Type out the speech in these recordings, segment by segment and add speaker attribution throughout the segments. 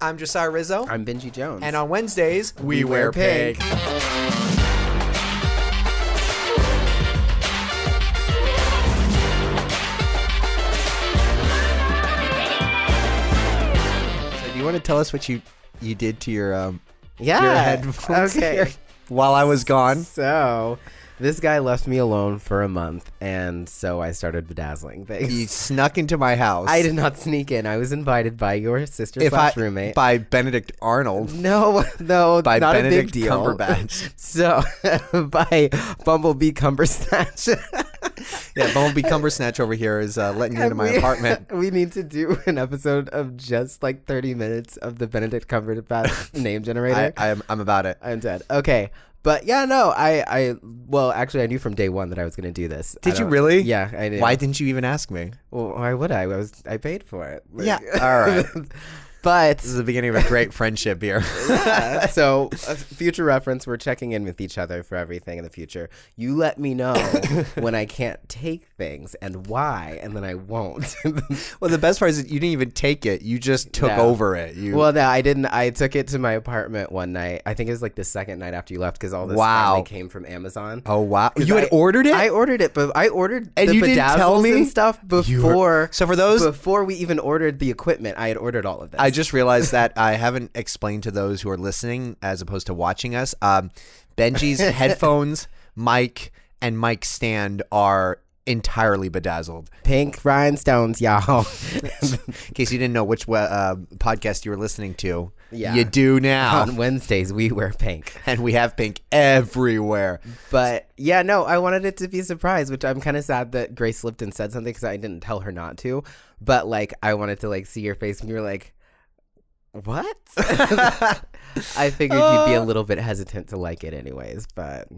Speaker 1: I'm Josiah Rizzo.
Speaker 2: I'm Benji Jones.
Speaker 1: and on Wednesdays, we, wear pink.
Speaker 2: So do you want to tell us what you you did to your um
Speaker 3: Yeah.
Speaker 2: your headphones
Speaker 3: Okay.
Speaker 2: here while I was gone?
Speaker 3: So this guy left me alone for a month, and so I started bedazzling things.
Speaker 2: You snuck into my house.
Speaker 3: I did not sneak in. I was invited by your sister
Speaker 2: If I
Speaker 3: slash roommate.
Speaker 2: by Benedict Arnold.
Speaker 3: no, no,
Speaker 2: By
Speaker 3: not
Speaker 2: Benedict
Speaker 3: a big deal.
Speaker 2: Cumberbatch.
Speaker 3: so by Bumblebee Cumberbatch.
Speaker 2: Yeah, Bumblebee Cumbersnatch over here is uh, letting you into my
Speaker 3: We-
Speaker 2: apartment.
Speaker 3: We need to do an episode of just like 30 minutes of the Benedict Cumberbatch name
Speaker 2: I,
Speaker 3: generator.
Speaker 2: I'm I'm about it.
Speaker 3: I'm dead. Okay. But yeah, no, I, I, well, actually, I knew from day one that I was going to do this. I
Speaker 2: Did you
Speaker 3: don't-
Speaker 2: really?
Speaker 3: Yeah, I did.
Speaker 2: Why didn't you even ask me?
Speaker 3: Well, why would I? I was, I paid for it. Like-
Speaker 2: Yeah. All right.
Speaker 3: but
Speaker 2: This is the beginning of a great friendship here.
Speaker 3: yeah, so, uh, future reference, we're checking in with each other for everything in the future. You let me know when I can't take things and why, and then I won't.
Speaker 2: well, the best part is that you didn't even take it. You just took
Speaker 3: No.
Speaker 2: over it. You
Speaker 3: Well, no, I didn't. I took it to my apartment one night. I think it was like the second night after you left because all this
Speaker 2: Wow.
Speaker 3: finally came from Amazon.
Speaker 2: Oh wow! You had
Speaker 3: I-
Speaker 2: ordered it.
Speaker 3: I ordered it, but I ordered
Speaker 2: And
Speaker 3: the
Speaker 2: you didn't tell
Speaker 3: bedazzles
Speaker 2: me?
Speaker 3: and stuff before.
Speaker 2: so for those-
Speaker 3: before we even ordered the equipment, I had ordered all of this.
Speaker 2: I just realized that I haven't explained to those who are listening as opposed to watching us. Um, Benji's headphones, mic, and mic stand are entirely bedazzled.
Speaker 3: pink rhinestones, y'all.
Speaker 2: In case you didn't know which we- uh, podcast you were listening to,
Speaker 3: Yeah.
Speaker 2: you do now.
Speaker 3: On Wednesdays, we wear pink.
Speaker 2: and we have pink everywhere.
Speaker 3: But yeah, no, I wanted it to be a surprise, which I'm kind of sad that Grace Lipton said something because I didn't tell her not to. But like, I wanted to like see your face, and you were like, "What?" I figured you'd be a little bit hesitant to like it, anyways. But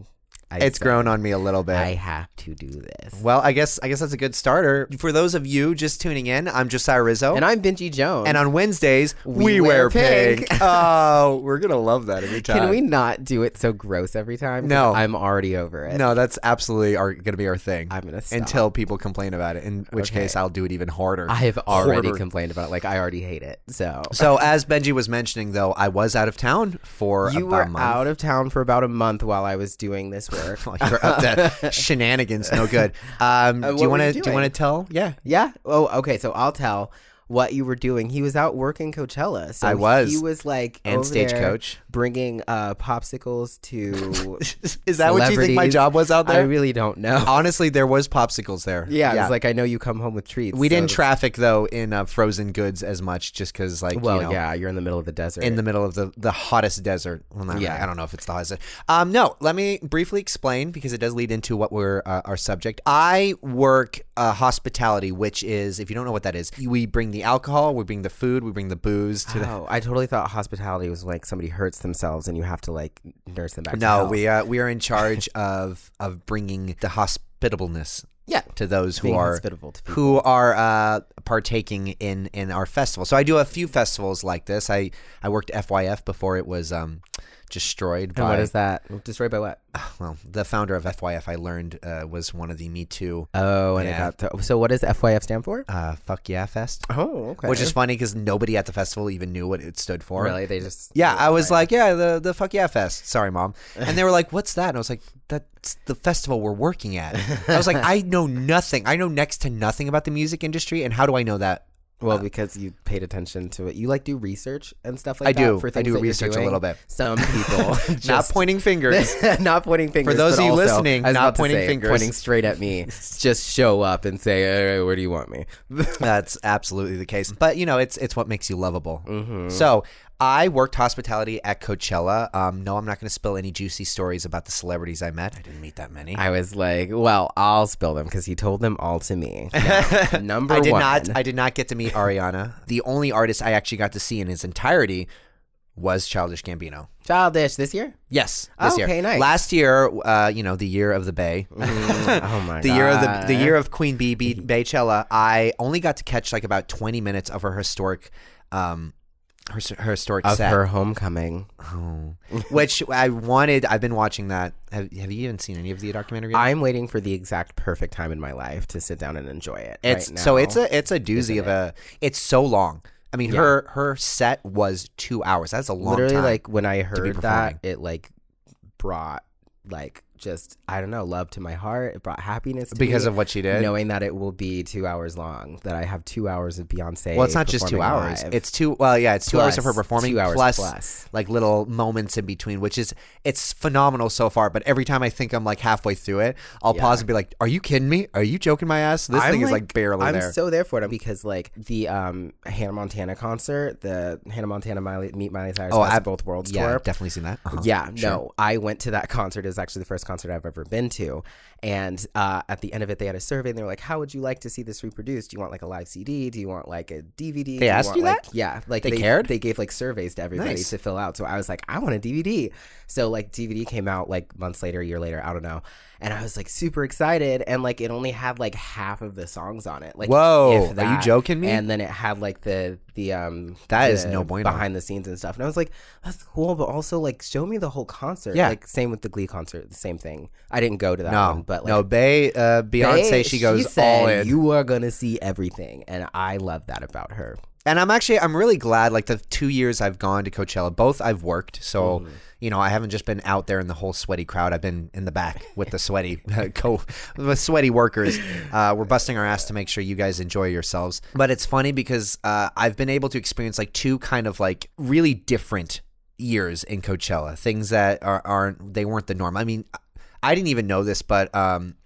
Speaker 3: I
Speaker 2: It's
Speaker 3: said,
Speaker 2: grown on me a little bit.
Speaker 3: I have to do this.
Speaker 2: well, I guess I guess that's a good starter for those of you just tuning in. I'm Josiah Rizzo,
Speaker 3: And I'm Benji Jones.
Speaker 2: And on Wednesdays, we,
Speaker 3: We
Speaker 2: wear,
Speaker 3: wear
Speaker 2: pink.
Speaker 3: pink.
Speaker 2: oh, we're gonna love that every time.
Speaker 3: can we not do it so gross every time? 'Cause
Speaker 2: No.
Speaker 3: I'm already over it.
Speaker 2: No, that's absolutely our, gonna be our thing.
Speaker 3: I'm gonna stop.
Speaker 2: until people complain about it. In which
Speaker 3: Okay.
Speaker 2: case, I'll do it even harder.
Speaker 3: I have already
Speaker 2: Harder.
Speaker 3: complained about. It. Like, I already hate it. So
Speaker 2: so as Benji was mentioning, though, I was out of town for
Speaker 3: you
Speaker 2: about
Speaker 3: were
Speaker 2: a month.
Speaker 3: out of town for about a month while I was doing this work.
Speaker 2: Well, You're up to shenanigans. No good. Um,
Speaker 3: Uh,
Speaker 2: do
Speaker 3: what
Speaker 2: you
Speaker 3: were
Speaker 2: want to?
Speaker 3: you
Speaker 2: Do you
Speaker 3: doing?
Speaker 2: want to tell? Yeah.
Speaker 3: Yeah. Oh, okay. So I'll tell what you were doing. He was out working Coachella. So
Speaker 2: I was.
Speaker 3: He was like
Speaker 2: And
Speaker 3: over there
Speaker 2: Stagecoach.
Speaker 3: bringing uh, popsicles to.
Speaker 2: Is that what you think my
Speaker 3: celebrities.
Speaker 2: job was out
Speaker 3: I
Speaker 2: there?
Speaker 3: really don't know.
Speaker 2: Honestly, there was popsicles there.
Speaker 3: Yeah, I was like, I know you come home with treats.
Speaker 2: we
Speaker 3: so-
Speaker 2: didn't traffic though in uh, frozen goods as much, just because like
Speaker 3: Well,
Speaker 2: you know,
Speaker 3: yeah, you're in the middle of the desert.
Speaker 2: in the middle of the, the hottest desert. Well, not,
Speaker 3: Yeah.
Speaker 2: I don't know if it's the hottest. Um, no, let me briefly explain because it does lead into what we're uh, our subject. I work uh, hospitality, which is if you don't know what that is, we bring the alcohol, we bring the food, we bring the booze to the.
Speaker 3: Oh, I totally thought hospitality was like somebody hurts themselves and you have to like nurse them back. to
Speaker 2: No,
Speaker 3: health.
Speaker 2: we uh, we are in charge of of bringing the hospitableness
Speaker 3: yeah
Speaker 2: to those who
Speaker 3: being
Speaker 2: are
Speaker 3: hospitable to people.
Speaker 2: who are uh, partaking in in our festival. So I do a few festivals like this. I I worked FYF before it was um destroyed
Speaker 3: And
Speaker 2: by
Speaker 3: what is that? Destroyed by what?
Speaker 2: well, the founder of FYF, I learned, uh, was one of the Me Too
Speaker 3: Oh, and
Speaker 2: Yeah.
Speaker 3: it got to, so. What does FYF stand for?
Speaker 2: uh, Fuck Yeah Fest,
Speaker 3: Oh, okay.
Speaker 2: which is funny because nobody at the festival even knew what it stood for.
Speaker 3: really they just
Speaker 2: Yeah, I was like, yeah, the, the Fuck Yeah Fest. Sorry, mom. And they were like, what's that? And I was like, that's the festival we're working at. I was like, I know nothing. I know next to nothing about the music industry. And how do I know that?
Speaker 3: Well, because you paid attention to it, you like do research and stuff like
Speaker 2: I
Speaker 3: that.
Speaker 2: do.
Speaker 3: For
Speaker 2: I
Speaker 3: things
Speaker 2: do
Speaker 3: that you're
Speaker 2: research a
Speaker 3: doing.
Speaker 2: little bit.
Speaker 3: Some people
Speaker 2: Not
Speaker 3: just-
Speaker 2: pointing fingers.
Speaker 3: not pointing fingers.
Speaker 2: those
Speaker 3: but
Speaker 2: of you
Speaker 3: also-
Speaker 2: listening,
Speaker 3: I was
Speaker 2: not
Speaker 3: about to
Speaker 2: pointing
Speaker 3: say,
Speaker 2: fingers.
Speaker 3: pointing straight at me. Just show up and say, "All right, "Where do you want me?"
Speaker 2: That's absolutely the case. But you know, it's it's what makes you lovable. So I worked hospitality at Coachella. Um, no, I'm not going to spill any juicy stories about the celebrities I met. I didn't meet that many.
Speaker 3: I was like, "Well, I'll spill them because he told them all to me." No. Number
Speaker 2: I did
Speaker 3: one,
Speaker 2: not. I did not get to meet Ariana. the only artist I actually got to see in his entirety was Childish Gambino.
Speaker 3: childish this year.
Speaker 2: Yes, this year.
Speaker 3: Okay, nice.
Speaker 2: Last year, uh, you know, the year of the Bay. Mm,
Speaker 3: oh my
Speaker 2: the
Speaker 3: god!
Speaker 2: year of the, the year of Queen Bee, Bee Baychella, I only got to catch like about 20 minutes of her historic um her, her historic
Speaker 3: of
Speaker 2: set.
Speaker 3: her homecoming.
Speaker 2: Mm. which I wanted. I've been watching that. Have, have you even seen any of the documentary? yet?
Speaker 3: I'm waiting for the exact perfect time in my life to sit down and enjoy it.
Speaker 2: it's
Speaker 3: right
Speaker 2: so
Speaker 3: now.
Speaker 2: it's a it's a doozy of a. It's so long. I mean, her her set was two hours. That's a long
Speaker 3: Literally,
Speaker 2: time.
Speaker 3: like when I heard that,
Speaker 2: performing.
Speaker 3: it like brought like just I don't know love to my heart. It brought happiness to
Speaker 2: because
Speaker 3: me,
Speaker 2: of what she did.
Speaker 3: knowing that it will be two hours long. That I have two hours of Beyonce.
Speaker 2: well, it's not just two
Speaker 3: performing
Speaker 2: hours.
Speaker 3: live.
Speaker 2: It's two. Well, yeah, it's two hours of her
Speaker 3: Plus,
Speaker 2: performing
Speaker 3: two hours
Speaker 2: plus,
Speaker 3: plus.
Speaker 2: like little moments in between, which is it's phenomenal so far. But every time I think I'm like halfway through it, I'll pause and be like, "Are you kidding me? Are you joking my ass? This
Speaker 3: I'm,
Speaker 2: thing is like barely
Speaker 3: I'm
Speaker 2: there."
Speaker 3: so there for it because like the um Hannah Montana concert, the Hannah Montana Miley Meet Miley Cyrus
Speaker 2: Oh,
Speaker 3: Best
Speaker 2: I-
Speaker 3: of Both Worlds
Speaker 2: yeah,
Speaker 3: tour.
Speaker 2: I've definitely seen that. Uh-huh.
Speaker 3: Yeah, no, I went to that concert. It was actually the first concert I've ever been to. And uh, at the end of it, they had a survey and they were like, How would you like to see this reproduced? Do you want like a live CD? Do you want like a DVD? They
Speaker 2: asked
Speaker 3: want,
Speaker 2: you
Speaker 3: like,
Speaker 2: that?
Speaker 3: Yeah. Like
Speaker 2: They cared?
Speaker 3: They gave like surveys to everybody
Speaker 2: Nice.
Speaker 3: to fill out. So I was like, I want a DVD. So like DVD came out like months later, a year later, I don't know. And I was like super excited. And like it only had like half of the songs on it. Like,
Speaker 2: Whoa,
Speaker 3: if
Speaker 2: are you
Speaker 3: that.
Speaker 2: joking me?
Speaker 3: And then it had like the, the, um,
Speaker 2: That is
Speaker 3: the
Speaker 2: no bueno.
Speaker 3: Behind the scenes and stuff. And I was like, that's cool, but also like show me the whole concert.
Speaker 2: Yeah.
Speaker 3: Like same with the Glee concert, the same thing. I didn't go to that
Speaker 2: No,
Speaker 3: one, but like
Speaker 2: no, Bay, uh, Beyonce,
Speaker 3: they-
Speaker 2: she goes
Speaker 3: said,
Speaker 2: all in.
Speaker 3: You are gonna see everything, and I love that about her.
Speaker 2: and I'm actually I'm really glad like the two years I've gone to Coachella, both I've worked, so you know I haven't just been out there in the whole sweaty crowd. I've been in the back with the sweaty uh, co with sweaty workers. Uh, we're busting our ass to make sure you guys enjoy yourselves. But it's funny because uh, I've been able to experience like two kind of like really different years in Coachella, things that are aren't they weren't the norm. I mean, I didn't even know this, but um,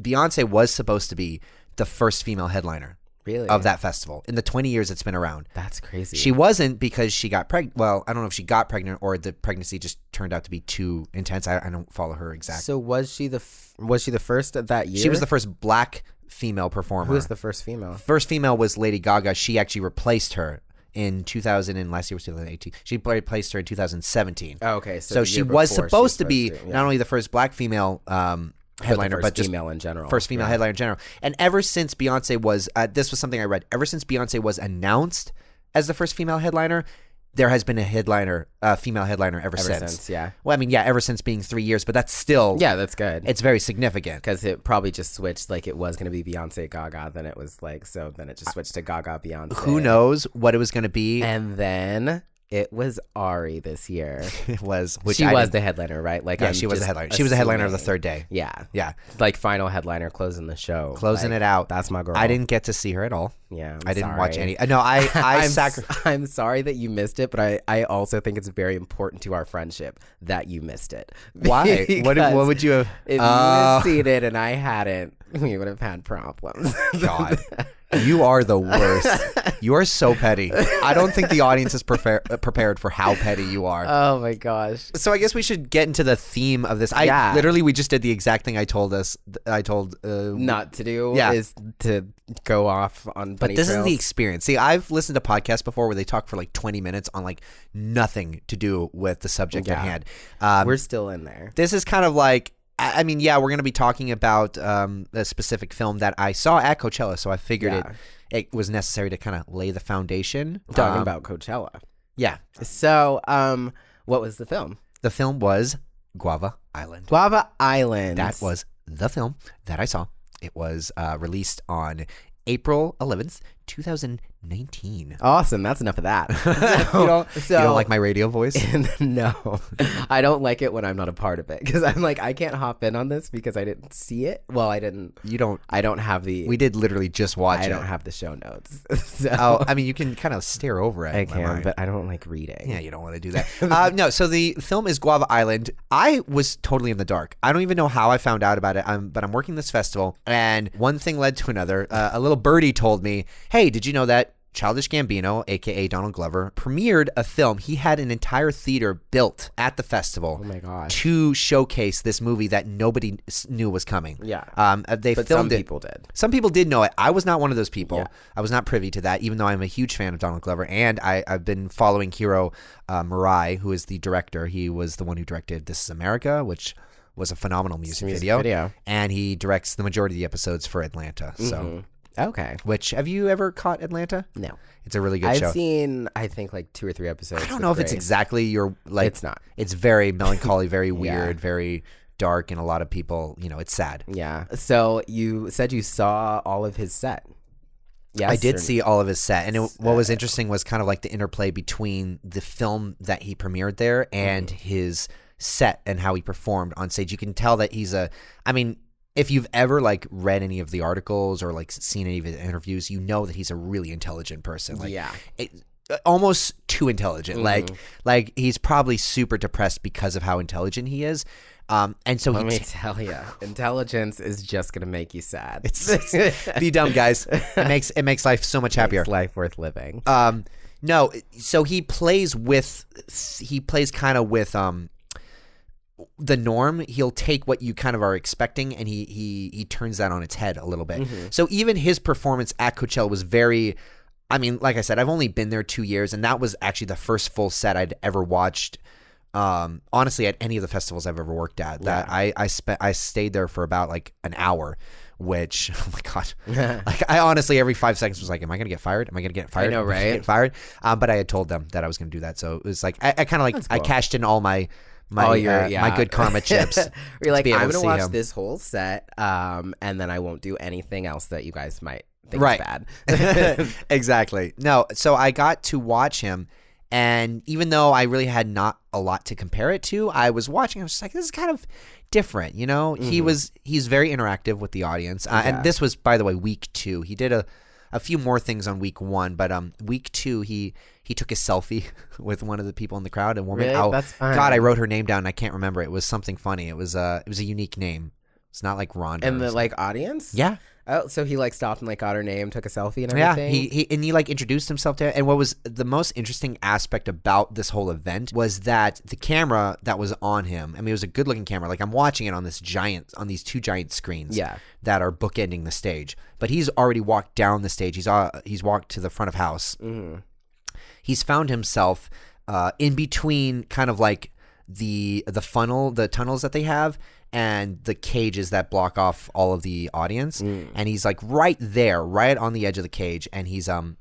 Speaker 2: Beyonce was supposed to be the first female headliner
Speaker 3: Really,
Speaker 2: of that festival in the 20 years it's been around.
Speaker 3: That's crazy.
Speaker 2: She wasn't because she got pregnant. Well, I don't know if she got pregnant or the pregnancy just turned out to be too intense. I, I don't follow her exactly.
Speaker 3: so was she the f- was she the first of that year?
Speaker 2: she was the first black female performer.
Speaker 3: who was the first female?
Speaker 2: first female was Lady Gaga. She actually replaced her in 2000 and last year was 2018. She pla- replaced her in 2017.
Speaker 3: Oh, okay, so,
Speaker 2: so
Speaker 3: the
Speaker 2: she
Speaker 3: year
Speaker 2: was
Speaker 3: before she
Speaker 2: supposed to be
Speaker 3: yeah,
Speaker 2: not only the first black female um, headliner,
Speaker 3: first
Speaker 2: but just
Speaker 3: female in general.
Speaker 2: first female headliner in general. And ever since Beyonce was, uh, this was something I read. Ever since Beyonce was announced as the first female headliner, there has been a headliner, uh, female headliner ever,
Speaker 3: Ever
Speaker 2: since.
Speaker 3: since, yeah,
Speaker 2: Well, I mean, yeah, ever since being three years, but that's still,
Speaker 3: yeah, that's good.
Speaker 2: it's very significant.
Speaker 3: because it probably just switched. Like it was gonna be Beyonce Gaga, then it was like so. Then it just switched to Gaga Beyonce.
Speaker 2: Who knows what it was going to be?
Speaker 3: And then it was Ari this year.
Speaker 2: it was, which
Speaker 3: she
Speaker 2: I
Speaker 3: was
Speaker 2: didn't-
Speaker 3: the headliner, right? Like
Speaker 2: yeah,
Speaker 3: I'm
Speaker 2: she was the
Speaker 3: just
Speaker 2: headliner. She was the headliner of the
Speaker 3: assuming-
Speaker 2: third day.
Speaker 3: Yeah,
Speaker 2: Yeah,
Speaker 3: like final headliner, closing the show,
Speaker 2: closing it out.
Speaker 3: That's my girl.
Speaker 2: I didn't get to see her at all.
Speaker 3: Yeah, I'm
Speaker 2: I didn't watch
Speaker 3: sorry.
Speaker 2: any. uh, No, I, I
Speaker 3: I'm,
Speaker 2: sacri-
Speaker 3: s- I'm sorry that you missed it, but I, I also think it's very important to our friendship that you missed it.
Speaker 2: Why? What,
Speaker 3: Because
Speaker 2: what would you have?
Speaker 3: If
Speaker 2: Oh,
Speaker 3: you had seen it and I hadn't, we would have had problems.
Speaker 2: God. You are the worst. You are so petty. I don't think the audience is prefer- uh, prepared for how petty you are.
Speaker 3: oh my gosh.
Speaker 2: Uh, so I guess we should get into the theme of this. I
Speaker 3: Yeah.
Speaker 2: literally we just did the exact thing I told us. I told. Uh,
Speaker 3: Not to do
Speaker 2: Yeah.
Speaker 3: is to go off on.
Speaker 2: but this is the experience. See, I've listened to podcasts before where they talk for like twenty minutes on like nothing to do with the subject at
Speaker 3: Yeah.
Speaker 2: hand. Um,
Speaker 3: We're still in there.
Speaker 2: this is kind of like I I mean, yeah, we're going to be talking about um, a specific film that I saw at Coachella, so I figured
Speaker 3: Yeah.
Speaker 2: it it was necessary to kind of lay the foundation.
Speaker 3: Talking
Speaker 2: Um,
Speaker 3: about Coachella.
Speaker 2: yeah,
Speaker 3: So, um, what was the film?
Speaker 2: the film was Guava Island.
Speaker 3: Guava Island.
Speaker 2: That was the film that I saw. It was uh, released on April 11th, 2019.
Speaker 3: awesome. That's enough of that.
Speaker 2: you, don't, you
Speaker 3: so-
Speaker 2: don't like my radio voice?
Speaker 3: no, I don't like it when I'm not a part of it because I'm like I can't hop in on this because I didn't see it. Well, I didn't.
Speaker 2: You don't.
Speaker 3: I don't have the.
Speaker 2: We did literally just watch
Speaker 3: I
Speaker 2: it.
Speaker 3: don't have the show notes. so
Speaker 2: oh, I mean, you can kind of stare over at it.
Speaker 3: I
Speaker 2: in my
Speaker 3: can,
Speaker 2: mind.
Speaker 3: but I don't like reading.
Speaker 2: Yeah, you don't want to do that. uh, no, so the film is Guava Island. I was totally in the dark. I don't even know how I found out about it. I'm, but I'm working this festival, and one thing led to another. Uh, a little birdie told me, "Hey, did you know that?" Childish Gambino, aka Donald Glover, premiered a film. He had an entire theater built at the festival
Speaker 3: Oh my gosh.
Speaker 2: to showcase this movie that nobody s- knew was coming.
Speaker 3: Yeah.
Speaker 2: um, uh, they
Speaker 3: But some
Speaker 2: filmed it.
Speaker 3: people did.
Speaker 2: Some people did know it. I was not one of those people. I was not privy to that, even though I'm a huge fan of Donald Glover. And I, I've been following Hiro uh, Murai, who is the director. He was the one who directed This Is America, which was a phenomenal music,
Speaker 3: music
Speaker 2: video.
Speaker 3: video.
Speaker 2: And he directs the majority of the episodes for Atlanta. So,
Speaker 3: Mm-hmm. Okay.
Speaker 2: which have you ever caught Atlanta?
Speaker 3: No,
Speaker 2: It's a really good
Speaker 3: I've
Speaker 2: show.
Speaker 3: seen I think like two or three episodes.
Speaker 2: I don't know if it's exactly your like.
Speaker 3: It's not.
Speaker 2: It's very melancholy, very weird, very dark, and a lot of people. You know, it's sad.
Speaker 3: Yeah. So you said you saw all of his set. Yes,
Speaker 2: I did
Speaker 3: or- uh,
Speaker 2: see all of his set, and it, what was interesting was kind of like the interplay between the film that he premiered there and
Speaker 3: Mm-hmm.
Speaker 2: his set and how he performed on stage. You can tell that he's a. I mean, if you've ever like read any of the articles or like seen any of his interviews, you know that he's a really intelligent person. Like,
Speaker 3: Yeah. Mm-hmm.
Speaker 2: it, uh, almost too intelligent. Like, like he's probably super depressed because of how intelligent he is. Um, and so he
Speaker 3: Let me
Speaker 2: t-
Speaker 3: tell you, intelligence is just gonna make you sad.
Speaker 2: it's, be dumb, guys. It makes it makes life so much happier.
Speaker 3: It's Uh, life worth living.
Speaker 2: Um, no, so he plays with he plays kind of with um the norm. He'll take what you kind of are expecting, and he he he turns that on its head a little bit.
Speaker 3: Mm-hmm.
Speaker 2: So even his performance at Coachella was very. I mean, like I said, I've only been there two years, and that was actually the first full set I'd ever watched. Um, honestly, at any of the festivals I've ever worked at, that I I spent I stayed there for about like an hour, which oh my god, like I honestly every five seconds was like, am I gonna get fired? Am I gonna get fired?
Speaker 3: know,
Speaker 2: Am gonna
Speaker 3: right?
Speaker 2: get fired. Um, but I had told them that I was going to do that, so it was like I, I kind of like I cashed in all my my
Speaker 3: All
Speaker 2: uh, my good karma chips.
Speaker 3: We're like,
Speaker 2: be able
Speaker 3: I'm
Speaker 2: to
Speaker 3: gonna
Speaker 2: see
Speaker 3: watch
Speaker 2: him."
Speaker 3: this whole set, um, and then I won't do anything else that you guys might think
Speaker 2: Right.
Speaker 3: is bad.
Speaker 2: exactly. No, so I got to watch him, and even though I really had not a lot to compare it to, I was watching. I was just like, this is kind of different, you know.
Speaker 3: Mm-hmm.
Speaker 2: He was he's very interactive with the audience, uh, and this was by the way week two. He did a a few more things on week one, but um, week two he he took a selfie with one of the people in the crowd, a woman.
Speaker 3: Really?
Speaker 2: Oh,
Speaker 3: That's fun.
Speaker 2: God, I wrote her name down. and I can't remember. It was something funny. It was uh, it was a unique name. It's not like Ron.
Speaker 3: and the like audience.
Speaker 2: yeah.
Speaker 3: Oh, so he like stopped and like got her name, took a selfie, and
Speaker 2: Yeah,
Speaker 3: everything.
Speaker 2: he, he and he like introduced himself to. And what was the most interesting aspect about this whole event was that the camera that was on him. I mean, it was a good looking camera. Like I'm watching it on this giant, on these two giant screens.
Speaker 3: Yeah.
Speaker 2: that are bookending the stage. But he's already walked down the stage. He's uh, he's walked to the front of house. He's found himself uh, in between, kind of like the the funnel, the tunnels that they have. And the cages that block off all of the audience,
Speaker 3: Mm.
Speaker 2: and he's like right there, right on the edge of the cage, and he's um,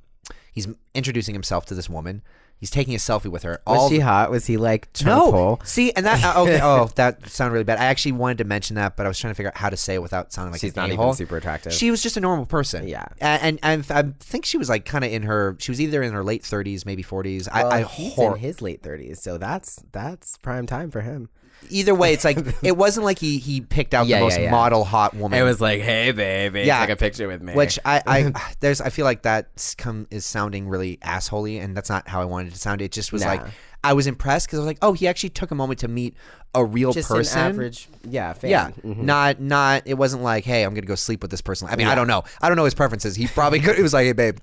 Speaker 2: he's introducing himself to this woman. He's taking a selfie with her.
Speaker 3: was
Speaker 2: all
Speaker 3: she hot? Was he like
Speaker 2: no,
Speaker 3: chunk hole?
Speaker 2: see, and that uh, okay. Oh, that sounded really bad. I actually wanted to mention that, but I was trying to figure out how to say it without sounding like
Speaker 3: She's
Speaker 2: an
Speaker 3: not
Speaker 2: a-hole.
Speaker 3: even super attractive.
Speaker 2: She was just a normal person.
Speaker 3: Yeah.
Speaker 2: A- and and, I think she was like kind of in her. She was either in her late thirties, maybe forties.
Speaker 3: Well,
Speaker 2: I, I
Speaker 3: he's
Speaker 2: hor-
Speaker 3: in his late thirties, so that's that's prime time for him.
Speaker 2: either way, it's like it wasn't like he he picked out
Speaker 3: Yeah,
Speaker 2: the
Speaker 3: yeah,
Speaker 2: most
Speaker 3: yeah.
Speaker 2: model hot woman.
Speaker 3: like, hey baby,
Speaker 2: Yeah.
Speaker 3: picture with me.
Speaker 2: Which I,
Speaker 3: eh.
Speaker 2: I there's I feel like that's come is sounding really assholey, and that's not how I wanted it to sound. It just was
Speaker 3: Nah.
Speaker 2: like I was impressed because I was like, oh, he actually took a moment to meet a real
Speaker 3: just
Speaker 2: person.
Speaker 3: an average, yeah, fan.
Speaker 2: Yeah,
Speaker 3: Mhm.
Speaker 2: not not. It wasn't like, hey, I'm gonna go sleep with this person. I mean, I don't know. I don't know his preferences. He probably could. It was like, hey, babe.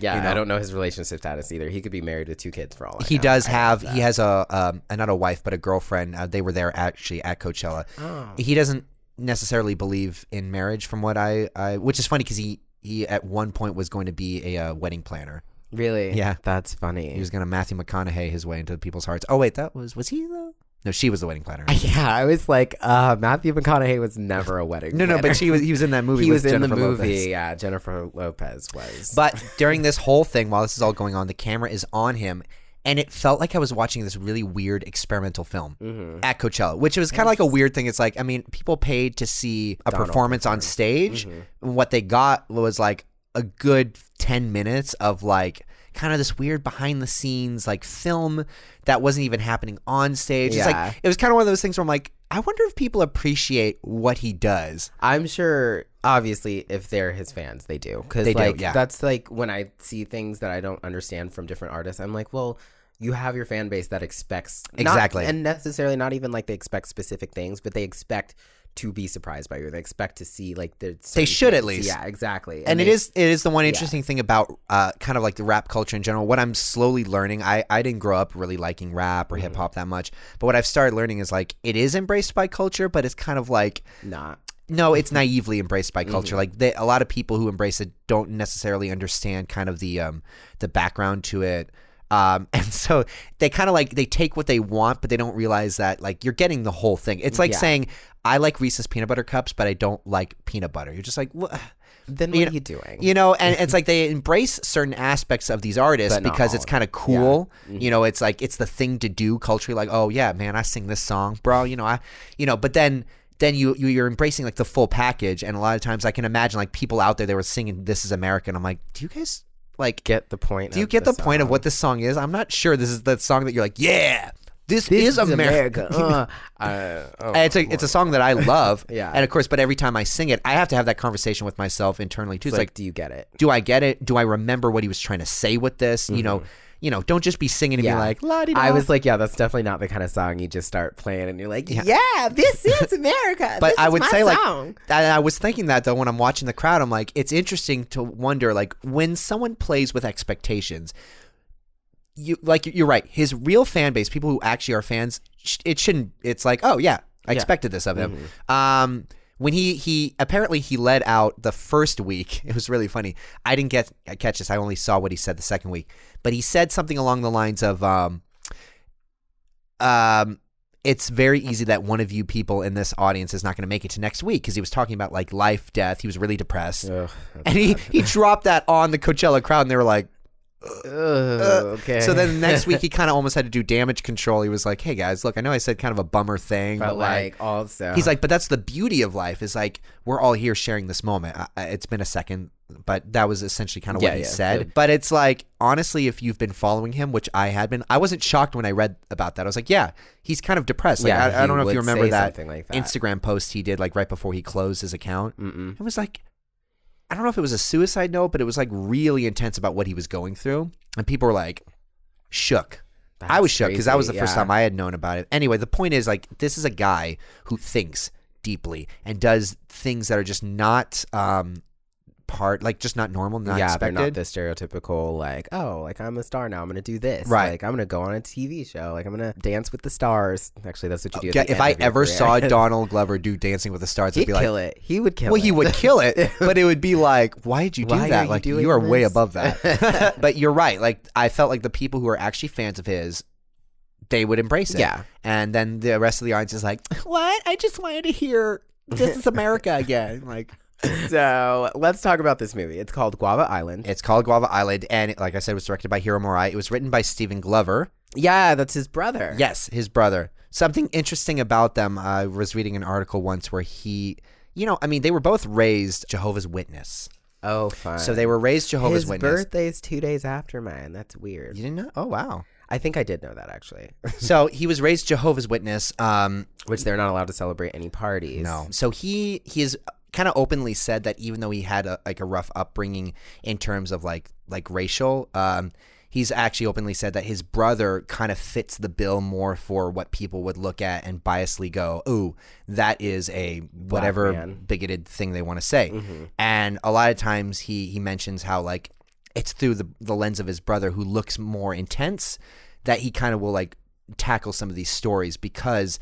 Speaker 3: yeah. I don't know his relationship status either. He could be married with two kids for all. I
Speaker 2: He
Speaker 3: know.
Speaker 2: does have. He has a um, a- not a wife, but a girlfriend. Uh, they were there actually at Coachella.
Speaker 3: Oh.
Speaker 2: He doesn't necessarily believe in marriage, from what I, I which is funny because he he at one point was going to be a uh, wedding planner.
Speaker 3: Really?
Speaker 2: Yeah.
Speaker 3: That's funny.
Speaker 2: He was gonna Matthew McConaughey his way into people's hearts. Oh wait, that was was he though? No, she was the wedding planner.
Speaker 3: yeah, I was like, uh, Matthew McConaughey was never a wedding.
Speaker 2: No, no, but she was. He was in that movie.
Speaker 3: he was
Speaker 2: with
Speaker 3: in the
Speaker 2: Jennifer
Speaker 3: movie.
Speaker 2: Lopez.
Speaker 3: Yeah, Jennifer Lopez was.
Speaker 2: But during this whole thing, while this is all going on, the camera is on him, and it felt like I was watching this really weird experimental film at Coachella, which was kind of like a weird thing. It's like, I mean, people paid to see a performance on stage. and What they got was like a good 10 minutes of like, Kind of this weird behind the scenes like film that wasn't even happening on stage. It's
Speaker 3: Yeah.
Speaker 2: like it was kind of one of those things where I'm like, I wonder if people appreciate what he does.
Speaker 3: I'm sure, obviously, if they're his fans, they do. Because
Speaker 2: They do,
Speaker 3: like
Speaker 2: yeah.
Speaker 3: that's like when I see things that I don't understand from different artists, I'm like, well. You have your fan base that expects not-
Speaker 2: Exactly.
Speaker 3: and necessarily not even like they expect specific things, but they expect to be surprised by you. They expect to see like the certain
Speaker 2: should at
Speaker 3: things.
Speaker 2: least.
Speaker 3: yeah, exactly.
Speaker 2: and it
Speaker 3: they-
Speaker 2: is it is the one interesting thing about uh, kind of like the rap culture in general. What I'm slowly learning, I I didn't grow up really liking rap or hip hop that much, but what I've started learning is like it is embraced by culture, but it's kind of like
Speaker 3: not
Speaker 2: no, it's naively embraced by culture. Like they, a lot of people who embrace it don't necessarily understand kind of the um the background to it. Um, and so they kind of like they take what they want, but they don't realize that like you're getting the whole thing. It's like
Speaker 3: Yeah.
Speaker 2: saying I like Reese's peanut butter cups, but I don't like peanut butter. You're just like, what?
Speaker 3: Then what
Speaker 2: You
Speaker 3: are
Speaker 2: know-
Speaker 3: you doing?
Speaker 2: you know and it's like they embrace certain aspects of these artists
Speaker 3: But not
Speaker 2: because
Speaker 3: all
Speaker 2: it's
Speaker 3: of Mm-hmm.
Speaker 2: kind of cool you know it's like it's the thing to do culturally like oh yeah man i sing this song bro you know i you know but then then you, you you're embracing like the full package. And a lot of times, I can imagine like people out there they were singing "This Is America," and I'm like, do you guys like
Speaker 3: Get the point.
Speaker 2: do you
Speaker 3: of
Speaker 2: get the, point of
Speaker 3: song.
Speaker 2: what this song is? I'm not sure. This is the song that you're like, yeah, this, is, America.
Speaker 3: Uh, I- oh,
Speaker 2: And it's a it's a song that I love.
Speaker 3: Yeah.
Speaker 2: And of course, but every time I sing it, I have to have that conversation with myself internally too. It's,
Speaker 3: like,
Speaker 2: like,
Speaker 3: do you get it?
Speaker 2: do I get it? Do I remember what he was trying to say with this? You know, you know, don't just be singing and
Speaker 3: Mm-hmm. Yeah.
Speaker 2: be like, la di
Speaker 3: I was like, yeah, that's definitely not the kind of song you just start playing and you're like, yeah, this is America.
Speaker 2: But
Speaker 3: This
Speaker 2: I
Speaker 3: is
Speaker 2: would
Speaker 3: my
Speaker 2: say
Speaker 3: song."
Speaker 2: like I, I was thinking that though when I'm watching the crowd, I'm like, it's interesting to wonder like when someone plays with expectations. You like you're right. His real fan base, people who actually are fans, sh- it shouldn't. It's like, oh yeah, I expected this of him.
Speaker 3: Mm-hmm.
Speaker 2: Um, when he he apparently he led out the first week. It was really funny. I didn't get catch this. I only saw what he said the second week, but he said something along the lines of, um, um, it's very easy that one of you people in this audience is not going to make it to next week because he was talking about like life, death. He was really depressed,
Speaker 3: Ugh,
Speaker 2: and he he dropped that on the Coachella crowd, and they were like.
Speaker 3: ugh, okay.
Speaker 2: So then the next week he kind of almost had to do damage control. He was like, "Hey guys, look, I know I said kind of a bummer thing,
Speaker 3: but like also,
Speaker 2: He's like, but that's the beauty of life is like we're all here sharing this moment. I, I- it's been a second, but that was essentially kind of
Speaker 3: Yeah,
Speaker 2: what he
Speaker 3: yeah.
Speaker 2: said. But it's like honestly, if you've been following him, which I had been, I wasn't shocked when I read about that. I was like, yeah, he's kind of depressed. Like,
Speaker 3: Yeah,
Speaker 2: I, I
Speaker 3: he
Speaker 2: don't know if
Speaker 3: would
Speaker 2: you remember
Speaker 3: say
Speaker 2: that,
Speaker 3: something like that.
Speaker 2: Instagram post he did like right before he closed his account.
Speaker 3: Mm-mm.
Speaker 2: It was like, I don't know if it was a suicide note, but it was like really intense about what he was going through, and people were like shook. I
Speaker 3: That's
Speaker 2: was shook because that was the
Speaker 3: crazy,
Speaker 2: first
Speaker 3: yeah.
Speaker 2: time I had known about it. Anyway, the point is like this is a guy who thinks deeply and does things that are just not um part like just not normal, not
Speaker 3: yeah,
Speaker 2: expected.
Speaker 3: they're not the stereotypical like, oh, like I'm a star now. I'm gonna do this.
Speaker 2: Right.
Speaker 3: Like I'm gonna go on a TV show. Like I'm gonna dance with the stars. Actually, that's what you do. at
Speaker 2: Yeah,
Speaker 3: the
Speaker 2: if
Speaker 3: end
Speaker 2: I
Speaker 3: of your
Speaker 2: ever
Speaker 3: career.
Speaker 2: saw Donald Glover do Dancing with the Stars, I'd
Speaker 3: he'd
Speaker 2: be like,
Speaker 3: kill it. He would kill.
Speaker 2: well, he
Speaker 3: it.
Speaker 2: would kill it, but it would be like, why did you do
Speaker 3: Why are
Speaker 2: that?
Speaker 3: you
Speaker 2: like,
Speaker 3: doing
Speaker 2: you are way
Speaker 3: this?
Speaker 2: above that. but you're right. Like, I felt like the people who are actually fans of his, they would embrace it.
Speaker 3: Yeah.
Speaker 2: And then the rest of the audience is like, what? I just wanted to hear This Is America again. Like,
Speaker 3: So let's talk about this movie. It's called Guava Island.
Speaker 2: it's called Guava Island, and like I said, it was directed by Hiro Morai. It was written by Stephen Glover.
Speaker 3: yeah, that's his brother.
Speaker 2: Yes, his brother. Something interesting about them. I was reading an article once where he, you know, I mean, they were both raised Jehovah's Witness,
Speaker 3: Oh, fun.
Speaker 2: so they were raised Jehovah's
Speaker 3: his
Speaker 2: Witness.
Speaker 3: birthday's two days after mine. That's weird.
Speaker 2: You didn't know? Oh wow.
Speaker 3: I think I did know that actually.
Speaker 2: so he was raised Jehovah's Witness. Um,
Speaker 3: Which they're not allowed to celebrate any parties.
Speaker 2: no. So he he has kind of openly said that even though he had a, like a rough upbringing in terms of like like racial, um, he's actually openly said that his brother kind of fits the bill more for what people would look at and biasly go, "Ooh, that is a whatever
Speaker 3: man.
Speaker 2: bigoted thing they want to say." And a lot of times he he mentions how like it's through the the lens of his brother who looks more intense that he kind of will like tackle some of these stories because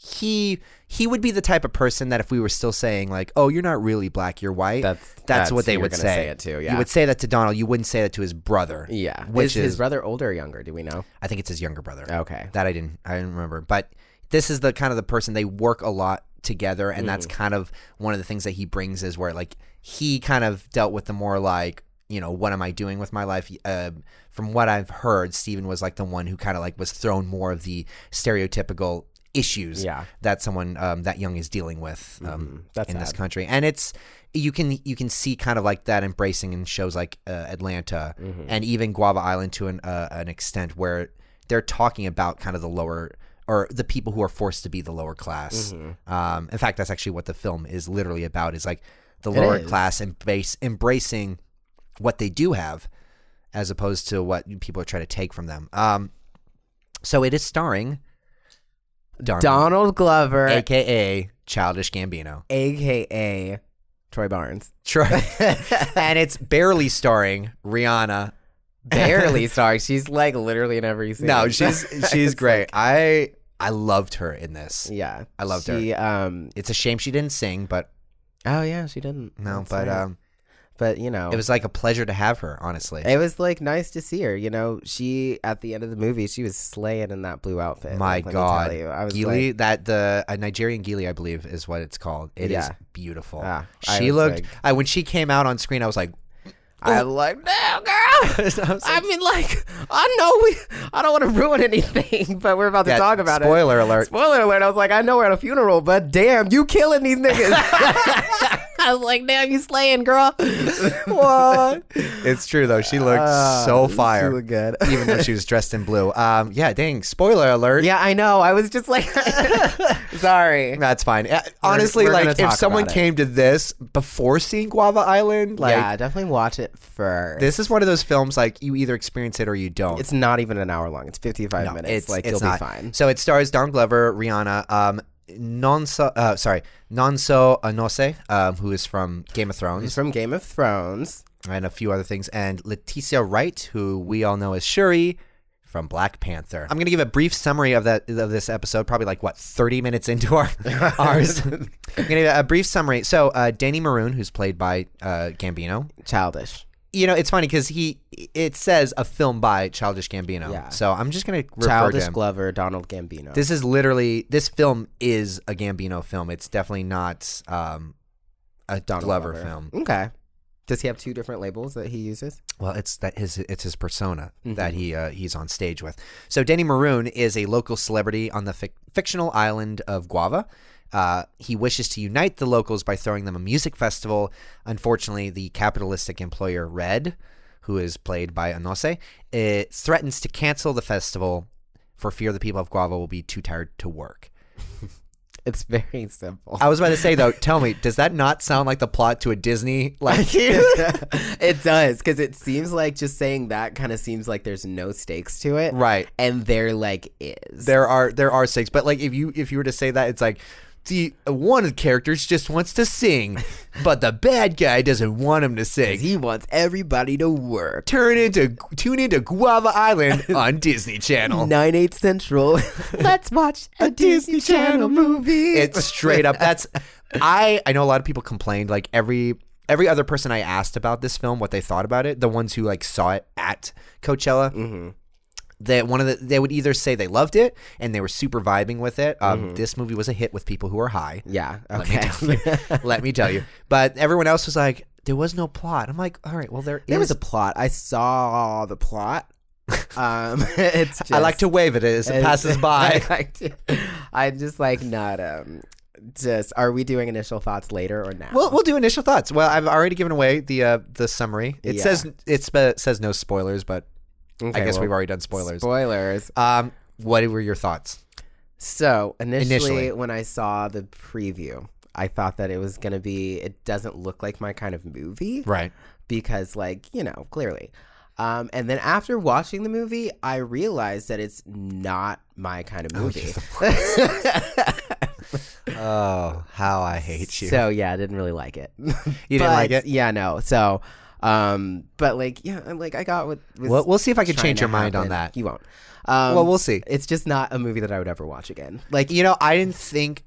Speaker 2: he he would be the type of person that if we were still saying like, "Oh, you're not really black, you're white,"
Speaker 3: That's-
Speaker 2: that's,
Speaker 3: that's
Speaker 2: what
Speaker 3: who
Speaker 2: they
Speaker 3: you're
Speaker 2: would
Speaker 3: gonna
Speaker 2: say.
Speaker 3: say it to, yeah.
Speaker 2: You would say that to Donald. You wouldn't say that to his brother.
Speaker 3: Yeah.
Speaker 2: which
Speaker 3: is,
Speaker 2: is,
Speaker 3: his brother older or younger? Do we know?
Speaker 2: I think it's his younger brother.
Speaker 3: Okay.
Speaker 2: That I didn't I didn't remember. But this is the kind of the person they work a lot together, and that's
Speaker 3: Mm-hmm.
Speaker 2: kind of one of the things that he brings is where like he kind of dealt with the more like you know what am I doing with my life. Uh, from what I've heard, Steven was like the one who kind of like was thrown more of the stereotypical issues
Speaker 3: Yeah. Mm-hmm.
Speaker 2: that someone um, that young is dealing with um,
Speaker 3: That's
Speaker 2: in this
Speaker 3: sad.
Speaker 2: country, and it's you can you can see kind of like that embracing in shows like uh, Atlanta
Speaker 3: Mm-hmm.
Speaker 2: and even Guava Island to an uh, an extent where they're talking about kind of the lower or the people who are forced to be the lower class.
Speaker 3: Mm-hmm.
Speaker 2: Um, in fact, that's actually what the film is literally about is like the lower
Speaker 3: is.
Speaker 2: class embrace, embracing what they do have as opposed to what people are trying to take from them. Um, so it is starring Darn,
Speaker 3: Donald Glover,
Speaker 2: aka Childish Gambino.
Speaker 3: aka Troy Barnes,
Speaker 2: Troy. and it's barely starring Rihanna.
Speaker 3: barely starring. She's like literally in every scene.
Speaker 2: No, she's she's great. I I loved her in this.
Speaker 3: yeah.
Speaker 2: I loved her.
Speaker 3: she, Um.
Speaker 2: It's a shame she didn't sing, but
Speaker 3: Oh yeah, she didn't.
Speaker 2: no,
Speaker 3: That's
Speaker 2: but
Speaker 3: right.
Speaker 2: um
Speaker 3: but you know,
Speaker 2: it was like a pleasure to have her, honestly.
Speaker 3: It was like nice to see her. You know, she at the end of the movie, she was slaying in that blue outfit.
Speaker 2: My
Speaker 3: like, let me
Speaker 2: God.
Speaker 3: tell you. I was
Speaker 2: Gili,
Speaker 3: like,
Speaker 2: that the a Nigerian Gili, I believe, is what it's called. It is
Speaker 3: Yeah.
Speaker 2: beautiful.
Speaker 3: Ah, I
Speaker 2: she
Speaker 3: was
Speaker 2: looked.
Speaker 3: like-
Speaker 2: I when she came out on screen, I was like,
Speaker 3: I like, no, girl. Yeah.
Speaker 2: So I was
Speaker 3: I mean, like, I know we, I don't want to ruin anything, but we're about to
Speaker 2: Yeah,
Speaker 3: talk about
Speaker 2: spoiler
Speaker 3: it.
Speaker 2: alert.
Speaker 3: Spoiler alert. I was like, I know we're at a funeral, but damn, you killing these niggas. I was like, damn, you slaying, girl. what? Oh,
Speaker 2: it's true though. She looked
Speaker 3: Ah,
Speaker 2: so fire.
Speaker 3: You look good.
Speaker 2: even though she was dressed in blue. Um, yeah, dang. Spoiler alert.
Speaker 3: yeah, I know. I was just like, sorry.
Speaker 2: That's fine. Uh, Honestly,
Speaker 3: we're gonna
Speaker 2: like if
Speaker 3: talk
Speaker 2: someone
Speaker 3: about it.
Speaker 2: came to this before seeing Guava Island, like
Speaker 3: yeah, definitely watch it first.
Speaker 2: this is one of those films like you either experience it or you don't.
Speaker 3: it's not even an hour long. It's 55 minutes. like, you'll
Speaker 2: not.
Speaker 3: be fine.
Speaker 2: So it stars Don Glover, Rihanna, um, Nonso, uh, sorry, Nonso Anose, um, who is from Game of
Speaker 3: He's
Speaker 2: Thrones
Speaker 3: from Game of Thrones.
Speaker 2: and a few other things, and Leticia Wright, who we all know as Shuri from Black Panther. I'm gonna give a brief summary of that of this episode, probably like what 30 minutes into our ours. I'm gonna give a brief summary. So uh, Danny Maroon, who's played by uh, Gambino,
Speaker 3: Childish.
Speaker 2: you know it's funny because he it says a film by Childish Gambino.
Speaker 3: Yeah.
Speaker 2: So I'm just gonna refer to
Speaker 3: Childish
Speaker 2: him.
Speaker 3: Glover, Donald Gambino.
Speaker 2: This is literally this film is a Gambino film. It's definitely not um, a
Speaker 3: Donald
Speaker 2: Glover,
Speaker 3: Glover.
Speaker 2: film.
Speaker 3: Okay. Does he have two different labels that he uses?
Speaker 2: Well, it's that his it's his persona
Speaker 3: Mhm.
Speaker 2: that he uh, he's on stage with. So Danny Maroon is a local celebrity on the fic- fictional island of Guava. Uh, he wishes to unite the locals by throwing them a music festival. Unfortunately, the capitalistic employer Red, who is played by Anose, it threatens to cancel the festival for fear the people of Guava will be too tired to work.
Speaker 3: It's very simple.
Speaker 2: I was about to say though, tell me, does that not sound like the plot to a Disney like
Speaker 3: it does because it seems like just saying that kind of seems like there's no stakes to it,
Speaker 2: Right.
Speaker 3: And there like is.
Speaker 2: There are there are six, but like if you if you were to say that, it's like the one of the characters just wants to sing, but the bad guy doesn't want him to sing.
Speaker 3: he wants everybody to work.
Speaker 2: Turn into tune into Guava Island on Disney Channel.
Speaker 3: Nine eight central. Let's watch a Disney Channel movie.
Speaker 2: It's straight up. That's I I know a lot of people complained like every every other person I asked about this film what they thought about it, the ones who like saw it at Coachella. That one of the they would either say they loved it and they were super vibing with it. Um, This movie was a hit with people who are high.
Speaker 3: yeah.
Speaker 2: Let me
Speaker 3: Okay.
Speaker 2: tell you. Let me tell you. But everyone else was like, there was no plot. I'm like, all right, well there is.
Speaker 3: there was a plot. I saw the plot. Um, it's. Just,
Speaker 2: I like to wave at it as it
Speaker 3: And-
Speaker 2: passes by.
Speaker 3: I, like to- I'm just like not um just are we doing initial thoughts later or now?
Speaker 2: We'll, we'll do initial thoughts. Well, I've already given away the uh, the summary. It
Speaker 3: Yeah.
Speaker 2: says it spe- says no spoilers, but
Speaker 3: Okay,
Speaker 2: I guess
Speaker 3: well,
Speaker 2: we've already done spoilers.
Speaker 3: spoilers.
Speaker 2: um, what were your thoughts?
Speaker 3: So initially,
Speaker 2: Initially.
Speaker 3: when I saw the preview, I thought that it was gonna be it doesn't look like my kind of movie.
Speaker 2: Right.
Speaker 3: because like you know clearly um, and then after watching the movie i realized that it's not my kind of movie
Speaker 2: Oh, how I hate you.
Speaker 3: so yeah i didn't really like it you
Speaker 2: didn't like it?
Speaker 3: yeah no so um but like yeah I'm like i got what was
Speaker 2: Well, we'll see if I can
Speaker 3: trying
Speaker 2: change
Speaker 3: to
Speaker 2: your mind on
Speaker 3: happen.
Speaker 2: that.
Speaker 3: you won't um,
Speaker 2: well, we'll see.
Speaker 3: it's just not a movie that i would ever watch again
Speaker 2: Like you know, I didn't think.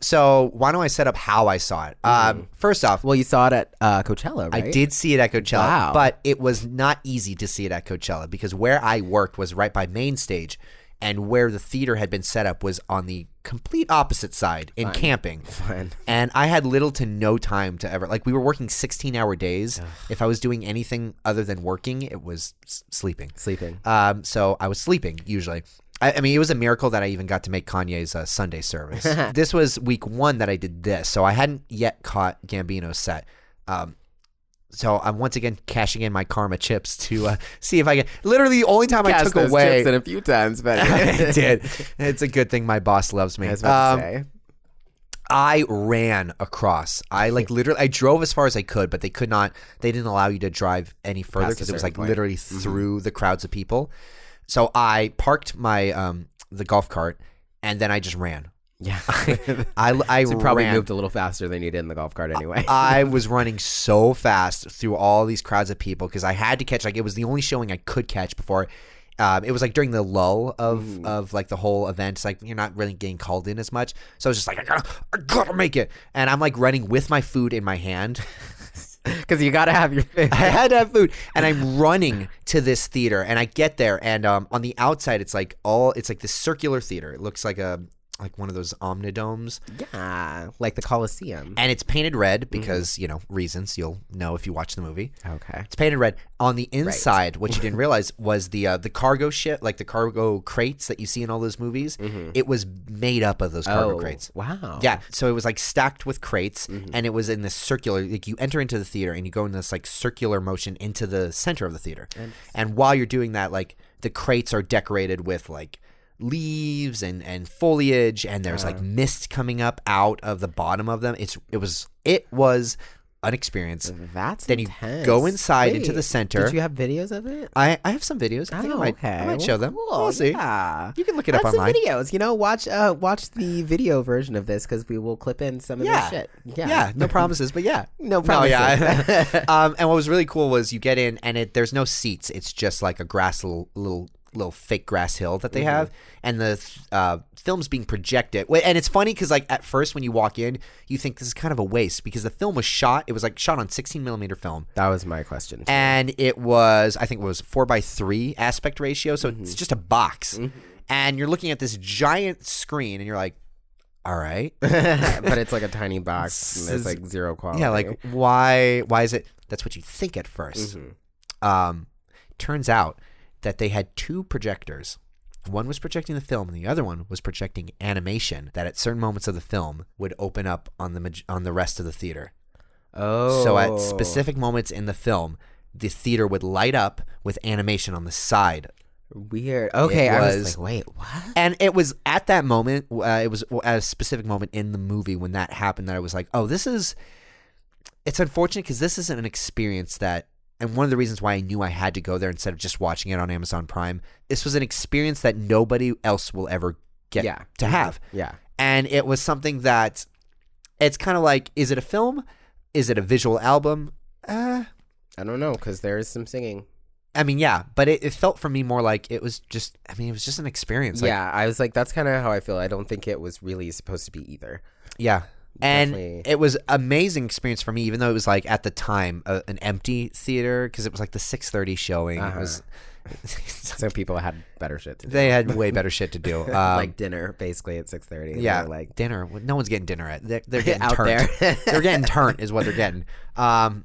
Speaker 2: So why don't I set up how I saw it?
Speaker 3: Mm-hmm.
Speaker 2: Um, first off,
Speaker 3: well you saw it at uh, coachella right
Speaker 2: I did see it at Coachella,
Speaker 3: Wow.
Speaker 2: but it was not easy to see it at Coachella because where I worked was right by main stage, and where the theater had been set up was on the complete opposite side in camping.
Speaker 3: Fine.
Speaker 2: And I had little to no time to ever like we were working sixteen hour days. If I was doing anything other than working, it was s- sleeping.
Speaker 3: sleeping
Speaker 2: Um, so I was sleeping usually. I, I mean, it was a miracle that I even got to make Kanye's uh, Sunday service. this was week one that I did this, so I hadn't yet caught Gambino's set. Um, so I'm once again cashing in my karma chips to uh, see if I can. Literally, the only time I
Speaker 3: Cast
Speaker 2: took
Speaker 3: those
Speaker 2: away.
Speaker 3: chips in a few times but
Speaker 2: I did. It's a good thing my boss loves me.
Speaker 3: I was about
Speaker 2: Um,
Speaker 3: to say.
Speaker 2: I ran across. I like literally. I drove as far as I could, but they could not. They didn't allow you to drive any further
Speaker 3: Past a
Speaker 2: because it was
Speaker 3: certain
Speaker 2: like
Speaker 3: point. Mm-hmm.
Speaker 2: literally through the crowds of people. So I parked my um the golf cart and then I just ran.
Speaker 3: yeah
Speaker 2: I I
Speaker 3: You probably
Speaker 2: ran.
Speaker 3: moved a little faster than you did in the golf cart anyway.
Speaker 2: I was running so fast through all these crowds of people because I had to catch. Like it was the only showing I could catch before. Um, it was like during the lull of of like the whole event. It's like you're not really getting called in as much. So I was just like, I gotta, I gotta make it. And I'm like running with my food in my hand.
Speaker 3: Because you gotta have your food.
Speaker 2: I had to have food, and I'm running to this theater, and I get there, and um, on the outside, it's like all it's like this circular theater. It looks like a like one of those omnidomes,
Speaker 3: Yeah, like the Coliseum.
Speaker 2: and it's painted red because you know reasons. You'll know if you watch the movie.
Speaker 3: Okay.
Speaker 2: It's painted red on the inside. What you didn't realize was the uh, the cargo ship, like the cargo crates that you see in all those movies. It was made up of those cargo crates.
Speaker 3: Oh, Wow.
Speaker 2: Yeah, so it was like stacked with crates, and it was in this circular. Like you enter into the theater, and you go in this like circular motion into the center of the theater. And while you're doing that, like the crates are decorated with like leaves and and foliage, and there's like mist coming up out of the bottom of them. It's it was it was an
Speaker 3: Mm-hmm.
Speaker 2: experience.
Speaker 3: That's
Speaker 2: Then you
Speaker 3: intense.
Speaker 2: go inside into the
Speaker 3: Wait,
Speaker 2: center.
Speaker 3: Did you have videos of it? Oh,
Speaker 2: I I have some videos. I think I might, I might show them. we'll see.
Speaker 3: Yeah.
Speaker 2: You can look it
Speaker 3: Add
Speaker 2: up online.
Speaker 3: some videos. You know, watch uh watch the video version of this because we will clip in some of
Speaker 2: Yeah.
Speaker 3: this shit.
Speaker 2: Yeah. no promises, but yeah.
Speaker 3: No
Speaker 2: No, yeah. um, and what was really cool was you get in and it there's no seats. It's just like a grass little little, little fake grass hill that they
Speaker 3: Mm-hmm.
Speaker 2: have and the th- uh, film's being projected. Wait, And it's funny cuz like at first when you walk in, you think this is kind of a waste because the film was shot it was like shot on 16 millimeter film.
Speaker 3: That was my question. too.
Speaker 2: and it was I think it was four by three aspect ratio, so it's just a box, and you're looking at this giant screen, and you're like, all right,
Speaker 3: but it's like a tiny box. And
Speaker 2: This
Speaker 3: there's
Speaker 2: is-
Speaker 3: like zero quality.
Speaker 2: yeah, like why why is it? That's what you think at 1st Um, turns out that they had two projectors. One was projecting the film, and the other one was projecting animation that at certain moments of the film would open up on the maj- on the rest of the theater.
Speaker 3: oh,
Speaker 2: So at specific moments in the film, the theater would light up with animation on the side.
Speaker 3: weird. Okay,
Speaker 2: It
Speaker 3: I
Speaker 2: was-
Speaker 3: was like, wait, what?
Speaker 2: And it was at that moment, uh, it was at a specific moment in the movie when that happened that I was like, oh, this is, it's unfortunate because this isn't an experience that, and one of the reasons why I knew I had to go there instead of just watching it on Amazon Prime, this was an experience that nobody else will ever get
Speaker 3: Yeah.
Speaker 2: to have.
Speaker 3: Yeah.
Speaker 2: and it was something that it's kind of like is it a film is it a visual album uh,
Speaker 3: I don't know because there is some singing.
Speaker 2: i mean yeah but it, it felt for me more like it was just i mean it was just an experience like,
Speaker 3: yeah, I was like, that's kind of how I feel. I don't think it was really supposed to be either.
Speaker 2: yeah and
Speaker 3: Definitely.
Speaker 2: it was amazing experience for me even though it was like at the time a, an empty theater because it was like the 6.30 showing it was
Speaker 3: So people had better shit to do.
Speaker 2: they had way better shit to do um,
Speaker 3: like dinner, basically at six thirty.
Speaker 2: yeah
Speaker 3: like
Speaker 2: dinner no one's getting dinner at they're, they're getting
Speaker 3: Out
Speaker 2: turned.
Speaker 3: there.
Speaker 2: they're getting turned is what they're getting um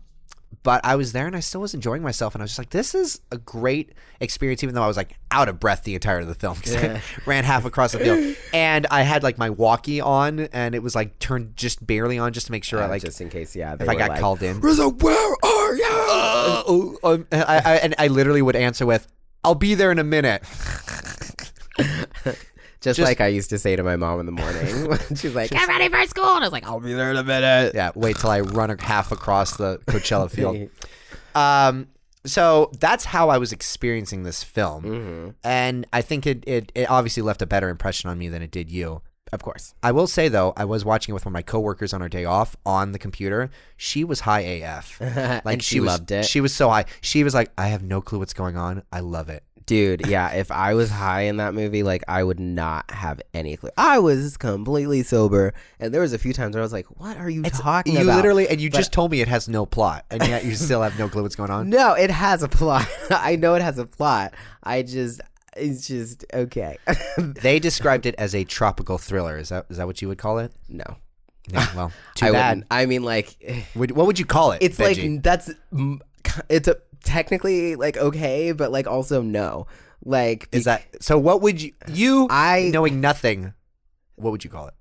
Speaker 2: but i was there and i still was enjoying myself and i was just like this is a great experience even though i was like out of breath the entirety of the film 'cause
Speaker 3: Yeah.
Speaker 2: i ran half across the field and i had like my walkie on and it was like turned just barely on just to make sure i
Speaker 3: uh,
Speaker 2: like
Speaker 3: just in case. Yeah,
Speaker 2: if i got called in Rizzo, where are you oh, um, and I, I, and i literally would answer with i'll be there in a minute
Speaker 3: just,
Speaker 2: just-
Speaker 3: like I used to say to my mom in the morning. when She's like,
Speaker 4: Get ready for school. And I was like, I'll be there in a
Speaker 3: Uh,
Speaker 4: minute.
Speaker 2: Yeah, wait till I run a- half across the Coachella field. Um, so that's how I was experiencing this film,
Speaker 3: Mm-hmm.
Speaker 2: and I think it, it it obviously left a better impression on me than it did you.
Speaker 3: of course.
Speaker 2: I will say though, I was watching it with one of my coworkers on our day off on the computer. She was high AF, like
Speaker 3: And she
Speaker 2: was-
Speaker 3: loved it.
Speaker 2: She was so high. She was like, "I have no clue what's going on. I love it."
Speaker 3: Dude, yeah, if I was high in that movie, like I would not have any clue. I was completely sober, and there was a few times where I was like, "What are you talking
Speaker 2: You
Speaker 3: about?"
Speaker 2: literally, and you just told me it has no plot, and yet you still have no clue what's going on.
Speaker 3: No, it has a plot. I know it has a plot. I just, it's just okay.
Speaker 2: They described it as a tropical thriller. Is that is that what you would call it?
Speaker 3: no,
Speaker 2: Yeah, well, too
Speaker 3: I
Speaker 2: bad.
Speaker 3: wouldn't. I mean, like,
Speaker 2: Would, what would you call it?
Speaker 3: it's
Speaker 2: Benji?
Speaker 3: like that's mm, it's a, technically like okay, but like also no. Like,
Speaker 2: is that so? What would you you
Speaker 3: I-
Speaker 2: knowing nothing? What would you call it?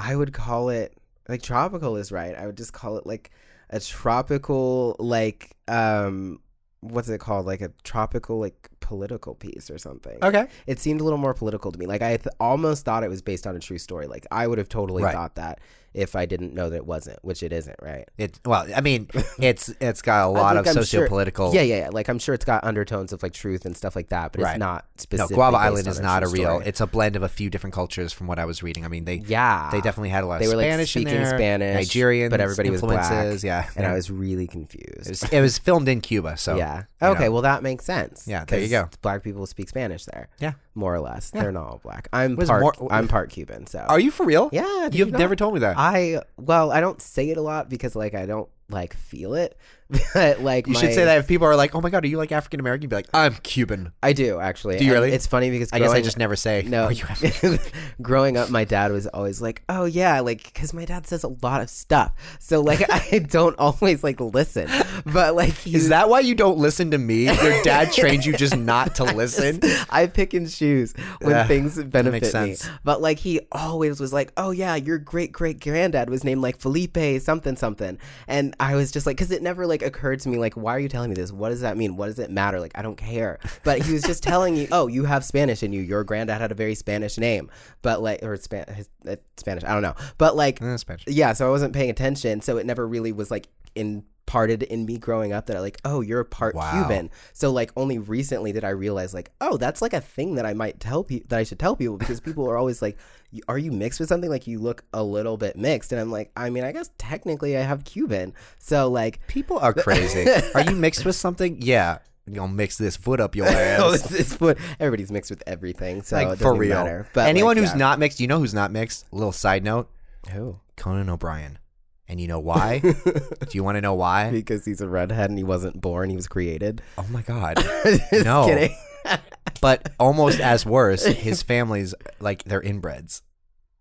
Speaker 3: I would call it like tropical is right. I would just call it like a tropical like um what's it called like a tropical like political piece or something.
Speaker 2: Okay.
Speaker 3: It seemed a little more political to me. Like I th- almost thought it was based on a true story. Like I would have totally
Speaker 2: Right.
Speaker 3: thought that if I didn't know that it wasn't, which it isn't, right?
Speaker 2: It well, I mean, it's it's got a lot of
Speaker 3: think I'm sure-
Speaker 2: sociopolitical.
Speaker 3: Yeah, yeah, yeah. Like I'm sure it's got undertones of like truth and stuff like that, but
Speaker 2: Right.
Speaker 3: it's not
Speaker 2: No,
Speaker 3: specifically
Speaker 2: Guava
Speaker 3: based
Speaker 2: Island
Speaker 3: on
Speaker 2: is not a
Speaker 3: true
Speaker 2: real.
Speaker 3: story.
Speaker 2: It's a blend of a few different cultures, from what I was reading. I mean, they
Speaker 3: yeah.
Speaker 2: they definitely had a lot
Speaker 3: they
Speaker 2: of
Speaker 3: were like
Speaker 2: Spanish in
Speaker 3: speaking
Speaker 2: there,
Speaker 3: Spanish,
Speaker 2: Nigerian,
Speaker 3: but everybody was black,
Speaker 2: influences. Yeah,
Speaker 3: and I
Speaker 2: it
Speaker 3: was really confused.
Speaker 2: was it was filmed in Cuba, so
Speaker 3: yeah.
Speaker 2: you
Speaker 3: Okay.
Speaker 2: know.
Speaker 3: Well, that makes sense.
Speaker 2: Yeah, there you
Speaker 3: 'cause
Speaker 2: go.
Speaker 3: Black people speak Spanish there.
Speaker 2: Yeah.
Speaker 3: More or less. They're not all black. I'm
Speaker 2: Was
Speaker 3: part.
Speaker 2: more-
Speaker 3: I'm part Cuban. So.
Speaker 2: Are you for real?
Speaker 3: Yeah. did
Speaker 2: you've
Speaker 3: you not?
Speaker 2: never told me that.
Speaker 3: I well, I don't say it a lot because like I don't like feel it, but like
Speaker 2: You
Speaker 3: my,
Speaker 2: should say that if people are like, "Oh my god, are you like African American?" You'd be like, "I'm Cuban."
Speaker 3: I do actually.
Speaker 2: Do you
Speaker 3: And
Speaker 2: really?
Speaker 3: It's funny because
Speaker 2: I guess I
Speaker 3: growing-
Speaker 2: just never say.
Speaker 3: No,
Speaker 2: "Are you African?"
Speaker 3: growing up, my dad was always like, "Oh yeah," like because my dad says a lot of stuff, so like I don't always like listen, but like
Speaker 2: Is
Speaker 3: he's
Speaker 2: that why you don't listen to me? Your dad trained you just not to listen.
Speaker 3: I pick and choose when
Speaker 2: Yeah,
Speaker 3: things benefit
Speaker 2: sense.
Speaker 3: me. But like he always was like, "Oh yeah, your great great granddad was named like Felipe something something," and I was just like, because it never like occurred to me like, why are you telling me this? What does that mean? What does it matter? Like I don't care. But he was just telling you, "Oh, you have Spanish in you. Your granddad had a very Spanish name, but like or Span- his- uh, Spanish. I don't know, but like
Speaker 2: Eh, Spanish.
Speaker 3: yeah, so I wasn't paying attention, so it never really was like imparted in me growing up that I like, oh, you're a part
Speaker 2: Wow.
Speaker 3: Cuban. So like only recently did I realize like, oh, that's like a thing that I might tell people that I should tell people because people are always like, "Y- are you mixed with something? Like you look a little bit mixed, and I'm like, I mean, I guess technically I have Cuban. So like,
Speaker 2: People are crazy. Are you mixed with something? Yeah. You'll mix this foot up your ass.
Speaker 3: it's what everybody's mixed with everything. So
Speaker 2: like
Speaker 3: it
Speaker 2: for
Speaker 3: doesn't
Speaker 2: real.
Speaker 3: matter. But
Speaker 2: Anyone
Speaker 3: like,
Speaker 2: who's not mixed, you know who's not mixed? Little side note
Speaker 3: yeah. who
Speaker 2: Conan O'Brien. And you know why? Do you want to know why?
Speaker 3: because he's a redhead and he wasn't born, he was created.
Speaker 2: Oh my God.
Speaker 3: Just
Speaker 2: No.
Speaker 3: kidding.
Speaker 2: But almost as worse, his family's like they're inbreds.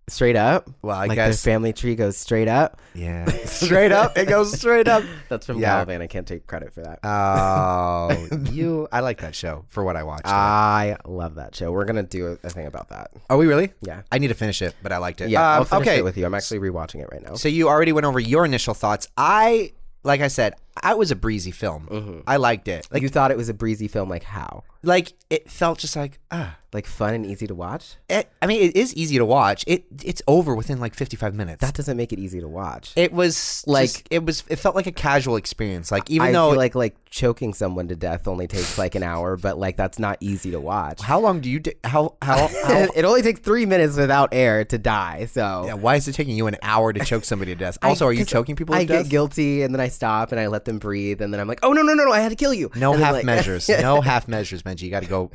Speaker 3: Straight up.
Speaker 2: Well, I
Speaker 3: like
Speaker 2: guess.
Speaker 3: their family tree goes straight up.
Speaker 2: yeah. Straight up. It goes straight up.
Speaker 3: That's from
Speaker 2: Yeah.
Speaker 3: Caliban. I can't take credit for that.
Speaker 2: Oh, you. I like that show for what I watched.
Speaker 3: I love that show. We're gonna do a, a thing about that.
Speaker 2: Uh, Are we really?
Speaker 3: Yeah,
Speaker 2: I need to finish it, but I liked it.
Speaker 3: yeah.
Speaker 2: Um,
Speaker 3: I'll finish
Speaker 2: okay.
Speaker 3: it with you. I'm actually rewatching it right now.
Speaker 2: So you already went over your initial thoughts. I, like I said, I was a breezy film. I liked it. Like,
Speaker 3: Like Mm-hmm. you thought it was a breezy film. Like how?
Speaker 2: like it felt just like ah.
Speaker 3: Like fun and easy to watch.
Speaker 2: It, I mean, it is easy to watch. It it's over within like 55 minutes.
Speaker 3: That doesn't make it easy to watch.
Speaker 2: it was like
Speaker 3: Like-
Speaker 2: it was. It felt like a casual experience. Like even
Speaker 3: I
Speaker 2: though
Speaker 3: feel like like choking someone to death only takes like an hour, but like that's not easy to watch.
Speaker 2: how long do you di- how how, how
Speaker 3: it only takes three minutes without air to die. So
Speaker 2: yeah, why is it taking you an hour to choke somebody to death?
Speaker 3: I-
Speaker 2: Also, are you
Speaker 3: 'cause
Speaker 2: choking people? To
Speaker 3: I
Speaker 2: death?
Speaker 3: get guilty and then I stop and I let them breathe and then I'm like, oh no no no no, I had to kill you.
Speaker 2: No
Speaker 3: And then,
Speaker 2: half
Speaker 3: like-
Speaker 2: measures. No half measures, Benji. You got to go.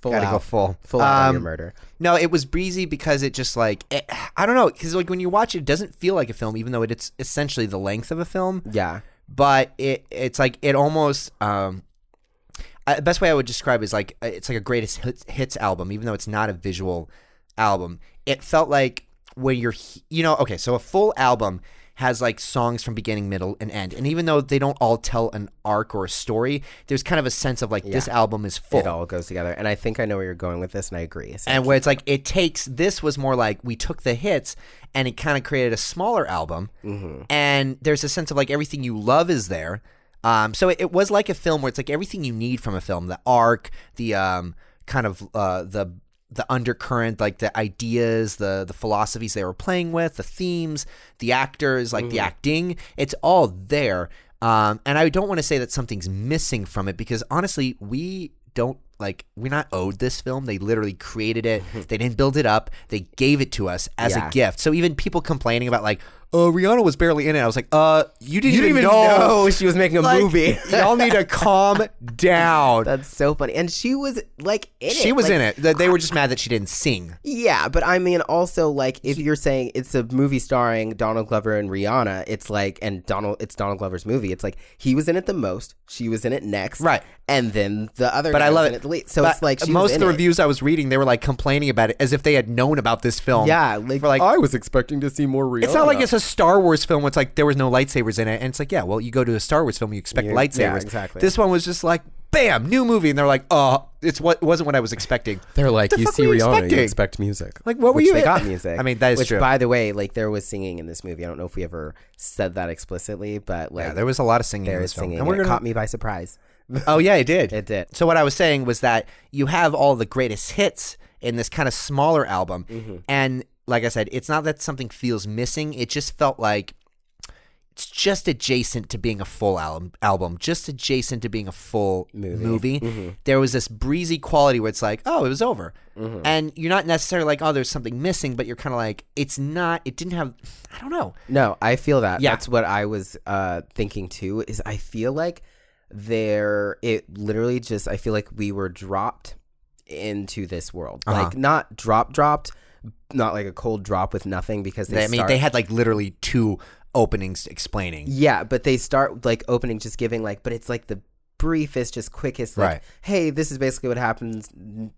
Speaker 3: Full
Speaker 2: gotta go
Speaker 3: out.
Speaker 2: full.
Speaker 3: Full out on your
Speaker 2: Um,
Speaker 3: murder.
Speaker 2: No, it was breezy because it just like it, I don't know because like when you watch it, it doesn't feel like a film, even though it's essentially the length of a film.
Speaker 3: Yeah.
Speaker 2: But it it's like it almost um, I, the best way I would describe is like uh, it's like a greatest hits, hits album, even though it's not a visual album. It felt like when you're he- you know okay, so a full album has like songs from beginning, middle, and end, and even though they don't all tell an arc or a story, there's kind of a sense of like this album is full.
Speaker 3: it all goes together. And I think I know where you're going with this, and I agree. So-
Speaker 2: and where it's like it takes this was more like we took the hits and it kind of created a smaller album and there's a sense of like everything you love is there um, so it, it was like a film where it's like everything you need from a film the arc the um, kind of uh, the the undercurrent like the ideas the the philosophies they were playing with the themes the actors like the acting it's all there um, and i don't want to say that something's missing from it because honestly we don't like we're not owed this film. They literally created it. they didn't build it up. They gave it to us as
Speaker 3: Yeah.
Speaker 2: a gift. So even people complaining about like, oh, Rihanna was barely in it. I was like, uh, you didn't,
Speaker 3: you didn't
Speaker 2: even
Speaker 3: even
Speaker 2: know.
Speaker 3: know she was making a
Speaker 2: Like,
Speaker 3: movie.
Speaker 2: y'all need to calm down.
Speaker 3: That's so funny. And she was like in it.
Speaker 2: she was
Speaker 3: like-
Speaker 2: in it. They- They were just mad that she didn't sing.
Speaker 3: Yeah, but I mean, also like if you're saying it's a movie starring Donald Glover and Rihanna, it's like and Donald, it's Donald Glover's movie. It's like he was in it the most. She was in it next,
Speaker 2: Right.
Speaker 3: And then the other.
Speaker 2: But
Speaker 3: guy
Speaker 2: I
Speaker 3: was
Speaker 2: love
Speaker 3: in
Speaker 2: it.
Speaker 3: the least. So
Speaker 2: But
Speaker 3: it's like she was
Speaker 2: most of
Speaker 3: in
Speaker 2: the
Speaker 3: it.
Speaker 2: reviews I was reading, they were like complaining about it as if they had known about this film.
Speaker 3: Yeah, like,
Speaker 2: For, like,
Speaker 3: I was expecting to see more Rihanna.
Speaker 2: It's not like it's a Star Wars film. Where it's like there was no lightsabers in it, and it's like, yeah, well, you go to a Star Wars film, you expect
Speaker 3: Yeah,
Speaker 2: lightsabers.
Speaker 3: yeah, exactly.
Speaker 2: This one was just like, bam, new movie, and they're like, oh, it's what wasn't what I was expecting.
Speaker 3: They're like,
Speaker 2: The
Speaker 3: you
Speaker 2: fuck
Speaker 3: see
Speaker 2: were you
Speaker 3: Rihanna,
Speaker 2: expecting?
Speaker 3: you expect music.
Speaker 2: Like, what were
Speaker 3: Which
Speaker 2: you-
Speaker 3: They got music.
Speaker 2: I mean, that is
Speaker 3: Which,
Speaker 2: true.
Speaker 3: By the way, like there was singing in this movie. I don't know if we ever said that explicitly, but like
Speaker 2: Yeah, there was a lot of singing in
Speaker 3: there
Speaker 2: this
Speaker 3: is
Speaker 2: film,
Speaker 3: singing.
Speaker 2: and we're
Speaker 3: it
Speaker 2: gonna.
Speaker 3: caught me by surprise.
Speaker 2: Oh yeah, it did.
Speaker 3: It did.
Speaker 2: So what I was saying was that you have all the greatest hits in this kind of smaller album, and like I said, it's not that something feels missing. It just felt like it's just adjacent to being a full album. Album, just adjacent to being a full movie. Mm-hmm. There was this breezy quality where it's like, oh, it was over, and you're not necessarily like, oh, there's something missing, but you're kind of like, it's not. It didn't have. I don't know.
Speaker 3: No, I feel that.
Speaker 2: Yeah.
Speaker 3: That's what I was uh, thinking too. Is I feel like there, it literally just. I feel like we were dropped into this world,
Speaker 2: Uh-huh.
Speaker 3: like not drop dropped, not like a cold drop with nothing because they.
Speaker 2: I mean,
Speaker 3: start-
Speaker 2: they had like literally two openings explaining.
Speaker 3: Yeah, but they start like opening, just giving like, but it's like the briefest, just quickest. Like,
Speaker 2: Right.
Speaker 3: Hey, this is basically what happens.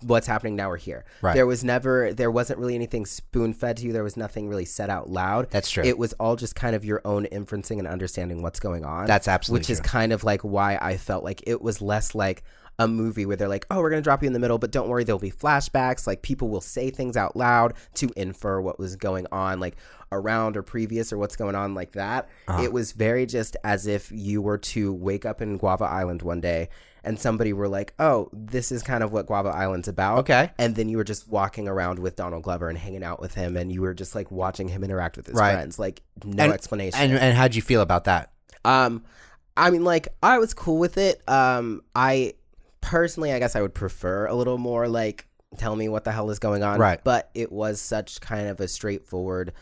Speaker 3: What's happening now? We're here.
Speaker 2: Right.
Speaker 3: There was never, there wasn't really anything spoon fed to you. There was nothing really said out loud.
Speaker 2: That's true.
Speaker 3: It was all just kind of your own inferencing and understanding what's going on.
Speaker 2: That's absolutely
Speaker 3: which is
Speaker 2: true.
Speaker 3: kind of like why I felt like it was less like a movie where they're like, oh, we're gonna drop you in the middle, but don't worry, there'll be flashbacks. Like people will say things out loud to infer what was going on, like around or previous or what's going on, like that.
Speaker 2: Uh-huh.
Speaker 3: It was very just as if you were to wake up in Guava Island one day and somebody were like, oh, this is kind of what Guava Island's about.
Speaker 2: Okay.
Speaker 3: And then you were just walking around with Donald Glover and hanging out with him and you were just like watching him interact with his
Speaker 2: Right.
Speaker 3: friends. Like no
Speaker 2: And-
Speaker 3: explanation.
Speaker 2: And and how'd you feel about that?
Speaker 3: Um, I mean, like I was cool with it. Um, I personally, I guess I would prefer a little more like tell me what the hell is going on.
Speaker 2: Right.
Speaker 3: But it was such kind of a straightforward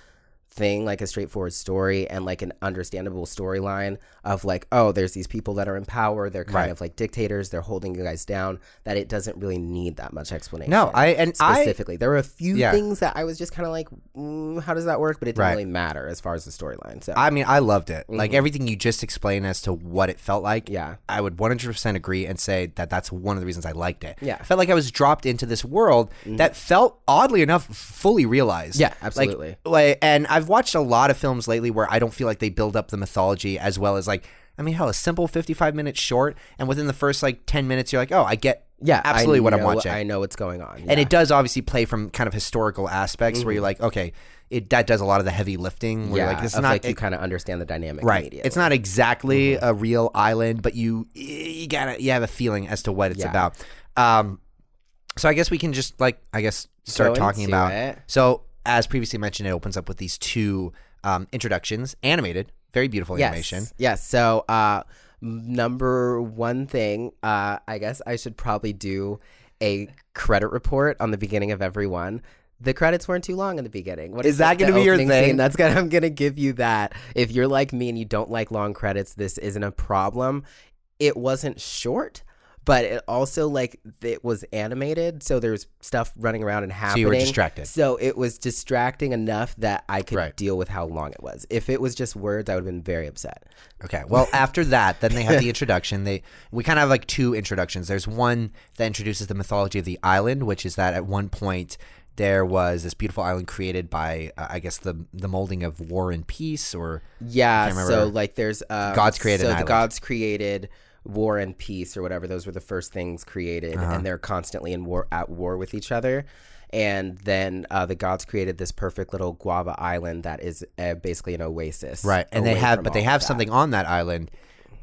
Speaker 3: thing, like a straightforward story and like an understandable storyline of like, oh, there's these people that are in power. They're kind
Speaker 2: Right.
Speaker 3: of like dictators. They're holding you guys down. That it doesn't really need that much explanation.
Speaker 2: No, I and I
Speaker 3: Specifically, there were a few
Speaker 2: Yeah.
Speaker 3: things that I was just kind of like, mm, how does that work? But it didn't
Speaker 2: Right.
Speaker 3: really matter as far as the storyline. So,
Speaker 2: I mean I loved it. Like everything you just explained as to what it felt like.
Speaker 3: Mm-hmm. yeah.
Speaker 2: I would 100% agree and say that that's one of the reasons I liked it.
Speaker 3: Yeah. Mm-hmm.
Speaker 2: I felt like I was dropped into this world that felt oddly enough fully realized.
Speaker 3: Yeah, absolutely.
Speaker 2: Like, like and I've watched a lot of films lately where I don't feel like they build up the mythology as well as like I mean hell a simple 55 minute short and within the first like 10 minutes you're like, "Oh, I get
Speaker 3: Yeah, I
Speaker 2: absolutely what I'm
Speaker 3: know-
Speaker 2: watching."
Speaker 3: I know what's going on,
Speaker 2: And it does obviously play from kind of historical aspects where you're like, "Okay, it that does a lot of the heavy lifting." Where
Speaker 3: Mm-hmm. yeah,
Speaker 2: you're like this is
Speaker 3: of
Speaker 2: not
Speaker 3: like you kind of understand the dynamic,
Speaker 2: right
Speaker 3: Immediately. Mm-hmm.
Speaker 2: it's not exactly a real island but you you gotta you have a feeling as to what it's
Speaker 3: Yeah.
Speaker 2: about um so i guess we can just like i guess start
Speaker 3: Go
Speaker 2: talking
Speaker 3: into
Speaker 2: about
Speaker 3: it.
Speaker 2: so as previously mentioned it opens up with these two um introductions animated very beautiful
Speaker 3: yes.
Speaker 2: animation
Speaker 3: Yes. So, uh, number one thing, uh, I guess I should probably do a credit report on the beginning of every one. The credits weren't too long in the beginning. What
Speaker 2: Is that
Speaker 3: the
Speaker 2: gonna be your
Speaker 3: opening
Speaker 2: thing?
Speaker 3: Scene? That's gonna. I'm gonna give you that. If you're like me and you don't like long credits, this isn't a problem. It wasn't short. But it also like it was animated, so there's stuff running around and happening.
Speaker 2: you were distracted.
Speaker 3: So it was distracting enough that I could
Speaker 2: Right.
Speaker 3: deal with how long it was. If it was just words, I would have been very upset.
Speaker 2: okay well after that then they have the introduction they we kind of have like two introductions there's one that introduces the mythology of the island which is that at one point there was this beautiful island created by uh, i guess the the molding of war and peace or
Speaker 3: Yeah.
Speaker 2: Can't
Speaker 3: So
Speaker 2: remember.
Speaker 3: like there's um,
Speaker 2: Gods created
Speaker 3: So
Speaker 2: an
Speaker 3: the
Speaker 2: island.
Speaker 3: gods created war and peace or whatever. Those were the first things created,
Speaker 2: Uh-huh.
Speaker 3: and they're constantly in war at war with each other. And then uh, the gods created this perfect little guava island that is uh, basically an oasis.
Speaker 2: right and they
Speaker 3: away
Speaker 2: have
Speaker 3: from
Speaker 2: but they
Speaker 3: all
Speaker 2: have
Speaker 3: of that.
Speaker 2: something on that island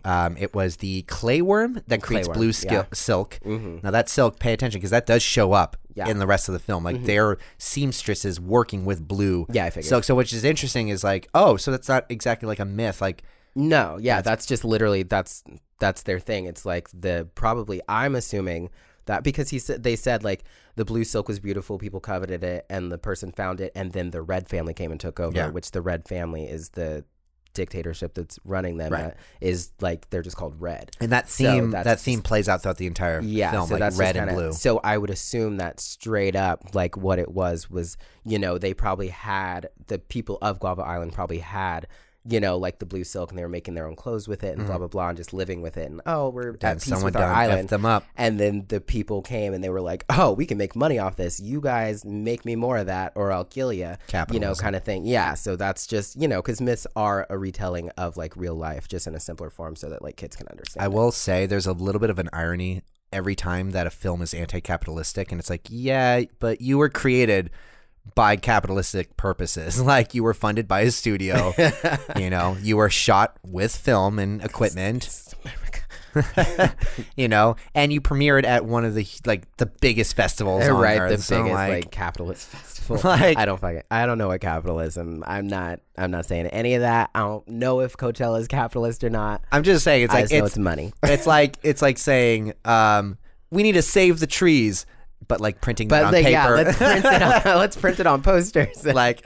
Speaker 2: um, it was the clay worm that creates
Speaker 3: worm,
Speaker 2: blue
Speaker 3: yeah. Mm-hmm.
Speaker 2: sil- silk now that silk pay attention because that does show up
Speaker 3: Yeah. Mm-hmm.
Speaker 2: in the rest of the film like they're seamstresses working with blue
Speaker 3: Yeah, I figured.
Speaker 2: silk so which is interesting is like oh so that's not exactly like a myth like
Speaker 3: No, yeah, that's, just literally that's that's their thing. It's like the probably I'm assuming that because he said they said like the blue silk was beautiful, people coveted it, and the person found it, and then the red family came and took over,
Speaker 2: Yeah.
Speaker 3: which the red family is the dictatorship that's running them.
Speaker 2: Right.
Speaker 3: that Is like they're just called red.
Speaker 2: and that
Speaker 3: So
Speaker 2: theme
Speaker 3: that's-
Speaker 2: that theme plays out throughout the entire
Speaker 3: Yeah,
Speaker 2: film
Speaker 3: so
Speaker 2: like
Speaker 3: that's
Speaker 2: red
Speaker 3: just
Speaker 2: and
Speaker 3: kinda-
Speaker 2: blue
Speaker 3: So I would assume that straight up, like what it was was, you know, they probably had the people of Guava Island probably had, you know, like the blue silk, and they were making their own clothes with it, and blah blah blah, and just living with it, and oh, we're
Speaker 2: and
Speaker 3: at peace
Speaker 2: Mm-hmm. someone
Speaker 3: with
Speaker 2: done
Speaker 3: our
Speaker 2: effed
Speaker 3: island.
Speaker 2: them up
Speaker 3: And then the people came and they were like, "Oh, we can make money off this. You guys make me more of that, or I'll kill you." You know,
Speaker 2: Capitalism.
Speaker 3: kind of thing. Yeah. So that's just you know, because myths are a retelling of like real life, just in a simpler form, so that like kids can understand.
Speaker 2: I will say there's a little bit of an irony every time that a film is anti-capitalistic and it's like, yeah, but you were created by capitalistic purposes. Like you were funded by a studio, you know, you were shot with film and equipment, you know, and you premiered at one of the like the biggest festivals on
Speaker 3: right,
Speaker 2: earth.
Speaker 3: the
Speaker 2: So,
Speaker 3: biggest like,
Speaker 2: like,
Speaker 3: capitalist festival.
Speaker 2: Like-
Speaker 3: I don't fucking I don't know what capitalism. I'm not I'm not saying any of that. I don't know if Coachella is capitalist or not.
Speaker 2: I'm just saying it's
Speaker 3: I
Speaker 2: like
Speaker 3: just know
Speaker 2: it's,
Speaker 3: it's money.
Speaker 2: it's like it's like saying um we need to save the trees but like printing that
Speaker 3: But
Speaker 2: on
Speaker 3: like,
Speaker 2: paper.
Speaker 3: yeah, let's print it on let's print it on posters.
Speaker 2: like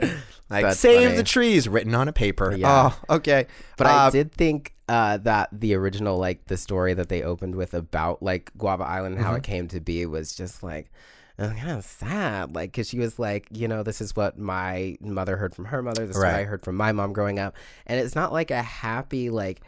Speaker 2: like
Speaker 3: That's
Speaker 2: save
Speaker 3: funny.
Speaker 2: the trees written on a paper.
Speaker 3: Yeah.
Speaker 2: Oh, okay.
Speaker 3: But I
Speaker 2: Uh,
Speaker 3: did think uh, that the original,
Speaker 2: Mm-hmm.
Speaker 3: like the story that they opened with about like Guava Island and how it came to be was just like, uh, And I was kind of sad, like, because she was like, you know, this is what my mother heard from her mother. This is
Speaker 2: Right.
Speaker 3: what I heard from my mom growing up. And it's not like a happy, like,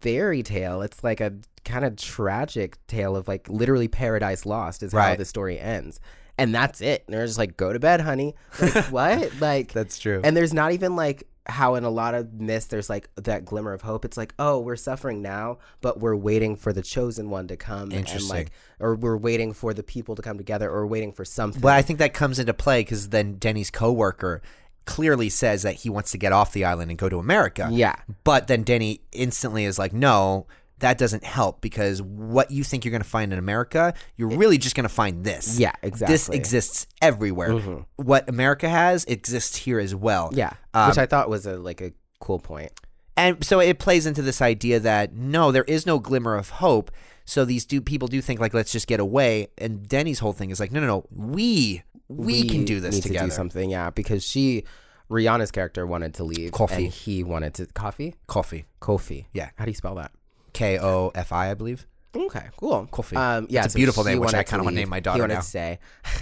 Speaker 3: fairy tale. It's like a kind of tragic tale of, like, literally paradise lost is how
Speaker 2: Right.
Speaker 3: the story ends. And that's it. And they're just like, go to bed, honey. Like, what? Like,
Speaker 2: That's true.
Speaker 3: and there's not even like how in a lot of myths there's like that glimmer of hope. It's like, oh, we're suffering now, but we're waiting for the chosen one to come. And
Speaker 2: Interesting.
Speaker 3: like, or we're waiting for the people to come together, or waiting for something.
Speaker 2: But I think that comes into play because then Denny's coworker clearly says that he wants to get off the island and go to America.
Speaker 3: Yeah.
Speaker 2: But then Denny instantly is like, no, that doesn't help because what you think you're going to find in America, you're really just going to find this.
Speaker 3: Yeah,
Speaker 2: This
Speaker 3: exactly. Mm-hmm.
Speaker 2: exists everywhere. What America has exists here as well.
Speaker 3: Yeah,
Speaker 2: Um,
Speaker 3: which I thought was a like a cool point.
Speaker 2: and so it plays into this idea that no, there is no glimmer of hope. So these do people do think like let's just get away, and Denny's whole thing is like no, no, no, we we, can do this
Speaker 3: need
Speaker 2: together.
Speaker 3: To do something, yeah, because she, Rihanna's character, wanted to leave.
Speaker 2: Coffee.
Speaker 3: And he wanted to coffee.
Speaker 2: Coffee,
Speaker 3: Kofi.
Speaker 2: Yeah.
Speaker 3: How do you spell that?
Speaker 2: K O F I, I believe.
Speaker 3: Okay, cool.
Speaker 2: Coffee.
Speaker 3: Um, yeah,
Speaker 2: It's a beautiful
Speaker 3: she
Speaker 2: name, which I
Speaker 3: wanted
Speaker 2: kinda wanna
Speaker 3: leave.
Speaker 2: name my
Speaker 3: He
Speaker 2: daughter
Speaker 3: wanted
Speaker 2: now.
Speaker 3: to stay.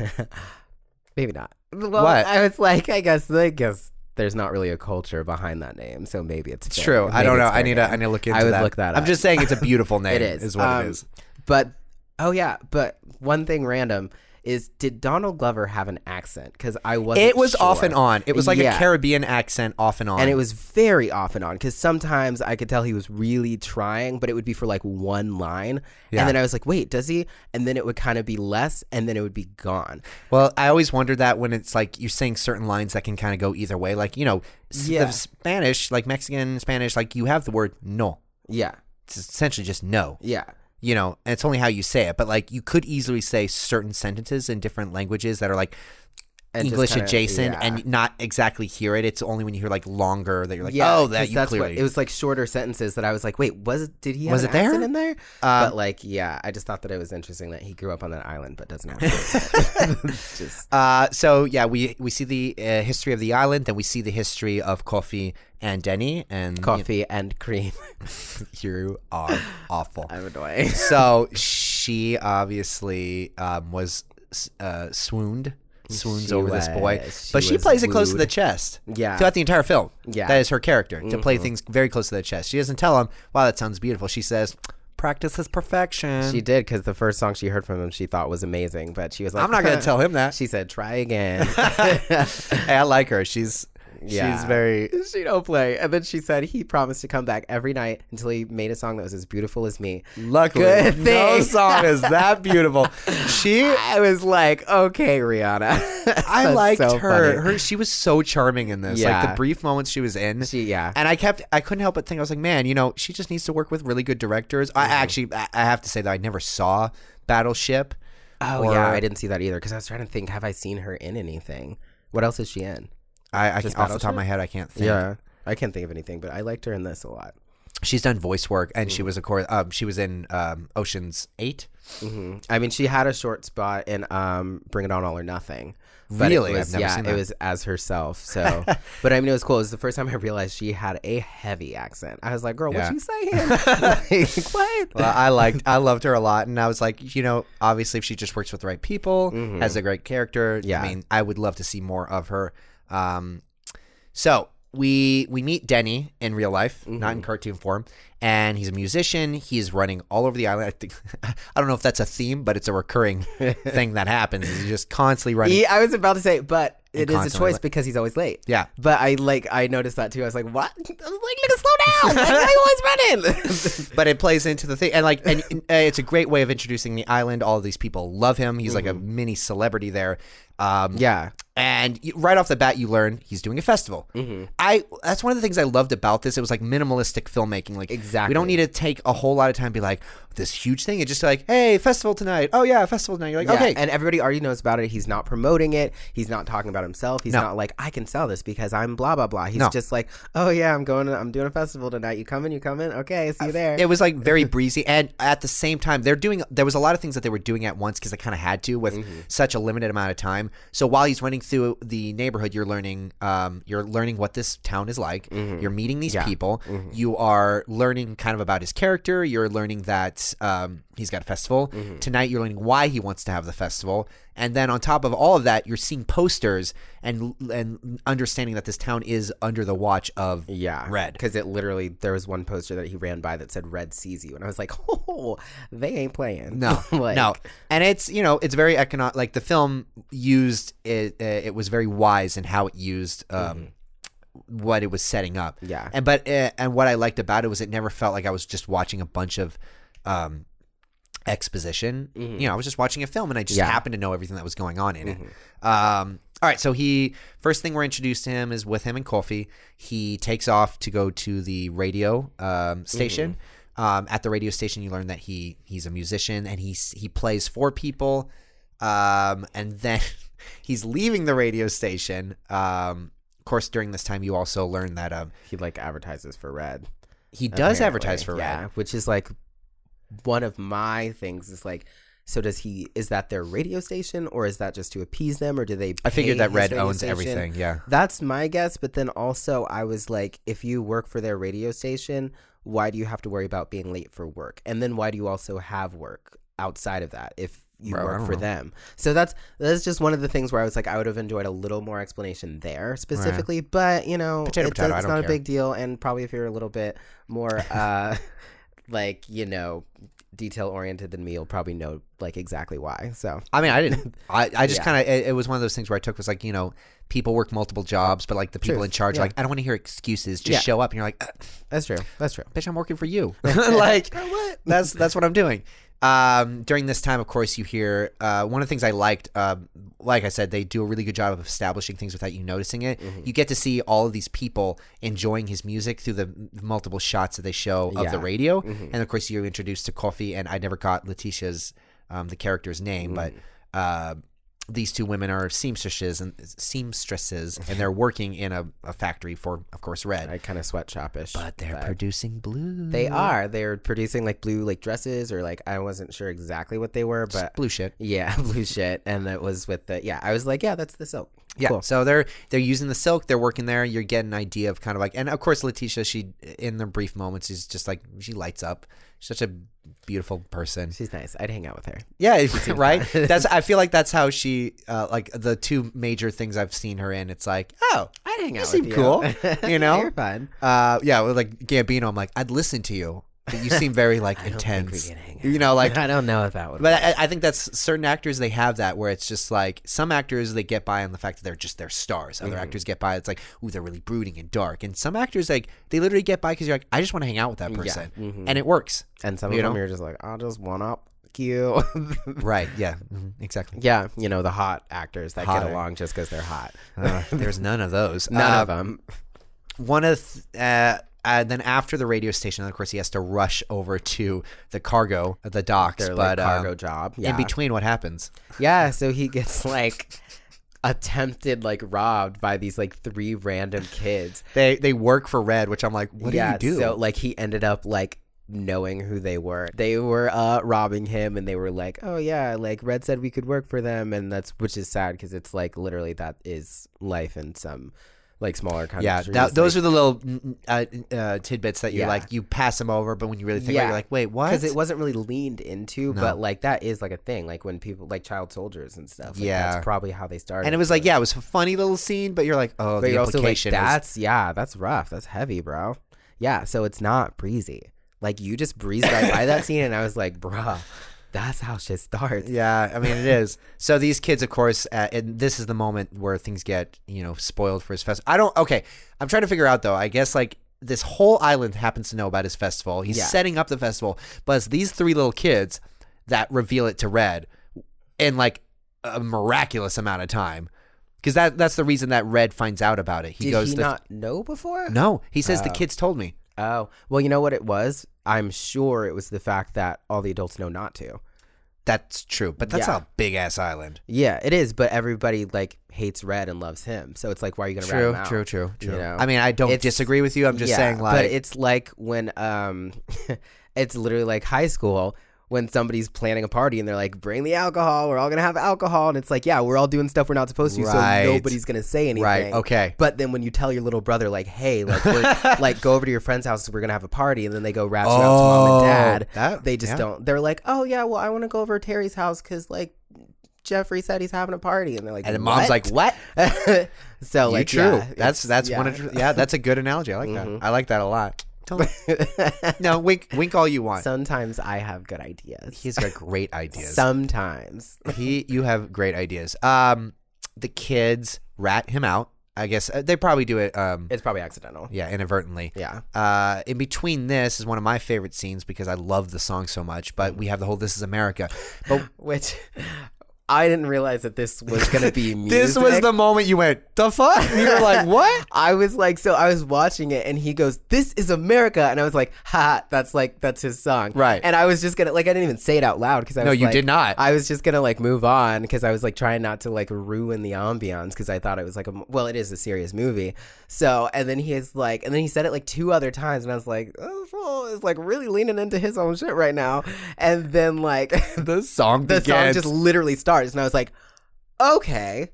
Speaker 3: Maybe not. Well,
Speaker 2: What?
Speaker 3: I was like, I guess, I guess there's not really a culture behind that name, so maybe it's fair.
Speaker 2: True. I
Speaker 3: Maybe
Speaker 2: don't know.
Speaker 3: it's
Speaker 2: I
Speaker 3: fair
Speaker 2: need to.
Speaker 3: game.
Speaker 2: I need to look into
Speaker 3: I would
Speaker 2: that.
Speaker 3: look that
Speaker 2: I'm
Speaker 3: up.
Speaker 2: just saying it's a beautiful name.
Speaker 3: It is.
Speaker 2: is what
Speaker 3: Um,
Speaker 2: it is.
Speaker 3: But oh yeah, but one thing random is did Donald Glover have an accent? Because I was.
Speaker 2: It was off and on. It was like a
Speaker 3: Yeah.
Speaker 2: Caribbean accent, off and on.
Speaker 3: And it was very off and on because sometimes I could tell he was really trying, but it would be for like one line.
Speaker 2: Yeah.
Speaker 3: And then I was like, wait, does he? And then it would kind of be less, and then it would be gone.
Speaker 2: Well, I always wondered that when it's like you sing certain lines that can kind of go either way. Like, you know, s-
Speaker 3: Yeah.
Speaker 2: the Spanish, like Mexican Spanish, like you have the word no.
Speaker 3: Yeah.
Speaker 2: It's essentially just no,
Speaker 3: Yeah.
Speaker 2: you know, and it's only how you say it. But like you could easily say certain sentences in different languages that are like
Speaker 3: And just
Speaker 2: English
Speaker 3: kinda-
Speaker 2: adjacent
Speaker 3: yeah.
Speaker 2: and not exactly hear it. It's only when you hear like longer that you're like,
Speaker 3: Yeah,
Speaker 2: oh, that
Speaker 3: 'cause
Speaker 2: you
Speaker 3: that's
Speaker 2: clearly.
Speaker 3: What, it was like shorter sentences that I was like, wait, was it? Did he have
Speaker 2: Was
Speaker 3: an
Speaker 2: it there? Um,
Speaker 3: accent in there? but like, yeah, I just thought that it was interesting that he grew up on that island but doesn't have. an accent. just
Speaker 2: Uh, so yeah, we we see the uh, history of the island, then we see the history of Coffee and Denny, and
Speaker 3: coffee and cream.
Speaker 2: you are awful.
Speaker 3: I'm annoying.
Speaker 2: so she obviously um, was s- uh, swooned, swoons
Speaker 3: She
Speaker 2: over this boy,
Speaker 3: was-
Speaker 2: but
Speaker 3: she
Speaker 2: she
Speaker 3: was
Speaker 2: plays it close to
Speaker 3: wooed.
Speaker 2: the chest.
Speaker 3: Yeah.
Speaker 2: throughout the entire film.
Speaker 3: Yeah.
Speaker 2: that is her character to play things very close to the chest. She doesn't tell him, "Wow, that sounds beautiful." She says, "Practice is perfection."
Speaker 3: She did because the first song she heard from him she thought was amazing, but she was like,
Speaker 2: I'm not gonna tell him that.
Speaker 3: She said, "Try again."
Speaker 2: hey, I like her. She's she's
Speaker 3: Yeah.
Speaker 2: very
Speaker 3: she don't play. And then she said he promised to come back every night until he made a song that was as beautiful as me.
Speaker 2: luckily.
Speaker 3: Good
Speaker 2: No
Speaker 3: thing.
Speaker 2: song is that beautiful. She
Speaker 3: I was like, okay, Rihanna.
Speaker 2: I
Speaker 3: That's
Speaker 2: liked
Speaker 3: so
Speaker 2: her.
Speaker 3: funny.
Speaker 2: Her she was so charming in this. Like
Speaker 3: Yeah.
Speaker 2: the brief moments she was in.
Speaker 3: She- yeah.
Speaker 2: And I kept I couldn't help but think I was like, man, you know, she just needs to work with really good directors. I actually I I have to say that I never saw Battleship.
Speaker 3: Oh
Speaker 2: or-
Speaker 3: yeah, I didn't see that either because I was trying to think: Have I seen her in anything? What else is she in?
Speaker 2: I, I can, off the top
Speaker 3: Battleship?
Speaker 2: of my head I can't think.
Speaker 3: I can't think of anything, but I liked her in this a lot.
Speaker 2: She's done voice work and she was of course um, she was in um, Oceans 8.
Speaker 3: hmm I mean, she had a short spot in um, "Bring It On All or Nothing." it
Speaker 2: Really? I've
Speaker 3: was-
Speaker 2: never
Speaker 3: yeah,
Speaker 2: seen
Speaker 3: it
Speaker 2: that.
Speaker 3: was as herself. So, but I mean, it was cool. It was the first time I realized she had a heavy accent. I was like, "Girl,
Speaker 2: Yeah.
Speaker 3: what you saying? like, what?"
Speaker 2: Well, I liked I loved her a lot and I was like, you know, obviously if she just works with the right people, has a great character.
Speaker 3: Yeah.
Speaker 2: I mean, I would love to see more of her. Um so we we meet Denny in real life, not in cartoon form, and he's a musician. He's running all over the island. I think I don't know if that's a theme, but it's a recurring thing that happens. He's just constantly running.
Speaker 3: He- I was about to say, but it is a
Speaker 2: constantly
Speaker 3: choice
Speaker 2: late.
Speaker 3: because he's always late.
Speaker 2: Yeah.
Speaker 3: But I like I noticed that too. I was like, "What?" I was like, "Nigga, slow down! Like, why you always running?"
Speaker 2: but it plays into the thing and like and, and, uh, it's a great way of introducing the island all these people love him he's like a mini celebrity there um
Speaker 3: yeah.
Speaker 2: and you, right off the bat you learn he's doing a festival
Speaker 3: Mm-hmm.
Speaker 2: i that's one of the things i loved about this it was like minimalistic filmmaking like we
Speaker 3: Exactly.
Speaker 2: don't need to take a whole lot of time to be like this huge thing it's just like hey festival tonight oh yeah festival tonight you're like
Speaker 3: Yeah,
Speaker 2: okay
Speaker 3: And everybody already knows about it. He's not promoting it. He's not talking about himself. He's
Speaker 2: No.
Speaker 3: not like, I can sell this because I'm blah, blah, blah. He's
Speaker 2: No.
Speaker 3: just like, oh, yeah, I'm going, to, I'm doing a festival tonight. You coming? You coming? Okay, see you there.
Speaker 2: Uh, It was like very breezy, and at the same time, they're doing. There was a lot of things that they were doing at once because they kind of had to with
Speaker 3: Mm-hmm.
Speaker 2: such a limited amount of time. So while he's running through the neighborhood, you're learning. Um, you're learning what this town is like.
Speaker 3: Mm-hmm.
Speaker 2: You're meeting these people. You are learning kind of about his character. You're learning that um, he's got a festival.
Speaker 3: Mm-hmm.
Speaker 2: Tonight, you're learning why he wants to have the festival, and then on top of all of that, you're seeing posters and and understanding that this town is under the watch of
Speaker 3: Yeah.
Speaker 2: Red.
Speaker 3: Because it literally, there was one poster that he ran by that said Red sees you. And I was like, oh, they ain't playing.
Speaker 2: No,
Speaker 3: Like-
Speaker 2: no, and it's you know it's very economic. Like the film used it, uh, it was very wise in how it used um, what it was setting up.
Speaker 3: Yeah.
Speaker 2: and but uh, and what I liked about it was it never felt like I was just watching a bunch of um, exposition. You know, I was just watching a film and I just
Speaker 3: Mm-hmm. Yeah. Mm-hmm.
Speaker 2: happened to know everything that was going on in it. Um, all right, so he first thing we're introduced to him is with him and Kofi. He takes off to go to the radio um,
Speaker 3: Mm-hmm.
Speaker 2: station. Um, at the radio station, you learn that he he's a musician and he he plays for people. Um, and then he's leaving the radio station. Um, of course, during this time, you also learn that um,
Speaker 3: He like advertises for Red.
Speaker 2: he does
Speaker 3: apparently.
Speaker 2: advertise for
Speaker 3: Yeah,
Speaker 2: Red.
Speaker 3: which is like one of my things is like, so does he? Is that their radio station, or is that just to appease them, or do they?
Speaker 2: I figured
Speaker 3: pay
Speaker 2: that
Speaker 3: his
Speaker 2: Red
Speaker 3: radio
Speaker 2: owns
Speaker 3: station?
Speaker 2: everything. Yeah.
Speaker 3: That's my guess, but then also I was like, if you work for their radio station, why do you have to worry about being late for work? And then why do you also have work outside of that if you
Speaker 2: Bro, I
Speaker 3: work
Speaker 2: don't
Speaker 3: for
Speaker 2: know.
Speaker 3: them? So that's that's just one of the things where I was like, I would have enjoyed a little more explanation there specifically, but you know,
Speaker 2: Potato,
Speaker 3: it-
Speaker 2: potato, I
Speaker 3: it's
Speaker 2: don't
Speaker 3: not
Speaker 2: care.
Speaker 3: a big deal, and probably if you're a little bit more, uh, like you know, detail oriented than me, you'll probably know like exactly why. So
Speaker 2: I mean, I didn't. I, I just
Speaker 3: Yeah.
Speaker 2: kind of. It, it was one of those things where I took was like, you know, people work multiple jobs, but like the people
Speaker 3: Truth,
Speaker 2: in charge, are
Speaker 3: yeah.
Speaker 2: like, I don't want to hear excuses. Just
Speaker 3: Yeah.
Speaker 2: show up, and you're like, "Uh,
Speaker 3: that's true. That's true.
Speaker 2: bitch, I'm working for you. like,
Speaker 3: Girl, what?
Speaker 2: that's that's what I'm doing. Um, during this time, of course, you hear uh, one of the things I liked. Um, like I said, they do a really good job of establishing things without you noticing it.
Speaker 3: Mm-hmm.
Speaker 2: You get to see all of these people enjoying his music through the m- multiple shots that they show of the
Speaker 3: Yeah. Mm-hmm.
Speaker 2: radio, and of course, you're introduced to Coffee. And I never got Letitia's um, the character's name,
Speaker 3: Mm.
Speaker 2: but. Uh, these two women are seamstresses and seamstresses, and they're working in a, a factory for, of course, Red.
Speaker 3: I kind of sweatshopish,
Speaker 2: But they're producing blue.
Speaker 3: They are. They're producing like blue like dresses or like I wasn't sure exactly what they were, but
Speaker 2: blue shit.
Speaker 3: yeah, blue shit. And it was with the yeah. I was like, yeah, that's the silk.
Speaker 2: Yeah.
Speaker 3: Cool.
Speaker 2: So they're they're using the silk. They're working there. You're getting an idea of kind of like, and of course, Letitia. She in the brief moments is just like she lights up. She's such a beautiful person.
Speaker 3: She's nice. I'd hang out with her.
Speaker 2: Yeah. Right. that's. I feel like that's how she. Uh, like the two major things I've seen her in. It's like, oh,
Speaker 3: I'd hang
Speaker 2: You
Speaker 3: out.
Speaker 2: seem
Speaker 3: with
Speaker 2: cool,
Speaker 3: You.
Speaker 2: you know?
Speaker 3: you're fun.
Speaker 2: uh, yeah. Well, like Gambino. I'm like, I'd listen to you, but you seem very like
Speaker 3: I don't think we
Speaker 2: intense.
Speaker 3: can hang out.
Speaker 2: You know, like
Speaker 3: I don't know if that would.
Speaker 2: But I, I think that's certain actors they have that where it's just like some actors they get by on the fact that they're just their stars.
Speaker 3: Mm-hmm.
Speaker 2: Other actors get by it's like ooh they're really brooding and dark. And some actors like they literally get by because you're like I just want to hang out with that person
Speaker 3: Mm-hmm.
Speaker 2: and it works.
Speaker 3: and some of
Speaker 2: you
Speaker 3: them
Speaker 2: know?
Speaker 3: you're just like, I'll just one up you.
Speaker 2: Right? Yeah. Mhm, exactly.
Speaker 3: yeah, you know the hot actors that
Speaker 2: Hotter.
Speaker 3: get along just because they're hot.
Speaker 2: Uh, There's none of those.
Speaker 3: None
Speaker 2: Uh,
Speaker 3: of them.
Speaker 2: one of th- uh, uh, then after the radio station, of course, he has to rush over to the cargo, the docks.
Speaker 3: They're
Speaker 2: but
Speaker 3: like cargo
Speaker 2: um,
Speaker 3: job. Yeah.
Speaker 2: in between, what happens?
Speaker 3: Yeah, so he gets like attempted like robbed by these like three random kids.
Speaker 2: They they work for Red, which I'm like, what
Speaker 3: yeah,
Speaker 2: do you do?
Speaker 3: so like he ended up like knowing who they were. They were uh robbing him and they were like, "Oh yeah, like Red said we could work for them." And that's which is sad cuz it's like literally that is life in some like smaller countries.
Speaker 2: Yeah, that, those are the little n- n- uh, uh, tidbits that you're
Speaker 3: Yeah.
Speaker 2: like you pass them over, but when you really think about it,
Speaker 3: Yeah.
Speaker 2: you're like, wait, what?
Speaker 3: because it wasn't really leaned into, but like that is like a thing, like when people like child soldiers and stuff. Like,
Speaker 2: Yeah.
Speaker 3: that's probably how they started.
Speaker 2: and it was like, yeah, it was a funny little scene, but you're like, oh,
Speaker 3: but
Speaker 2: the
Speaker 3: you're also like
Speaker 2: implication is
Speaker 3: that's yeah that's rough that's heavy bro yeah so it's not breezy like you just breezed right by that scene and i was like bruh that's how shit starts
Speaker 2: yeah. I mean, it is. So these kids, of course, uh, and this is the moment where things get you know spoiled for his fest. I don't. Okay, I'm trying to figure out though. I guess like this whole island happens to know about his festival. He's
Speaker 3: Yeah.
Speaker 2: setting up the festival, but it's these three little kids that reveal it to Red in like a miraculous amount of time. Because that, that's the reason that Red finds out about it. He
Speaker 3: did
Speaker 2: goes
Speaker 3: he
Speaker 2: to
Speaker 3: not know before
Speaker 2: No, he says the kids told me.
Speaker 3: oh well you know what it was i'm sure it was the fact that all the adults know not to
Speaker 2: That's true, but that's
Speaker 3: Yeah.
Speaker 2: a big ass island.
Speaker 3: yeah it is but everybody like hates red and loves him so it's like why are you gonna rat him out?
Speaker 2: true,
Speaker 3: You know?
Speaker 2: I mean, I don't
Speaker 3: It's-
Speaker 2: disagree with you. I'm just
Speaker 3: Yeah,
Speaker 2: saying, like,
Speaker 3: but it's like when um, it's literally like high school when somebody's planning a party and they're like, "Bring the alcohol. We're all gonna have alcohol," and it's like, "Yeah, we're all doing stuff we're not supposed to,
Speaker 2: Right.
Speaker 3: so nobody's gonna say anything."
Speaker 2: Right, okay.
Speaker 3: But then when you tell your little brother, like, "Hey, like, we're, like, go over to your friend's house. We're gonna have a party," and then they go wrap it up to mom
Speaker 2: Oh,
Speaker 3: and dad,
Speaker 2: that-
Speaker 3: they just
Speaker 2: yeah.
Speaker 3: don't. They're like, "Oh yeah, well, I want to go over to Terry's house because like." Jeffrey said he's having a party, and they're like,
Speaker 2: And the mom's
Speaker 3: "What?"
Speaker 2: like, "What?"
Speaker 3: so
Speaker 2: You
Speaker 3: like,
Speaker 2: true.
Speaker 3: yeah,
Speaker 2: that's
Speaker 3: it's-
Speaker 2: that's
Speaker 3: yeah. Mm-hmm.
Speaker 2: one hundred. Yeah, that's a good analogy. I like that. I like that a lot. Tell- no, wink, wink all you want.
Speaker 3: Sometimes I have good ideas.
Speaker 2: He's got great ideas.
Speaker 3: Sometimes.
Speaker 2: he, you have great ideas. Um, the kids rat him out. I guess uh, they probably do it. Um,
Speaker 3: It's probably accidental.
Speaker 2: yeah, inadvertently.
Speaker 3: Yeah.
Speaker 2: Uh, in between this is one of my favorite scenes because I love the song so much. But we have the whole "This Is America." But
Speaker 3: Which I didn't realize that this was going to be music.
Speaker 2: this was the moment you went, "The fuck!" You were like, "What?"
Speaker 3: I was like, so I was watching it, and he goes, "This is America," and I was like, "Ha, that's like that's his song,
Speaker 2: Right.
Speaker 3: And I was just gonna like I didn't even say it out loud because I
Speaker 2: No,
Speaker 3: was
Speaker 2: you
Speaker 3: like-
Speaker 2: did not.
Speaker 3: I was just gonna like move on because I was like trying not to like ruin the ambiance because I thought it was like a well, it is a serious movie. So and then he is like, and then he said it like two other times, and I was like, oh, fool is like really leaning into his own shit right now, and then like
Speaker 2: The song.
Speaker 3: the song
Speaker 2: begins.
Speaker 3: just literally starts, and I was like, okay.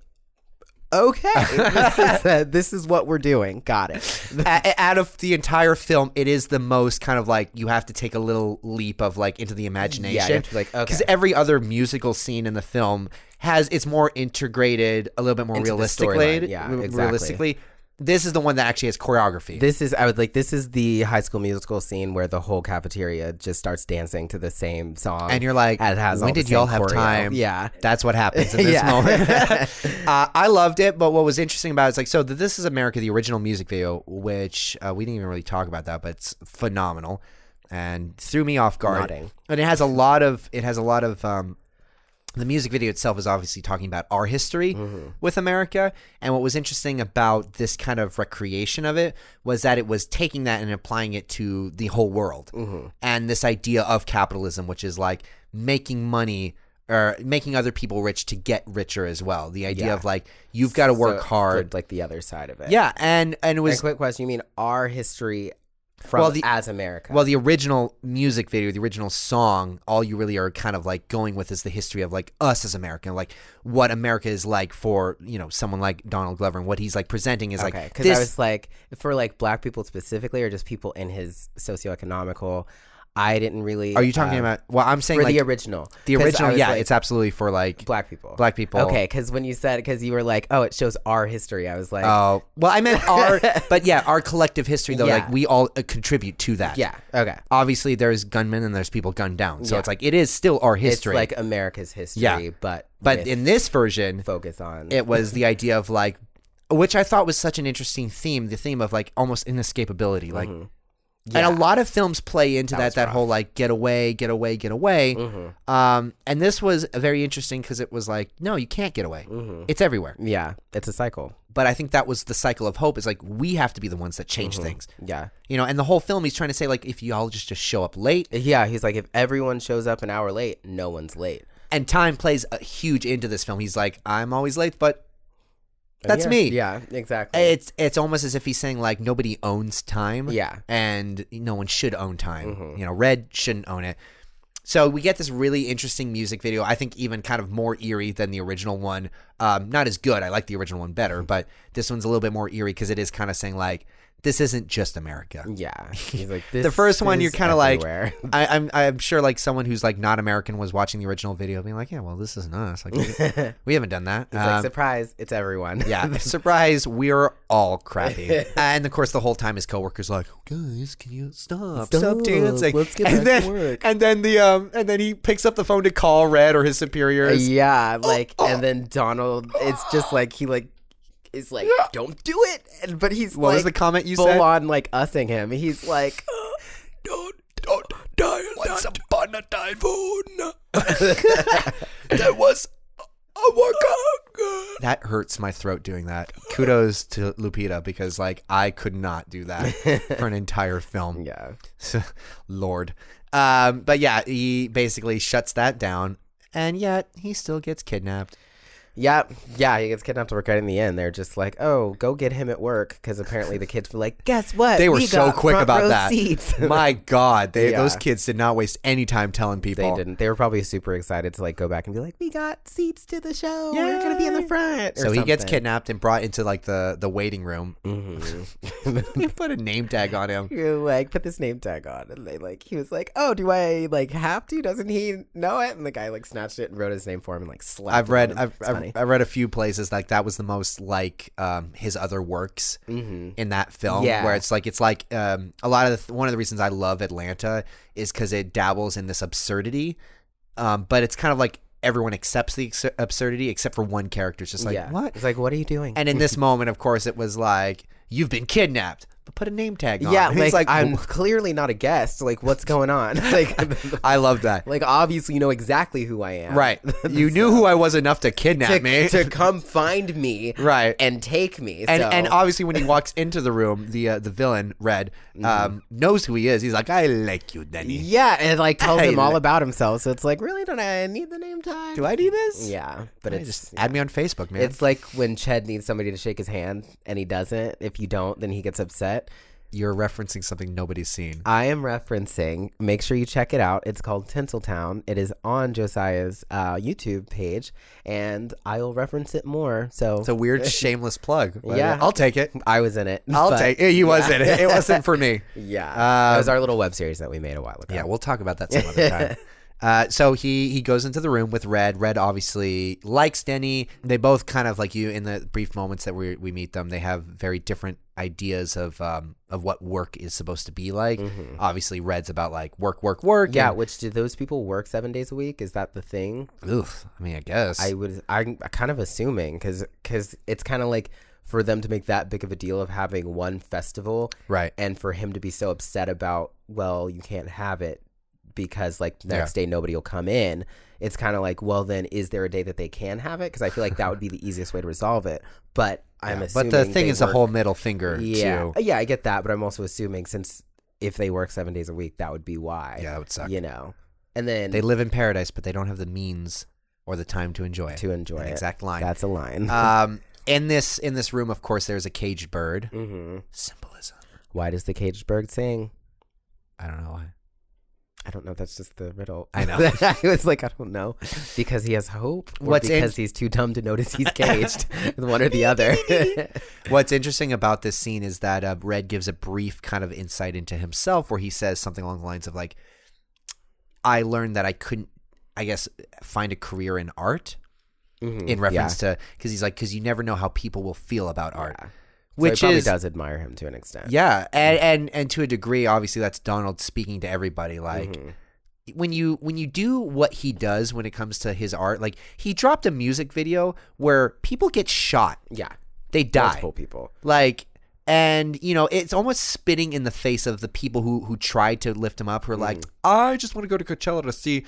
Speaker 3: Okay, this is, uh, this is what we're doing. Got it.
Speaker 2: A- a- out of the entire film, it is the most kind of like you have to take a little leap of like into the imagination.
Speaker 3: Yeah, you have to be like, okay.
Speaker 2: because every other musical scene in the film has it's more integrated, a little bit more
Speaker 3: Into the
Speaker 2: realistically.
Speaker 3: storyline, yeah,
Speaker 2: re-
Speaker 3: exactly.
Speaker 2: Realistically, this is the one that actually has choreography.
Speaker 3: This is I would like this is the high school musical scene where the whole cafeteria just starts dancing to the same song.
Speaker 2: and you're like,
Speaker 3: and it has
Speaker 2: when
Speaker 3: all the
Speaker 2: did y'all
Speaker 3: same
Speaker 2: have
Speaker 3: choreo."
Speaker 2: time?
Speaker 3: Yeah.
Speaker 2: That's what happens in this
Speaker 3: Yeah.
Speaker 2: moment. uh, I loved it, but what was interesting about it is like, so the This Is America, the original music video, which uh, we didn't even really talk about that, but it's phenomenal and threw me off guard.
Speaker 3: Nodding.
Speaker 2: And it has a lot of, it has a lot of, um, the music video itself is obviously talking about our history
Speaker 3: Mm-hmm.
Speaker 2: with America. And what was interesting about this kind of recreation of it was that it was taking that and applying it to the whole world.
Speaker 3: Mm-hmm.
Speaker 2: And this idea of capitalism, which is like making money or making other people rich to get richer as well. The idea
Speaker 3: Yeah.
Speaker 2: of like, you've got to work
Speaker 3: So,
Speaker 2: hard.
Speaker 3: like the other side of it.
Speaker 2: yeah. And, and it
Speaker 3: And
Speaker 2: was,
Speaker 3: quick question, you mean our history from
Speaker 2: Well, the-
Speaker 3: as America?
Speaker 2: well, the original music video, the original song, all you really are kind of like going with is the history of like us as American, like what America is like for, you know, someone like Donald Glover and what he's like presenting is
Speaker 3: okay,
Speaker 2: like
Speaker 3: because
Speaker 2: this.
Speaker 3: I was like for like black people specifically or just people in his socioeconomical I didn't really
Speaker 2: are you talking
Speaker 3: um,
Speaker 2: about, well, I'm saying
Speaker 3: for
Speaker 2: like
Speaker 3: the
Speaker 2: the,
Speaker 3: original?
Speaker 2: original, yeah,
Speaker 3: it's.
Speaker 2: it's absolutely for like black,
Speaker 3: black people.
Speaker 2: people.
Speaker 3: Okay, because when you said because you were like, oh, it shows our history. I was like,
Speaker 2: Oh, well, I meant our, but yeah, our collective history though,
Speaker 3: Yeah.
Speaker 2: like we all uh, contribute to that.
Speaker 3: yeah, okay.
Speaker 2: Obviously, there's gunmen and there's people gunned down. So it's like, it is still our history.
Speaker 3: It's like America's history,
Speaker 2: Yeah.
Speaker 3: but
Speaker 2: but
Speaker 3: with
Speaker 2: in this version,
Speaker 3: focus on
Speaker 2: it was the idea of like which I thought was such an interesting theme, the theme of like almost inescapability. Like and a lot of films play into that that, whole like get away, get away, get away. Um and this was very interesting cuz it was like no, you can't get away. It's everywhere.
Speaker 3: yeah, it's a cycle.
Speaker 2: But I think that was the cycle of hope is like we have to be the ones that change things.
Speaker 3: Yeah,
Speaker 2: You know, and the whole film he's trying to say like if y'all just just show up late
Speaker 3: yeah. He's like, if everyone shows up an hour late, no one's late.
Speaker 2: and time plays a huge into this film. He's like I'm always late, but that's
Speaker 3: Yeah.
Speaker 2: me.
Speaker 3: Yeah, exactly.
Speaker 2: It's it's almost as if he's saying like nobody owns time.
Speaker 3: Yeah.
Speaker 2: And no one should own time.
Speaker 3: Mm-hmm.
Speaker 2: You know, Red shouldn't own it. So we get this really interesting music video. I think even kind of more eerie than the original one. Um, not as good. I like the original one better,
Speaker 3: Mm-hmm.
Speaker 2: but this one's a little bit more eerie because it is kind of saying like this isn't just America.
Speaker 3: yeah, he's like Mm, this,
Speaker 2: The first one,
Speaker 3: is
Speaker 2: you're kind of like,
Speaker 3: everywhere.
Speaker 2: I, I'm, I'm sure like someone who's like not American was watching the original video, being like, yeah, well, this isn't us. Like, we, we haven't done that.
Speaker 3: It's
Speaker 2: Um,
Speaker 3: like surprise, it's everyone.
Speaker 2: yeah, surprise, we're all crappy. and of course, the whole time his coworkers like, guys, can you stop? Stop,
Speaker 3: Stop,
Speaker 2: dancing.
Speaker 3: let's get
Speaker 2: and
Speaker 3: back
Speaker 2: then,
Speaker 3: to work."
Speaker 2: And then the um, and then he picks up the phone to call Red or his superiors.
Speaker 3: Yeah,
Speaker 2: Oh,
Speaker 3: like, and then Donald, it's just like he like is like, don't do it, and, but he's
Speaker 2: What
Speaker 3: like,
Speaker 2: was the comment you
Speaker 3: full
Speaker 2: said?
Speaker 3: on like ussing him. He's like,
Speaker 2: Don't, don't dial Once upon a time, there was a workout. That hurts my throat doing that. Kudos to Lupita because like I could not do that for an entire film.
Speaker 3: yeah,
Speaker 2: Lord. Um, but yeah, he basically shuts that down, and yet he still gets kidnapped.
Speaker 3: Yeah, yeah, he gets kidnapped to work right in the end. They're just like, oh, go get him at work because apparently the kids were like, guess what?
Speaker 2: They were so
Speaker 3: got
Speaker 2: quick
Speaker 3: front
Speaker 2: about
Speaker 3: row
Speaker 2: that.
Speaker 3: Seats.
Speaker 2: My God, they,
Speaker 3: Yeah.
Speaker 2: those kids did not waste any time telling people.
Speaker 3: they didn't. They were probably super excited to like go back and be like, we got seats to the show. "Oh, We're gonna be in the front. or
Speaker 2: So he gets
Speaker 3: something.
Speaker 2: kidnapped and brought into like the the waiting room.
Speaker 3: Mm-hmm.
Speaker 2: they put a name tag on him.
Speaker 3: You like put this name tag on, and they like he was like, oh, do I like have to? Doesn't he know it? And the guy like snatched it and wrote his name for him and like slapped.
Speaker 2: I've
Speaker 3: it
Speaker 2: read
Speaker 3: on him.
Speaker 2: I've,
Speaker 3: It's
Speaker 2: I've,
Speaker 3: funny.
Speaker 2: I've read a few places like that was the most like um, his other works in that film
Speaker 3: Yeah.
Speaker 2: where it's like it's like um, a lot of the, one of the reasons I love Atlanta is because it dabbles in this absurdity, um, but it's kind of like everyone accepts the abs- absurdity except for one character. It's just like
Speaker 3: yeah.
Speaker 2: what
Speaker 3: It's like, what are you doing?
Speaker 2: And in this moment, of course, it was like, you've been kidnapped, but put a name tag on.
Speaker 3: yeah,
Speaker 2: And
Speaker 3: like,
Speaker 2: it's like,
Speaker 3: I'm clearly not a guest. Like, what's going on? like,
Speaker 2: I love that.
Speaker 3: like obviously you know exactly who I am.
Speaker 2: right. You knew who I was enough to
Speaker 3: to,
Speaker 2: kidnap me.
Speaker 3: to come find me
Speaker 2: right.
Speaker 3: and take me.
Speaker 2: and,
Speaker 3: so-
Speaker 2: and obviously when he walks into the room, the uh, the villain Red um, knows who he is. He's like, "I like you, Denny."
Speaker 3: Mm-hmm. yeah, and it, like tells
Speaker 2: I
Speaker 3: him all
Speaker 2: li-
Speaker 3: about himself. So it's like, really, don't I need the name tag?
Speaker 2: Do I do this?
Speaker 3: Yeah, but
Speaker 2: Hey,
Speaker 3: it's
Speaker 2: just add me on Facebook, man.
Speaker 3: it's like when Ched needs somebody to shake his hand and he doesn't. If you don't, then he gets upset.
Speaker 2: You're referencing something nobody's seen.
Speaker 3: I am referencing. Make sure you check it out. It's called Tinseltown. It is on Josiah's uh, YouTube page, and I will reference it more. So,
Speaker 2: It's a weird shameless plug. but
Speaker 3: Yeah.
Speaker 2: I'll take it.
Speaker 3: I was in it.
Speaker 2: I'll
Speaker 3: but-
Speaker 2: take it. He wasn't. It it wasn't for me.
Speaker 3: Yeah,
Speaker 2: Um,
Speaker 3: that was our little web series that we made a while ago.
Speaker 2: Yeah, we'll talk about that some other time. Uh, so he he goes into the room with Red. Red obviously likes Denny. They both kind of like you in the brief moments that we we meet them. They have very different ideas of um of what work is supposed to be like. Obviously, Red's about like work, work, work.
Speaker 3: Yeah,
Speaker 2: and-
Speaker 3: which do those people work seven days a week? Is that the thing?
Speaker 2: oof. I mean, I guess.
Speaker 3: I would. I'm kind of assuming because it's kind of like for them to make that big of a deal of having one festival,
Speaker 2: right.
Speaker 3: and for him to be so upset about, well, you can't have it because like the next day nobody will come in. It's kind of like, well, then is there a day that they can have it? Because I feel like that would be the easiest way to resolve it. But I'm
Speaker 2: Yeah,
Speaker 3: assuming
Speaker 2: But the thing
Speaker 3: they
Speaker 2: is, the
Speaker 3: work-
Speaker 2: whole middle finger.
Speaker 3: yeah,
Speaker 2: To,
Speaker 3: yeah, I get that, but I'm also assuming since if they work seven days a week, that would be why.
Speaker 2: yeah, that would suck.
Speaker 3: you know. And then
Speaker 2: They live in paradise, but they don't have the means or the time to enjoy it.
Speaker 3: to enjoy
Speaker 2: An
Speaker 3: it.
Speaker 2: exact line.
Speaker 3: That's a line.
Speaker 2: um, in this in this room, of course, there's a caged bird.
Speaker 3: hmm
Speaker 2: Symbolism.
Speaker 3: Why does the caged bird sing?
Speaker 2: I don't know why.
Speaker 3: I don't know. That's just the riddle.
Speaker 2: I know.
Speaker 3: I was like, I don't know, because he has hope, or
Speaker 2: What's in-
Speaker 3: because he's too dumb to notice he's caged. one or the other.
Speaker 2: What's interesting about this scene is that uh, Red gives a brief kind of insight into himself where he says something along the lines of, like, I learned that I couldn't, I guess, find a career in art
Speaker 3: Mhm.
Speaker 2: in reference to, because he's like, because you never know how people will feel about art.
Speaker 3: Yeah. So
Speaker 2: Which
Speaker 3: he probably
Speaker 2: is,
Speaker 3: does admire him to an extent.
Speaker 2: yeah. And, and, and to a degree, obviously, that's Donald speaking to everybody. Like,
Speaker 3: Mhm.
Speaker 2: when you when you do what he does when it comes to his art like he dropped a music video where people get shot
Speaker 3: yeah,
Speaker 2: they die
Speaker 3: multiple people.
Speaker 2: like and you know it's almost spitting in the face of the people who who tried to lift him up who are like i just want to go to coachella to see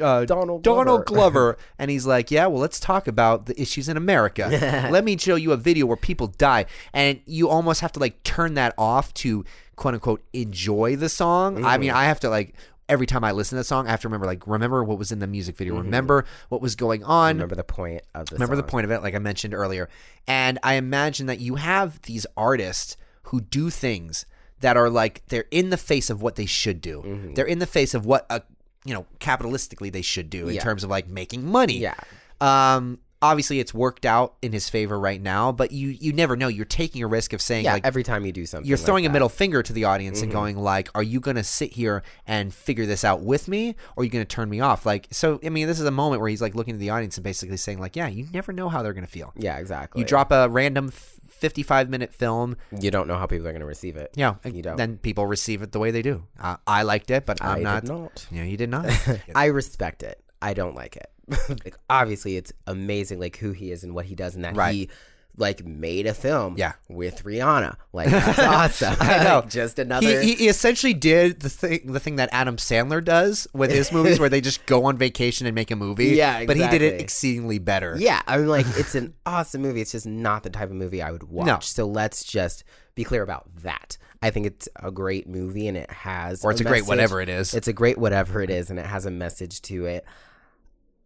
Speaker 2: uh,
Speaker 3: Donald
Speaker 2: Donald
Speaker 3: Glover."
Speaker 2: Glover, and he's like, "Yeah, well, let's talk about the issues in America. Let me show you a video where people die, and you almost have to like turn that off to quote unquote enjoy the song. I mean, I have to like every time I listen to the song, I have to remember like remember what was in the music video, remember what was going on,
Speaker 3: Remember the point of the
Speaker 2: remember
Speaker 3: song.
Speaker 2: the point of it like i mentioned earlier and i imagine that you have these artists who do things that are like they're in the face of what they should do
Speaker 3: Mm-hmm.
Speaker 2: they're in the face of what a you know capitalistically they should do in
Speaker 3: Yeah.
Speaker 2: terms of like making money
Speaker 3: Yeah.
Speaker 2: um obviously it's worked out in his favor right now but you you never know you're taking a risk of saying
Speaker 3: Yeah,
Speaker 2: like
Speaker 3: every time you do something,
Speaker 2: you're
Speaker 3: like
Speaker 2: throwing a
Speaker 3: that. Mm-hmm.
Speaker 2: middle finger to the audience and going like are you going to sit here and figure this out with me or are you going to turn me off like so i mean this is a moment where he's like looking at the audience and basically saying like yeah you never know how they're going to feel
Speaker 3: Yeah, exactly.
Speaker 2: you drop a random f- 55 minute film
Speaker 3: You don't know how people are going to receive it.
Speaker 2: yeah and
Speaker 3: You don't.
Speaker 2: then people receive it the way they do i, I liked it but
Speaker 3: I
Speaker 2: i'm
Speaker 3: did
Speaker 2: not
Speaker 3: not.
Speaker 2: yeah you did not
Speaker 3: I respect it. I don't like it. like, obviously, it's amazing, like who he is and what he does, and that
Speaker 2: Right.
Speaker 3: he like made a film,
Speaker 2: Yeah.
Speaker 3: with Rihanna. Like that's awesome.
Speaker 2: I know.
Speaker 3: Just
Speaker 2: he,
Speaker 3: another.
Speaker 2: he, he essentially did the thing the thing that Adam Sandler does with his movies where they just go on vacation and make a movie.
Speaker 3: Yeah,
Speaker 2: But he did it
Speaker 3: exactly.
Speaker 2: exceedingly better.
Speaker 3: yeah, I'm like, it's an awesome movie. It's just not the type of movie I would watch. So let's just be clear about that. I think it's a great movie, and it has,
Speaker 2: Or it's a great
Speaker 3: message.
Speaker 2: whatever it is.
Speaker 3: It's a great whatever it is, and it has a message to it.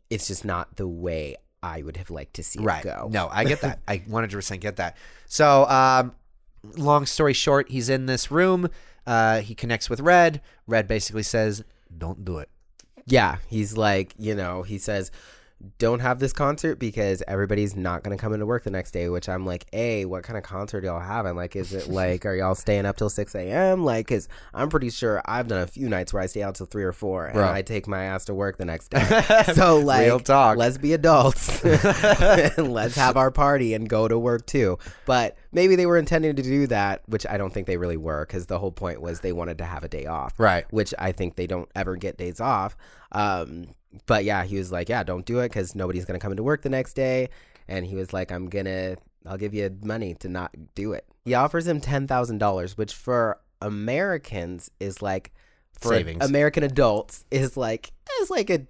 Speaker 3: It's just not the way I would have liked to see
Speaker 2: right.
Speaker 3: it go.
Speaker 2: No, I get that. I 100% get that. So, um, long story short, he's in this room. Uh, he connects with Red. Red basically says, "Don't do it."
Speaker 3: Yeah, he's like, you know, he says, don't have this concert because everybody's not going to come into work the next day, which I'm like, hey, what kind of concert y'all having? Like, is it like, are y'all staying up till 6 a.m.? Like, because I'm pretty sure I've done a few nights where I stay out till 3 or 4 and
Speaker 2: Bro.
Speaker 3: I take my ass to work the next day. so, like,
Speaker 2: Real talk.
Speaker 3: let's be adults. and let's have our party and go to work too. But maybe they were intending to do that, which I don't think they really were because the whole point was they wanted to have a day off
Speaker 2: Right.
Speaker 3: which I think they don't ever get days off. Um, but yeah, he was like, yeah, don't do it because nobody's gonna come into work the next day. And he was like, I'm gonna, I'll give you money to not do it. He offers him ten thousand dollars, which for Americans is like, for
Speaker 2: Savings.
Speaker 3: American adults is like, is like a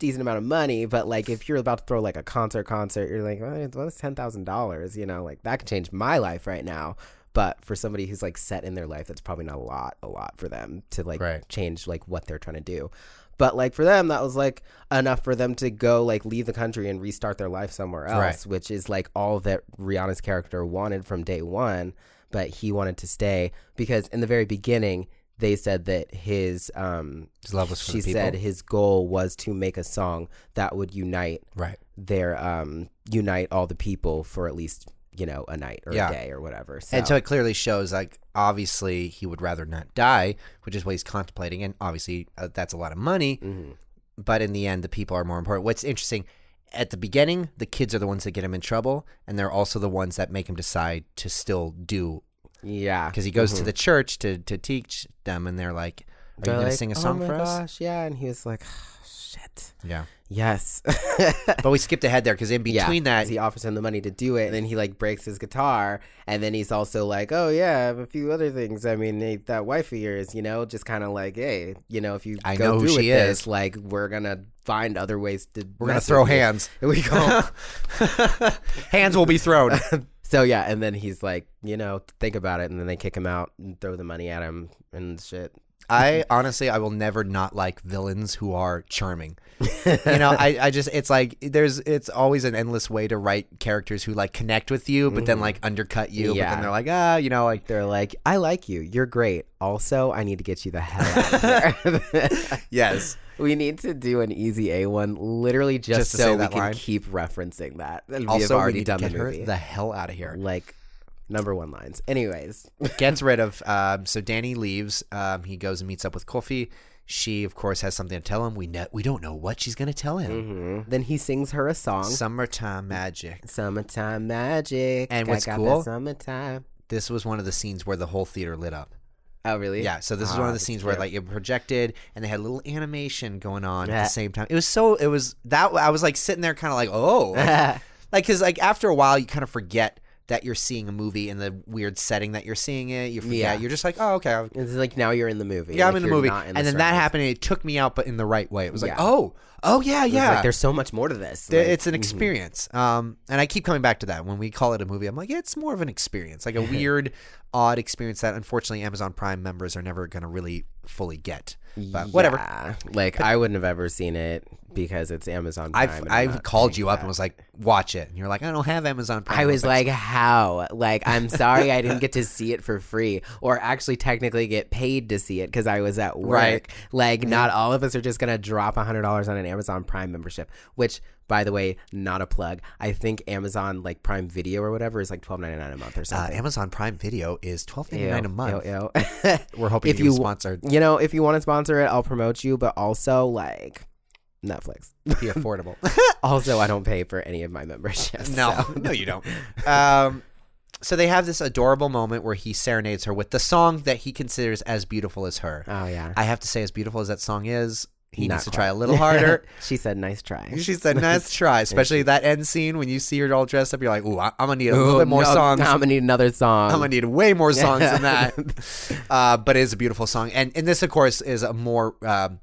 Speaker 3: decent amount of money. But like, if you're about to throw like a concert, concert, you're like, well, it's- well, it's ten thousand dollars. You know, like that could change my life right now. But for somebody who's like set in their life, that's probably not a lot, a lot for them to like
Speaker 2: Right.
Speaker 3: change like what they're trying to do. But like for them, that was like enough for them to go like leave the country and restart their life somewhere else,
Speaker 2: Right.
Speaker 3: which is like all that Rihanna's character wanted from day one. But he wanted to stay because in the very beginning, they said that his um,
Speaker 2: His love was for
Speaker 3: she
Speaker 2: the people.
Speaker 3: said his goal was to make a song that would unite
Speaker 2: Right.
Speaker 3: their um unite all the people for at least you know a night or
Speaker 2: Yeah.
Speaker 3: a day or whatever. So,
Speaker 2: And so it clearly shows, like, obviously he would rather not die, which is what he's contemplating. And obviously, uh, that's a lot of money.
Speaker 3: Mhm.
Speaker 2: But in the end, the people are more important. What's interesting at the beginning, the kids are the ones that get him in trouble, and they're also the ones that make him decide to still do
Speaker 3: yeah,
Speaker 2: because he goes to the church to, to teach them, and they're like, "Are you
Speaker 3: Mm-hmm. They're
Speaker 2: going
Speaker 3: like,
Speaker 2: to sing a
Speaker 3: "Oh
Speaker 2: song
Speaker 3: my
Speaker 2: for us?"
Speaker 3: gosh, Yeah, and he was like, "Oh, shit.
Speaker 2: Yeah.
Speaker 3: Yes.
Speaker 2: But we skipped ahead there because in
Speaker 3: Yeah,
Speaker 2: between
Speaker 3: 'cause
Speaker 2: that,
Speaker 3: he offers him the money to do it, and then he like breaks his guitar, and then he's also like, "Oh yeah, I have a few other things. I mean, eh, that wife of yours, you know, just kind of like, hey, you know, if you
Speaker 2: I
Speaker 3: go
Speaker 2: know who
Speaker 3: through with
Speaker 2: she
Speaker 3: this,
Speaker 2: is.
Speaker 3: like, we're gonna find other ways to.
Speaker 2: we're going to throw hands.
Speaker 3: We go.
Speaker 2: hands will be thrown.
Speaker 3: so yeah, and then he's like, you know, think about it, and then they kick him out and throw the money at him and shit.
Speaker 2: I honestly, I will never not like villains who are charming. you know, I, I just, it's like, there's, it's always an endless way to write characters who like connect with you, but then like undercut you. But
Speaker 3: Mm-hmm. Yeah.
Speaker 2: then they're like, ah, you know, like,
Speaker 3: They're like, I like you. You're great. Also, I need to get you the hell out of here.
Speaker 2: yes.
Speaker 3: We need to do an easy A one, literally just,
Speaker 2: Just to say
Speaker 3: so we
Speaker 2: that
Speaker 3: can
Speaker 2: line.
Speaker 3: keep referencing that. And we have
Speaker 2: also,
Speaker 3: already
Speaker 2: we need
Speaker 3: done
Speaker 2: to
Speaker 3: the
Speaker 2: get her
Speaker 3: movie.
Speaker 2: the hell out of here.
Speaker 3: like number one lines. Anyways,
Speaker 2: Gets rid of, um, so Danny leaves. Um, he goes and meets up with Kofi. She, of course, has something to tell him. We know, we don't know what she's going to tell him.
Speaker 3: then he sings her a song,
Speaker 2: Summertime magic.
Speaker 3: "Summertime Magic."
Speaker 2: And
Speaker 3: I
Speaker 2: what's
Speaker 3: got
Speaker 2: cool-
Speaker 3: that summertime.
Speaker 2: This was one of the scenes where the whole theater lit up.
Speaker 3: Oh, really?
Speaker 2: Yeah, so this is one
Speaker 3: Ah,
Speaker 2: of the
Speaker 3: that's
Speaker 2: scenes where
Speaker 3: cute.
Speaker 2: like it projected and they had a little animation going on at
Speaker 3: Yeah.
Speaker 2: the same time. It was so it was that I was like sitting there kind of like, "Oh." like- like cuz like after a while you kind of forget that you're seeing a movie in the weird setting that you're seeing it. You forget.
Speaker 3: Yeah.
Speaker 2: You're just like, "Oh, okay." I'm-
Speaker 3: It's like now you're in the movie.
Speaker 2: Yeah, I'm in
Speaker 3: Like,
Speaker 2: the
Speaker 3: you're
Speaker 2: movie.
Speaker 3: not in
Speaker 2: and
Speaker 3: the
Speaker 2: then that
Speaker 3: surroundings.
Speaker 2: happened and it took me out but in the right way. It was like,
Speaker 3: Yeah.
Speaker 2: "Oh. Oh yeah,
Speaker 3: It's
Speaker 2: yeah."
Speaker 3: like there's so much more to this.
Speaker 2: Th-
Speaker 3: Like, mm-hmm.
Speaker 2: it's an experience. Um, and I keep coming back to that when we call it a movie. I'm like, it's more of an experience, like a weird, odd experience that unfortunately Amazon Prime members are never going to really fully get. But whatever.
Speaker 3: yeah. Like I wouldn't have ever seen it because it's Amazon. Prime
Speaker 2: I've
Speaker 3: and I'm
Speaker 2: I've
Speaker 3: not
Speaker 2: called
Speaker 3: paying
Speaker 2: you
Speaker 3: for
Speaker 2: up
Speaker 3: that.
Speaker 2: and was like, watch it, and you're like, I don't have Amazon Prime.
Speaker 3: I was like, how? Like, I'm sorry I didn't get to see it for free or actually technically get paid to see it because I was at work.
Speaker 2: Right.
Speaker 3: Like, not all of us are just going to drop $100 on an Amazon Prime membership, which, by the way, not a plug. I think Amazon, like, Prime Video or whatever is like $12.99 a month or
Speaker 2: uh,
Speaker 3: something.
Speaker 2: Amazon Prime Video is twelve ninety nine a
Speaker 3: Ew,
Speaker 2: month.
Speaker 3: ew, ew.
Speaker 2: We're hoping
Speaker 3: If
Speaker 2: if you
Speaker 3: you-
Speaker 2: sponsor
Speaker 3: you know, if you want to sponsor it, I'll promote you, but also, like, Netflix.
Speaker 2: be affordable.
Speaker 3: Also, I don't pay for any of my memberships.
Speaker 2: no,
Speaker 3: so.
Speaker 2: no, you don't. Um, so they have this adorable moment where he serenades her with the song that he considers as beautiful as her.
Speaker 3: Oh, yeah.
Speaker 2: I have to say, as beautiful as that song is, he
Speaker 3: Not
Speaker 2: needs to
Speaker 3: quite.
Speaker 2: try a little harder.
Speaker 3: she said, nice try.
Speaker 2: she said, "Nice try," especially that end scene when you see her all dressed up. You're like, "Ooh, I- I'm gonna need a little bit more
Speaker 3: no,
Speaker 2: songs.
Speaker 3: I'm gonna need another song.
Speaker 2: I'm gonna need way more songs than that." uh, but it is a beautiful song, and and this, of course, is a more um,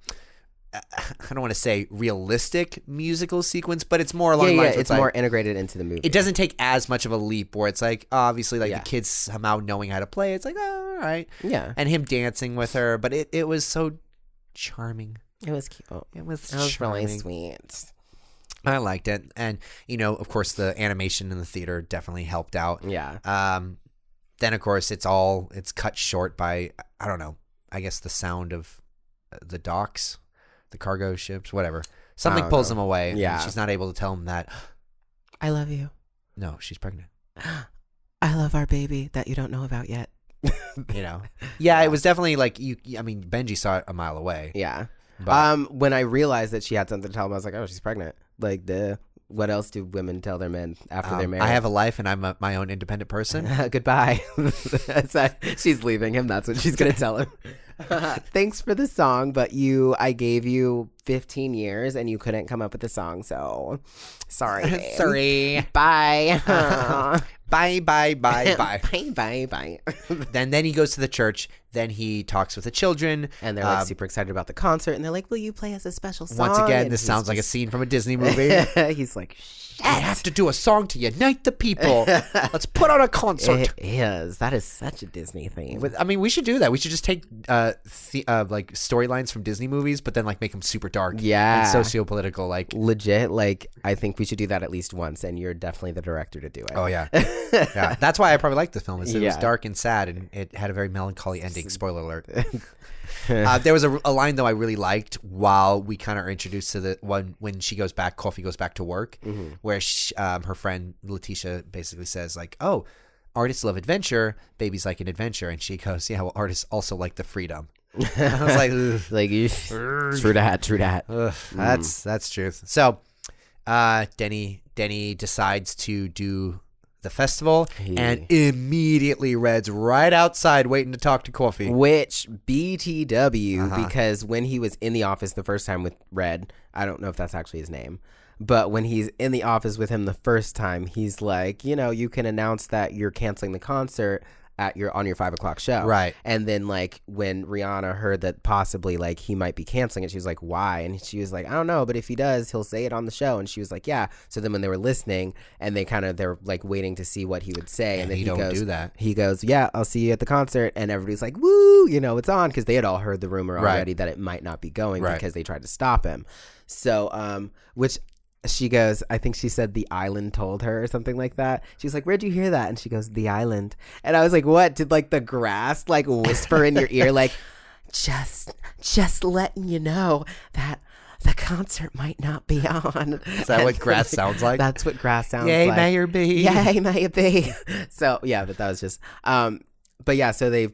Speaker 2: I don't want to say realistic musical sequence, but it's more along
Speaker 3: yeah,
Speaker 2: the
Speaker 3: yeah,
Speaker 2: lines. where
Speaker 3: it's
Speaker 2: like-
Speaker 3: more integrated into the movie.
Speaker 2: it doesn't take as much of a leap where it's like obviously like
Speaker 3: Yeah.
Speaker 2: the kids somehow knowing how to play. It's like oh, all right,
Speaker 3: yeah,
Speaker 2: and him dancing with her, but it, it was so charming.
Speaker 3: it was cute.
Speaker 2: It was,
Speaker 3: It was
Speaker 2: charming.
Speaker 3: really sweet.
Speaker 2: I liked it, and you know, of course, the animation in the theater definitely helped out.
Speaker 3: Yeah.
Speaker 2: Um, then of course it's all it's cut short by I don't know. I guess the sound of uh, the docks, the cargo ships, whatever. Something
Speaker 3: don't
Speaker 2: pulls
Speaker 3: know.
Speaker 2: him away. and
Speaker 3: Yeah.
Speaker 2: she's not able to tell him that.
Speaker 3: I love you.
Speaker 2: No, she's pregnant.
Speaker 3: I love our baby that you don't know about yet.
Speaker 2: You know. yeah, it was definitely like you. I mean, Benji saw it a mile away.
Speaker 3: Yeah.
Speaker 2: But
Speaker 3: Um, when I realized that she had something to tell him, I was like, oh, she's pregnant. Like, duh. What else do women tell their men after they're
Speaker 2: um,
Speaker 3: married?
Speaker 2: I have a life, and I'm a, my own independent person.
Speaker 3: Goodbye. So, she's leaving him. That's what she's gonna tell him. Thanks for the song, but you, I gave you 15 years and you couldn't come up with a song, so sorry. babe.
Speaker 2: Sorry.
Speaker 3: Bye.
Speaker 2: Bye, bye, bye, bye.
Speaker 3: bye. Bye. Bye.
Speaker 2: then, then he goes to the church. Then he talks with the children.
Speaker 3: And they're like
Speaker 2: Um,
Speaker 3: super excited about the concert, and they're like, "Will you play us a special song?"
Speaker 2: Once again,
Speaker 3: And
Speaker 2: this
Speaker 3: he's
Speaker 2: sounds like a
Speaker 3: just-
Speaker 2: scene from a Disney movie.
Speaker 3: he's like, "Shit."
Speaker 2: I have to do a song to unite the people. Let's put on a concert.
Speaker 3: It is. That is such a Disney theme.
Speaker 2: With, I mean, we should do that. We should just take uh, the, uh like storylines from Disney movies, but then like make them super dark,
Speaker 3: Yeah.
Speaker 2: and socio-political. Like,
Speaker 3: Legit, like I think we should do that at least once, and you're definitely the director to do it.
Speaker 2: oh yeah, yeah. That's why I probably liked the film. Is it was
Speaker 3: Yeah.
Speaker 2: dark and sad, and it had a very melancholy ending. Spoiler alert. uh, there was a, a line though I really liked while we kind of are introduced to the one when she goes back, Coffee goes back to work, where she, um, her friend Letitia basically says like, "Oh, artists love adventure, babies like an adventure," and she goes, "Yeah, well, artists also like the freedom." I was like, "Ugh,
Speaker 3: Like you- true that, true that.
Speaker 2: ugh, "That's that's truth." So, uh, Denny Denny decides to do. The festival and immediately Red's right outside waiting to talk to Coffee.
Speaker 3: Which BTW because when he was in the office the first time with Red, I don't know if that's actually his name, but when he's in the office with him the first time, he's like, you know, you can announce that you're canceling the concert at your on your five o'clock show,
Speaker 2: Right.
Speaker 3: And then like when Rihanna heard that possibly like he might be canceling it, she was like, "Why?" And she was like, "I don't know, but if he does, he'll say it on the show." And she was like, "Yeah." So then when they were listening and they kind of they're like waiting to see what he would say, and,
Speaker 2: And
Speaker 3: then
Speaker 2: he
Speaker 3: he,
Speaker 2: don't
Speaker 3: goes,
Speaker 2: do that.
Speaker 3: He goes, "Yeah, I'll see you at the concert," and everybody's like, "Woo!" You know, it's on because they had all heard the rumor
Speaker 2: Right.
Speaker 3: already that it might not be going
Speaker 2: Right.
Speaker 3: because they tried to stop him. So, um, which. She goes, I think she said the island told her or something like that. She's like, Where'd you hear that? And she goes, The island. And I was like, What? Did like the grass like whisper in your ear, like, just just letting you know that the concert might not be on. Is
Speaker 2: that what grass sounds like?
Speaker 3: That's what grass sounds
Speaker 2: Yay,
Speaker 3: like.
Speaker 2: Mayor B.
Speaker 3: Yay, may it be. so yeah, but that was just um but yeah, so they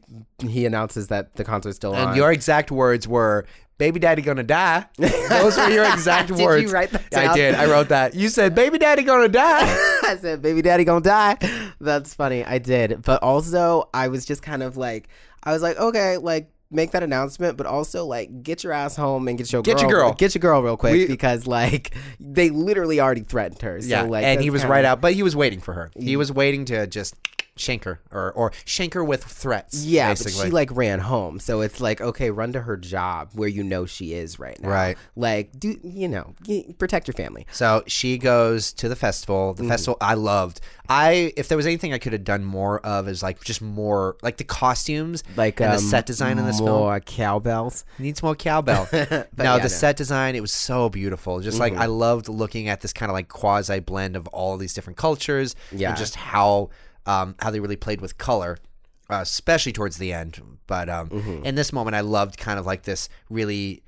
Speaker 3: he announces that the concert's still on.
Speaker 2: And your exact words were, "Baby daddy gonna die." Those were your exact
Speaker 3: Did you
Speaker 2: words.
Speaker 3: write that
Speaker 2: Yeah, I
Speaker 3: down?
Speaker 2: did. I wrote that. You said, "Baby daddy gonna die."
Speaker 3: I said, baby daddy gonna die. That's funny. I did. But also, I was just kind of like, I was like, okay, like, make that announcement, but also, like, get your ass home and get your
Speaker 2: Get your
Speaker 3: girl.
Speaker 2: girl.
Speaker 3: Get your girl real quick
Speaker 2: We-
Speaker 3: because, like, they literally already threatened her. So,
Speaker 2: yeah,
Speaker 3: like,
Speaker 2: and he
Speaker 3: that's
Speaker 2: was
Speaker 3: kinda- Mm.
Speaker 2: right out, but he was waiting for her. He was waiting to just shank her or or shank her with threats.
Speaker 3: Yeah,
Speaker 2: basically.
Speaker 3: but she like ran home, so it's like okay, run to her job where you know she is right now.
Speaker 2: Right.
Speaker 3: like do you know y- protect your family?
Speaker 2: So she goes to the festival.
Speaker 3: Mm.
Speaker 2: The festival I loved. I if there was anything I could have done more of is like just more like the costumes,
Speaker 3: Like
Speaker 2: and
Speaker 3: um,
Speaker 2: the set design in this film.
Speaker 3: more cowbells.
Speaker 2: Needs more cowbell. no,
Speaker 3: yeah,
Speaker 2: the
Speaker 3: no. Mm-hmm.
Speaker 2: set design, it was so beautiful. Just like I loved looking at this kind of like quasi blend of all these different cultures
Speaker 3: Yeah.
Speaker 2: and just how um, how they really played with color, uh, especially towards the end. But um, in this moment, I loved kind of like this really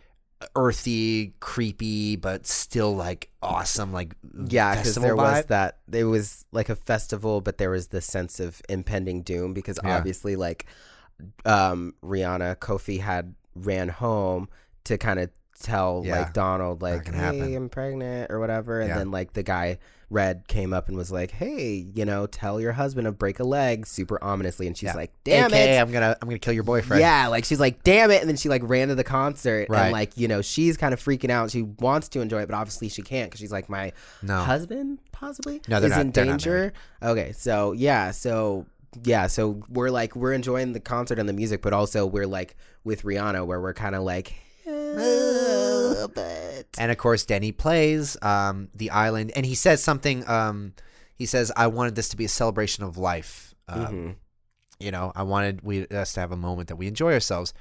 Speaker 2: earthy, creepy, but still like awesome, like
Speaker 3: Yeah, because
Speaker 2: festival
Speaker 3: there was
Speaker 2: vibe.
Speaker 3: that. It was like a festival, but there was this sense of impending doom because obviously, like um, Rihanna, Kofi had ran home to kind of tell
Speaker 2: Yeah.
Speaker 3: like Donald, like,
Speaker 2: can
Speaker 3: "Hey,
Speaker 2: happen.
Speaker 3: I'm pregnant" or whatever, and
Speaker 2: Yeah.
Speaker 3: then like the guy Red came up and was like, "Hey, you know, tell your husband to break a leg," super ominously, and she's like, "Damn
Speaker 2: AKA,
Speaker 3: it."
Speaker 2: I'm gonna I'm gonna kill your boyfriend.
Speaker 3: Yeah, like she's like, damn it. And then she like ran to the concert
Speaker 2: Right.
Speaker 3: and like, you know, she's kind of freaking out. She wants to enjoy it, but obviously she can't because she's like, my
Speaker 2: No.
Speaker 3: husband possibly
Speaker 2: No, they're
Speaker 3: is
Speaker 2: not-
Speaker 3: in
Speaker 2: they're not
Speaker 3: danger. Okay, so yeah, so yeah, so we're like, we're enjoying the concert and the music, but also we're like with Rihanna where we're kind of like, "Uh, but
Speaker 2: And of course, Denny plays um, the island, and he says something. Um, he says, "I wanted this to be a celebration of life. Um,
Speaker 3: Mm-hmm.
Speaker 2: You know, I wanted we us to have a moment that we enjoy ourselves."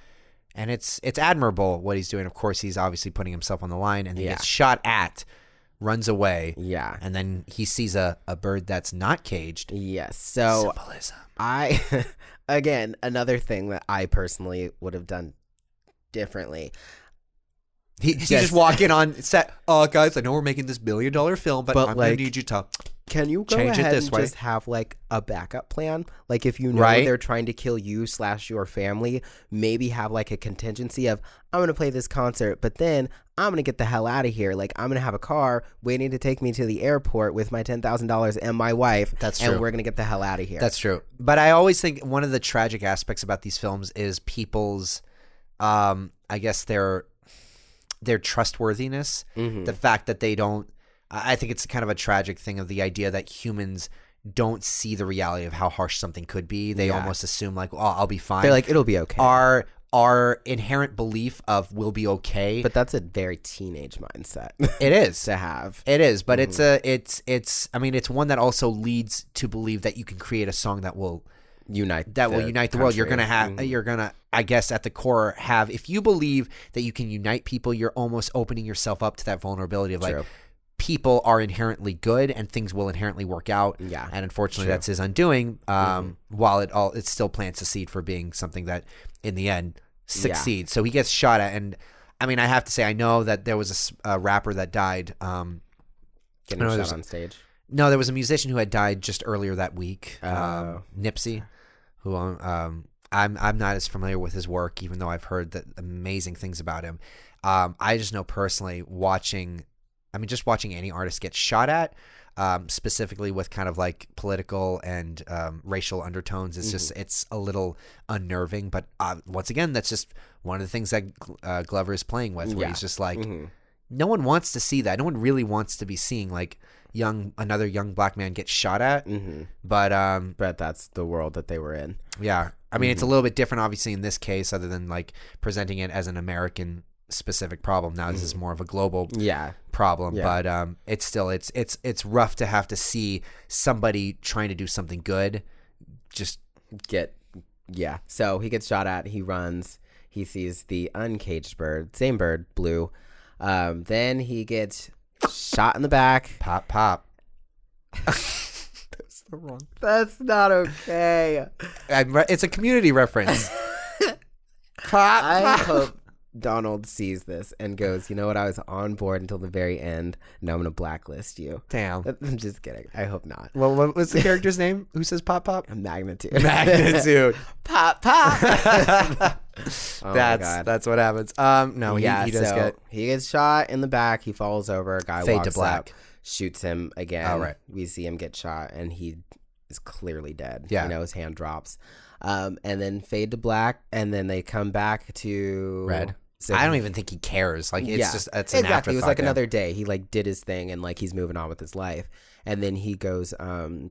Speaker 2: And it's it's admirable what he's doing. Of course, he's obviously putting himself on the line, and he
Speaker 3: Yeah.
Speaker 2: gets shot at runs away,
Speaker 3: Yeah.
Speaker 2: and then he sees a, a bird that's not caged.
Speaker 3: Yes. So
Speaker 2: Symbolism.
Speaker 3: I, again, another thing that I personally would have done differently.
Speaker 2: He, he just
Speaker 3: Just-
Speaker 2: walk in on set. Oh, guys, I know we're making this billion dollar film, but,
Speaker 3: But,
Speaker 2: I'm
Speaker 3: like-
Speaker 2: gonna need you to.
Speaker 3: Can you go
Speaker 2: Change it
Speaker 3: ahead
Speaker 2: this
Speaker 3: and
Speaker 2: way.
Speaker 3: just have like a backup plan? Like if you know
Speaker 2: Right.
Speaker 3: they're trying to kill you slash your family, maybe have like a contingency of I'm gonna play this concert, but then I'm gonna get the hell out of here. Like I'm gonna have a car waiting to take me to the airport with my ten thousand dollars and my wife.
Speaker 2: That's
Speaker 3: and
Speaker 2: true.
Speaker 3: we're gonna get the hell out of here.
Speaker 2: That's true. But I always think one of the tragic aspects about these films is people's, um, I guess their their trustworthiness,
Speaker 3: Mm-hmm.
Speaker 2: the fact that they don't. I I think it's kind of a tragic thing of the idea that humans don't see the reality of how harsh something could be. They almost assume like, "Oh, I'll be fine."
Speaker 3: they're like it'll be okay.
Speaker 2: our our inherent belief of we'll be okay.
Speaker 3: but that's a very teenage mindset
Speaker 2: it is
Speaker 3: to have.
Speaker 2: It is, but it's a
Speaker 3: Mm-hmm.
Speaker 2: it's it's I mean it's one that also leads to believe that you can create a song that will
Speaker 3: Unite
Speaker 2: that will unite the world. You're
Speaker 3: country. Mm-hmm.
Speaker 2: gonna have you're gonna I guess at the core have if you believe that you can unite people, you're almost opening yourself up to that vulnerability of
Speaker 3: True.
Speaker 2: like people are inherently good and things will inherently work out.
Speaker 3: Yeah, Mm-hmm.
Speaker 2: And unfortunately that's his undoing. Um while it all it still plants a seed for being something that in the end succeeds. So he gets shot at and I mean I have to say I know that there was a s- a, rapper that died um
Speaker 3: getting
Speaker 2: No,
Speaker 3: shot
Speaker 2: there's-
Speaker 3: on stage.
Speaker 2: no, there was a musician who had died just earlier that week, um,
Speaker 3: Oh.
Speaker 2: Nipsey, who um, I'm I'm not as familiar with his work, even though I've heard that amazing things about him. Um, I just know personally watching, I mean, just watching any artist get shot at, um, specifically with kind of like political and um, racial undertones, is
Speaker 3: Mm-hmm.
Speaker 2: just it's a little unnerving. But uh, once again, that's just one of the things that uh, Glover is playing with, where
Speaker 3: Yeah.
Speaker 2: he's just like
Speaker 3: Mhm.
Speaker 2: no one wants to see that. No one really wants to be seeing like young another young black man get shot at.
Speaker 3: hmm
Speaker 2: But um,
Speaker 3: But that's the world that they were in.
Speaker 2: yeah, I mean it's a little bit different, obviously, in this case, other than like presenting it as an American specific problem. Now this is more of a global
Speaker 3: Yeah.
Speaker 2: problem,
Speaker 3: Yeah.
Speaker 2: but um, it's still it's it's it's rough to have to see somebody trying to do something good. Just
Speaker 3: get yeah so he gets shot at he runs he sees the uncaged bird same bird blue um, then he gets shot in the back
Speaker 2: pop pop.
Speaker 3: that's not okay
Speaker 2: I'm re- it's a community reference. pop.
Speaker 3: i
Speaker 2: pop.
Speaker 3: hope donald sees this and goes you know what i was on board until the very end now i'm gonna blacklist you
Speaker 2: Damn.
Speaker 3: i'm just kidding i hope not
Speaker 2: Well, what was the character's name? Who says pop pop?
Speaker 3: magnitude
Speaker 2: Magnitude.
Speaker 3: pop pop Oh my
Speaker 2: that's
Speaker 3: God.
Speaker 2: that's what happens. Um, no, he,
Speaker 3: yeah,
Speaker 2: he does
Speaker 3: so
Speaker 2: get
Speaker 3: he gets shot in the back. He falls over. A guy
Speaker 2: Fade to
Speaker 3: walks
Speaker 2: black.
Speaker 3: up, shoots him again.
Speaker 2: Oh, right.
Speaker 3: We see him get shot, and he is clearly dead.
Speaker 2: Yeah.
Speaker 3: you know his hand drops, um, and then fade to black, and then they come back to
Speaker 2: red.
Speaker 3: So
Speaker 2: I don't even think he cares. Like it's
Speaker 3: Yeah.
Speaker 2: just it's an
Speaker 3: exactly. It was like
Speaker 2: afterthought there.
Speaker 3: another day. He like did his thing, and like he's moving on with his life. And then he goes um,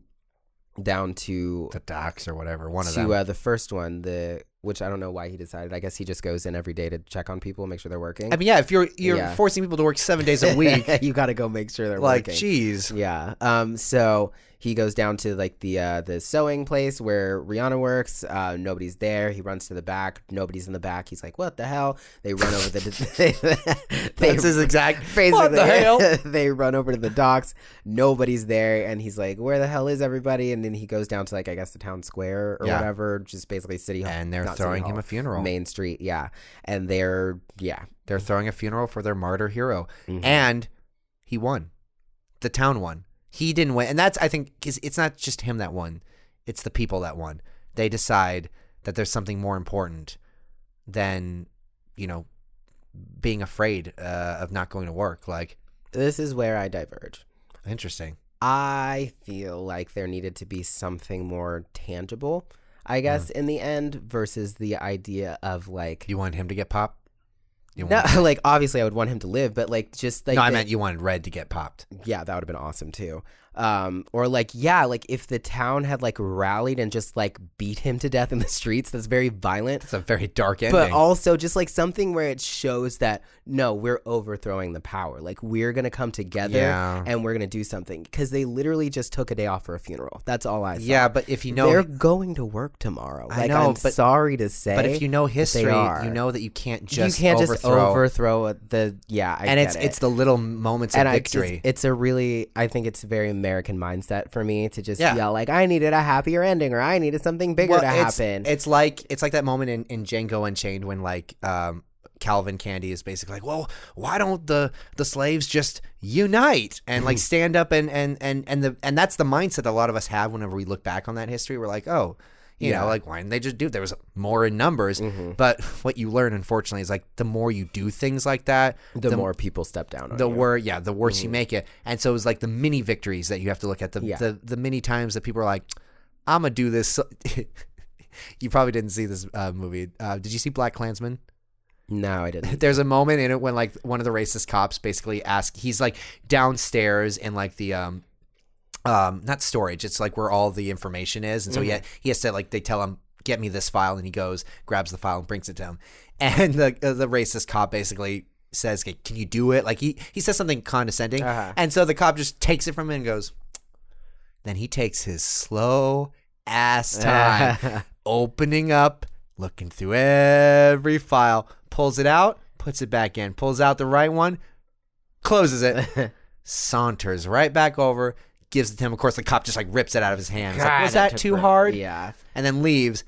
Speaker 3: down to
Speaker 2: the docs or whatever. One of
Speaker 3: to
Speaker 2: them.
Speaker 3: Uh, the first one, the which I don't know why he decided. I guess he just goes in every day to check on people, make sure they're working.
Speaker 2: I mean, yeah, if you're you're
Speaker 3: Yeah.
Speaker 2: forcing people to work seven days a week,
Speaker 3: you got to go make sure they're
Speaker 2: like
Speaker 3: working.
Speaker 2: geez,
Speaker 3: Yeah. Um. So he goes down to like the uh, the sewing place where Rihanna works. Uh, nobody's there. He runs to the back. Nobody's in the back. He's like, "What the hell?" They run over the. they,
Speaker 2: that's his exact.
Speaker 3: basically,
Speaker 2: What the hell?
Speaker 3: they run over to the docks. Nobody's there, and he's like, "Where the hell is everybody?" And then he goes down to like I guess the town square or
Speaker 2: Yeah.
Speaker 3: whatever, just basically city hall.
Speaker 2: And they're
Speaker 3: not City
Speaker 2: throwing him
Speaker 3: Hall,
Speaker 2: a funeral.
Speaker 3: Main Street. Yeah, and they're yeah.
Speaker 2: They're throwing a funeral for their martyr hero,
Speaker 3: Mhm.
Speaker 2: and he won. The town won. He didn't win, and that's I think is it's not just him that won. It's the people that won. They decide that there's something more important than you know being afraid uh, of not going to work. Like
Speaker 3: This is where I diverge.
Speaker 2: interesting.
Speaker 3: I feel like there needed to be something more tangible,
Speaker 2: Hmm.
Speaker 3: I guess, in the end, versus the idea of like
Speaker 2: You wanted him to get pop. You
Speaker 3: no,
Speaker 2: wanted-
Speaker 3: like obviously I would want him to live, but like just like
Speaker 2: no, I
Speaker 3: the-
Speaker 2: meant you wanted Red to get popped.
Speaker 3: yeah, that would have been awesome too. um, or like yeah, like if the town had like rallied and just like beat him to death in the streets, that's very violent.
Speaker 2: It's a very dark ending.
Speaker 3: But also just like something where it shows that no, we're overthrowing the power. Like we're gonna come together
Speaker 2: Yeah.
Speaker 3: and we're gonna do something because they literally just took a day off for a funeral. That's all I saw.
Speaker 2: yeah, but if you know
Speaker 3: they're going to work tomorrow.
Speaker 2: I
Speaker 3: Like
Speaker 2: know,
Speaker 3: I'm
Speaker 2: but-
Speaker 3: sorry to say,
Speaker 2: But if you know history,
Speaker 3: are.
Speaker 2: you know that you can't just
Speaker 3: you can't just
Speaker 2: overthrow.
Speaker 3: overthrow the yeah. I
Speaker 2: and it's
Speaker 3: get it.
Speaker 2: it's the little moments
Speaker 3: and
Speaker 2: of
Speaker 3: I just-
Speaker 2: victory.
Speaker 3: it's a really I think it's a very American mindset for me to just
Speaker 2: Yeah.
Speaker 3: yell like I needed a happier ending or I needed something bigger
Speaker 2: Well,
Speaker 3: to
Speaker 2: it's-
Speaker 3: happen.
Speaker 2: It's, like it's like that moment in, in Django Unchained when like um, Calvin Candy is basically like, well, why don't the the slaves just unite and
Speaker 3: Mm-hmm.
Speaker 2: like stand up and and and and the and that's the mindset that a lot of us have whenever we look back on that history. We're like, oh. You
Speaker 3: Yeah. Mm-hmm.
Speaker 2: know, like why didn't they just do? There was more in numbers, but what you learn, unfortunately, is like the more you do things like that,
Speaker 3: the, more people step down on
Speaker 2: the
Speaker 3: you. Mm-hmm.
Speaker 2: wor yeah the worse you make it and so it was like the mini victories that you have to look at the
Speaker 3: Yeah.
Speaker 2: the, the many times that people are like i'm gonna do this so- you probably didn't see this uh, movie uh, did you see black klansman
Speaker 3: No, I didn't.
Speaker 2: there's a moment in it when like one of the racist cops basically asks he's like downstairs in like the um um not storage it's like where all the information is and so he, ha- he has to like they tell him get me this file and he goes grabs the file and brings it to him and the uh, the racist cop basically says "Okay, can you do it like he he says something condescending
Speaker 3: Uh-huh.
Speaker 2: and so the cop just takes it from him and goes then he takes his slow ass time opening up, looking through every file, pulls it out, puts it back in, pulls out the right one, closes it, saunters right back over, gives it to him. Of course, the cop just like rips it out of his hand. He's like,
Speaker 3: God,
Speaker 2: was that
Speaker 3: took
Speaker 2: too
Speaker 3: forever.
Speaker 2: hard?
Speaker 3: Yeah.
Speaker 2: And then leaves.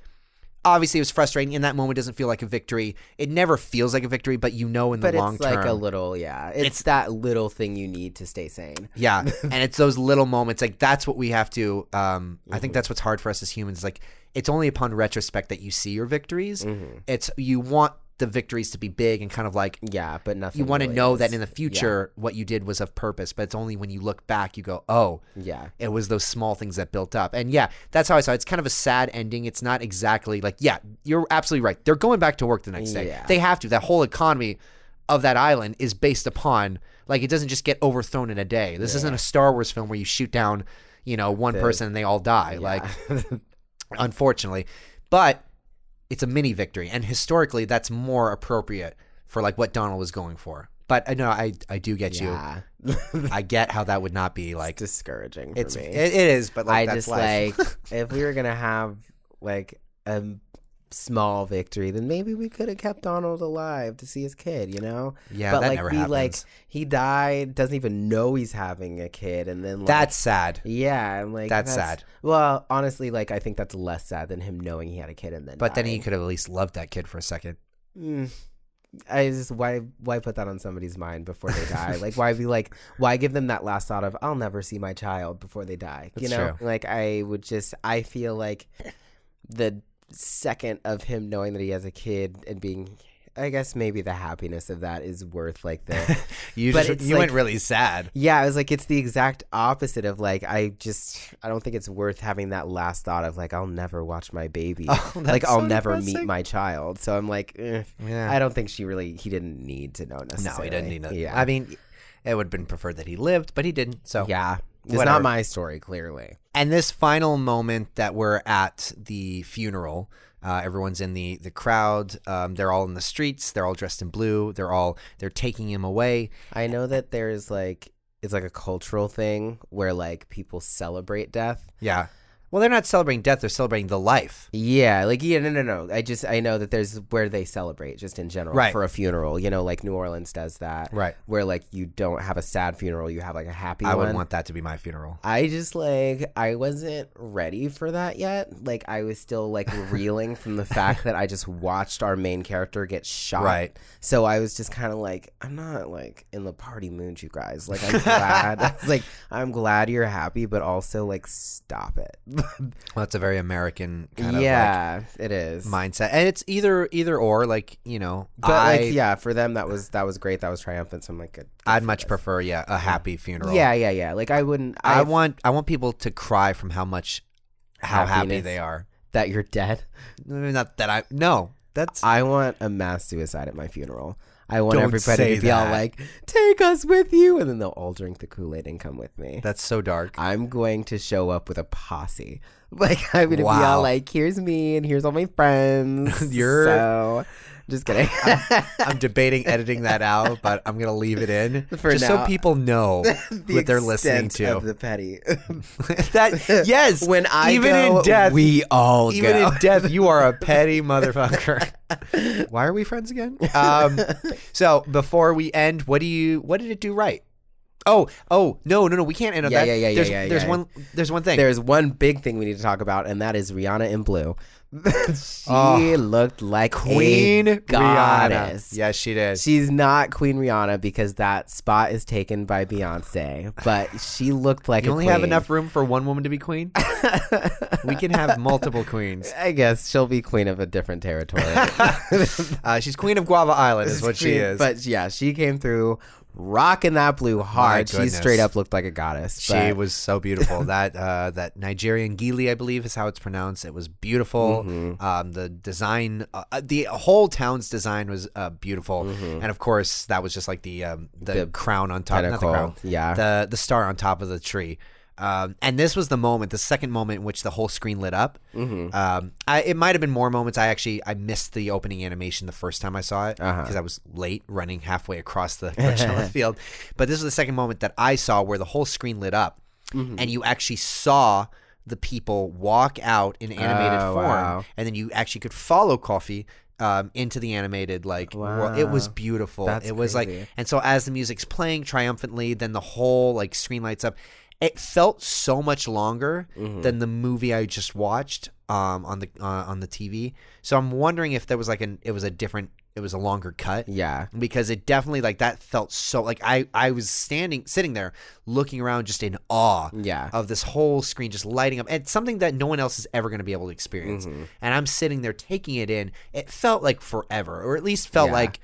Speaker 2: Obviously, it was frustrating. In that moment, it doesn't feel like a victory. It never feels like a victory, but you know in the
Speaker 3: But
Speaker 2: long
Speaker 3: it's like
Speaker 2: term.
Speaker 3: a little, yeah. It's, that little thing you need to stay sane.
Speaker 2: Yeah, and it's those little moments like that's what we have to. Um, I think that's what's hard for us as humans. Like it's only upon retrospect that you see your victories. It's you want the victories to be big and kind of like
Speaker 3: Yeah, but nothing.
Speaker 2: you want to
Speaker 3: really
Speaker 2: know
Speaker 3: is.
Speaker 2: that in the future what you did was of purpose. But it's only when you look back you go, oh,
Speaker 3: Yeah.
Speaker 2: it was those small things that built up. And yeah, that's how I saw it. It's kind of a sad ending. It's not exactly like yeah, you're absolutely right. They're going back to work the next day.
Speaker 3: Yeah.
Speaker 2: They have to. That whole economy of that island is based upon like it doesn't just get overthrown in a day. This isn't a Star Wars film where you shoot down, you know, one person and they all die. Like unfortunately. But it's a mini victory and historically that's more appropriate for like what Donald was going for. But I know I I do get
Speaker 3: Yeah.
Speaker 2: you. I get how that would not be like
Speaker 3: Discouraging for
Speaker 2: it's
Speaker 3: me.
Speaker 2: it, it is, but like
Speaker 3: I
Speaker 2: that's
Speaker 3: just
Speaker 2: life.
Speaker 3: like if we were gonna have like a small victory, then maybe we could have kept Donald alive to see his kid, you know?
Speaker 2: Yeah,
Speaker 3: but
Speaker 2: that
Speaker 3: like
Speaker 2: never
Speaker 3: he like
Speaker 2: happens.
Speaker 3: he died, doesn't even know he's having a kid, and then like,
Speaker 2: That's sad.
Speaker 3: yeah, I'm like
Speaker 2: that's sad.
Speaker 3: Well, honestly, like I think that's less sad than him knowing he had a kid and then.
Speaker 2: But then he
Speaker 3: dying.
Speaker 2: could have at least loved that kid for a second.
Speaker 3: Mm. I just why why put that on somebody's mind before they die? like why be like why give them that last thought of I'll never see my child before they die? you
Speaker 2: That's
Speaker 3: know, like I would just I feel like the second of him knowing that he has a kid and being I guess maybe the happiness of that is worth like the
Speaker 2: You
Speaker 3: But
Speaker 2: just
Speaker 3: it's
Speaker 2: you went
Speaker 3: like-
Speaker 2: really sad.
Speaker 3: yeah I was like it's the exact opposite of like I just I don't think it's worth having that last thought of like I'll never watch my baby
Speaker 2: Oh,
Speaker 3: like I'll never meet my child so I'm like eh.
Speaker 2: Yeah.
Speaker 3: I don't think she really. He didn't need to know
Speaker 2: no,
Speaker 3: necessarily.
Speaker 2: he didn't need that.
Speaker 3: Yeah,
Speaker 2: I mean, it would have been preferred that he lived, but he didn't. So
Speaker 3: yeah. It's
Speaker 2: Whatever.
Speaker 3: not my story, clearly.
Speaker 2: And this final moment that we're at the funeral, uh, everyone's in the the crowd. Um, they're all in the streets. They're all dressed in blue. They're all they're taking him away.
Speaker 3: I know that there's like it's like a cultural thing where like people celebrate death.
Speaker 2: Yeah. Well, they're not celebrating death. They're celebrating the life.
Speaker 3: Yeah, like yeah, no, no, no. I just I know that there's where they celebrate just in general
Speaker 2: Right.
Speaker 3: for a funeral. You know, like New Orleans does that.
Speaker 2: Right.
Speaker 3: Where like you don't have a sad funeral, you have like a happy
Speaker 2: I
Speaker 3: one.
Speaker 2: would want that to be my funeral.
Speaker 3: I just like I wasn't ready for that yet. Like I was still like reeling from the fact that I just watched our main character get shot.
Speaker 2: Right.
Speaker 3: So I was just kind of like, I'm not like in the party mood, you guys. Like I'm glad. I was like I'm glad you're happy, but also like stop it.
Speaker 2: Well, that's a very American kind of like,
Speaker 3: yeah, it is.
Speaker 2: mindset and it's either either or like you know
Speaker 3: but
Speaker 2: I,
Speaker 3: like yeah, for them that was that was great. That was triumphant. So I'm like, good.
Speaker 2: i'd much prefer yeah a happy funeral
Speaker 3: Yeah, yeah, yeah. Like I wouldn't.
Speaker 2: i
Speaker 3: I, want
Speaker 2: want i want people to cry from how much how happy
Speaker 3: Happiness.
Speaker 2: they are
Speaker 3: that you're dead.
Speaker 2: not that i no that's
Speaker 3: I want a mass suicide at my funeral. I want
Speaker 2: Don't
Speaker 3: everybody
Speaker 2: say
Speaker 3: to be all
Speaker 2: that.
Speaker 3: like, "Take us with you," and then they'll all drink the Kool Aid and come with me.
Speaker 2: That's so dark.
Speaker 3: I'm going to show up with a posse. Like I'm gonna be
Speaker 2: Wow.
Speaker 3: all like, "Here's me, and here's all my friends."
Speaker 2: You're-
Speaker 3: so, just kidding.
Speaker 2: I'm debating editing that out, but I'm gonna leave it in
Speaker 3: For
Speaker 2: just
Speaker 3: now.
Speaker 2: so people know
Speaker 3: The
Speaker 2: what they're listening
Speaker 3: extent
Speaker 2: to.
Speaker 3: of the petty.
Speaker 2: that yes,
Speaker 3: when I
Speaker 2: even
Speaker 3: go,
Speaker 2: in death,
Speaker 3: we all
Speaker 2: even
Speaker 3: go.
Speaker 2: in death, you are a petty motherfucker. Why are we friends again? Um, so before we end, what do you? What did it do right? Oh, oh no, no, no! We can't end on
Speaker 3: Yeah,
Speaker 2: that.
Speaker 3: yeah, yeah, yeah,
Speaker 2: there's,
Speaker 3: yeah,
Speaker 2: There's
Speaker 3: yeah.
Speaker 2: one. There's one thing.
Speaker 3: There's one big thing we need to talk about, and that is Rihanna in blue. she
Speaker 2: Oh.
Speaker 3: looked like a
Speaker 2: Queen
Speaker 3: goddess.
Speaker 2: Rihanna. Yes, she did.
Speaker 3: She's not Queen Rihanna because that spot is taken by Beyonce, but she looked like
Speaker 2: you
Speaker 3: a
Speaker 2: only have
Speaker 3: queen.
Speaker 2: enough room for one woman to be queen. we can have multiple queens.
Speaker 3: I guess she'll be queen of a different territory.
Speaker 2: Uh, she's queen of Guava Island, is what she is.
Speaker 3: But yeah, she came through rocking that blue hard. She
Speaker 2: goodness.
Speaker 3: straight up looked like a goddess.
Speaker 2: She
Speaker 3: but-
Speaker 2: was so beautiful. that uh, that Nigerian gili, I believe, is how it's pronounced. It was beautiful.
Speaker 3: Mm-hmm.
Speaker 2: Um, the design, uh, uh, the whole town's design was uh, beautiful, and of course, that was just like the um, the,
Speaker 3: Mm-hmm. The
Speaker 2: crown on top, not the
Speaker 3: pinnacle,
Speaker 2: crown,
Speaker 3: yeah.
Speaker 2: the the star on top of the tree. Um, and this was the moment, the second moment in which the whole screen lit up.
Speaker 3: Mm-hmm.
Speaker 2: Um, I, it might have been more moments. I actually I missed the opening animation the first time I saw it
Speaker 3: Uh-huh.
Speaker 2: because I was late running halfway across the Coachella field. But this was the second moment that I saw where the whole screen lit up
Speaker 3: Mm-hmm.
Speaker 2: and you actually saw the people walk out in animated
Speaker 3: Oh,
Speaker 2: form.
Speaker 3: wow.
Speaker 2: And then you actually could follow Coffee um, into the animated, like, wor- it was
Speaker 3: Wow.
Speaker 2: beautiful.
Speaker 3: That's
Speaker 2: it was
Speaker 3: crazy.
Speaker 2: like, and so as the music's playing triumphantly, then the whole like screen lights up. It felt so much longer than the movie I just watched um, on the uh, on the TV. So I'm wondering if there was like an it was a different it was a longer cut
Speaker 3: yeah.
Speaker 2: because it definitely like that felt so like I I was standing sitting there looking around just in awe
Speaker 3: Yeah.
Speaker 2: of this whole screen just lighting up and something that no one else is ever going to be able to experience
Speaker 3: Mm-hmm.
Speaker 2: and I'm sitting there taking it in it felt like forever or at least felt
Speaker 3: Yeah.
Speaker 2: like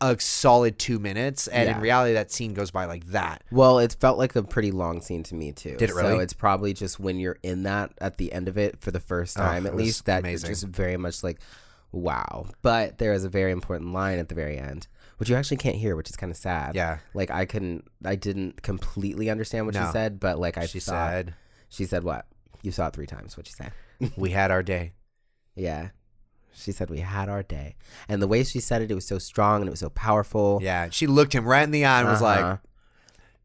Speaker 2: a solid 2 minutes and
Speaker 3: Yeah.
Speaker 2: in reality that scene goes by like that
Speaker 3: Well, it felt like a pretty long scene to me too.
Speaker 2: Did it
Speaker 3: So
Speaker 2: really?
Speaker 3: it's probably just when you're in that at the end of it for the first
Speaker 2: Oh,
Speaker 3: time,
Speaker 2: it
Speaker 3: at
Speaker 2: was
Speaker 3: least that
Speaker 2: amazing.
Speaker 3: it's just very much like, wow. But there is a very important line at the very end, which you actually can't hear, which is kind of sad.
Speaker 2: yeah
Speaker 3: Like I couldn't, I didn't completely understand what she
Speaker 2: No.
Speaker 3: said, but like I
Speaker 2: she
Speaker 3: saw,
Speaker 2: said
Speaker 3: she said what you saw it three times. What she said,
Speaker 2: we had our day
Speaker 3: yeah. She said we had our day, and the way she said it, it was so strong and it was so powerful.
Speaker 2: yeah she looked him right in the eye and was like
Speaker 3: Uh-huh.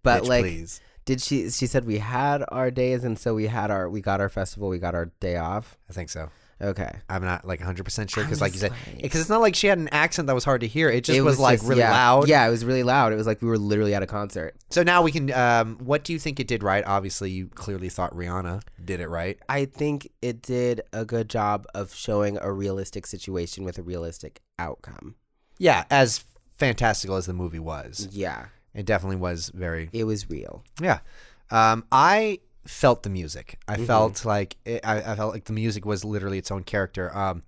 Speaker 3: but
Speaker 2: "Bitch,
Speaker 3: like
Speaker 2: please
Speaker 3: did she she said we had our days and so we had our we got our festival we got our day off
Speaker 2: I think so
Speaker 3: okay
Speaker 2: I'm not like 100% sure because,
Speaker 3: I'm
Speaker 2: like you said,
Speaker 3: just like-
Speaker 2: because it's not like she had an accent that was hard to hear. It just was, like really
Speaker 3: yeah.
Speaker 2: loud.
Speaker 3: yeah it was really loud it was like we were literally at a concert
Speaker 2: So now we can. Um, what do you think it did right? Obviously, you clearly thought Rihanna did it right.
Speaker 3: i think it did a good job of showing a realistic situation with a realistic outcome
Speaker 2: Yeah, as fantastical as the movie was,
Speaker 3: yeah
Speaker 2: it definitely was very.
Speaker 3: it was real
Speaker 2: Yeah, um, I felt the music. I felt like it, I, I felt like the music was literally its own character. Um,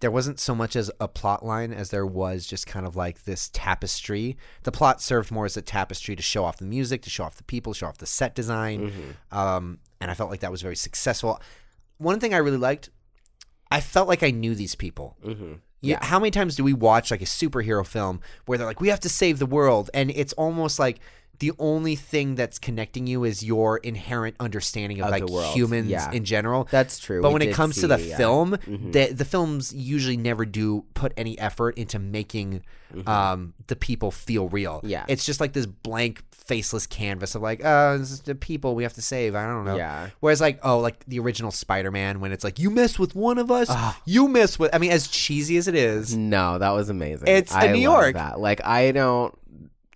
Speaker 2: there wasn't so much as a plot line as there was just kind of like this tapestry. The plot served more as a tapestry to show off the music, to show off the people, show off the set design. Um, and I felt like that was very successful. One thing I really liked, I felt like I knew these people.
Speaker 3: mm-hmm.
Speaker 2: Yeah. How many times do we watch like a superhero film where they're like, we have to save the world? And it's almost like the only thing that's connecting you is your inherent understanding of,
Speaker 3: Of
Speaker 2: like
Speaker 3: the world.
Speaker 2: humans
Speaker 3: Yeah.
Speaker 2: in general.
Speaker 3: that's true
Speaker 2: but
Speaker 3: We
Speaker 2: when it
Speaker 3: did
Speaker 2: comes to the
Speaker 3: see, yeah.
Speaker 2: film,
Speaker 3: Mhm.
Speaker 2: the, the films usually never do put any effort into making um, the people feel real.
Speaker 3: Mm-hmm. Yeah.
Speaker 2: It's just like this blank, faceless canvas of like, oh, this is the people we have to save. I don't know.
Speaker 3: yeah
Speaker 2: Whereas, like, oh, like the original Spider Man, when it's like, you mess with one of us,
Speaker 3: Ah.
Speaker 2: you mess with. I mean, as cheesy as it is,
Speaker 3: no that was amazing
Speaker 2: It's
Speaker 3: I
Speaker 2: in New
Speaker 3: love
Speaker 2: York.
Speaker 3: that. like i don't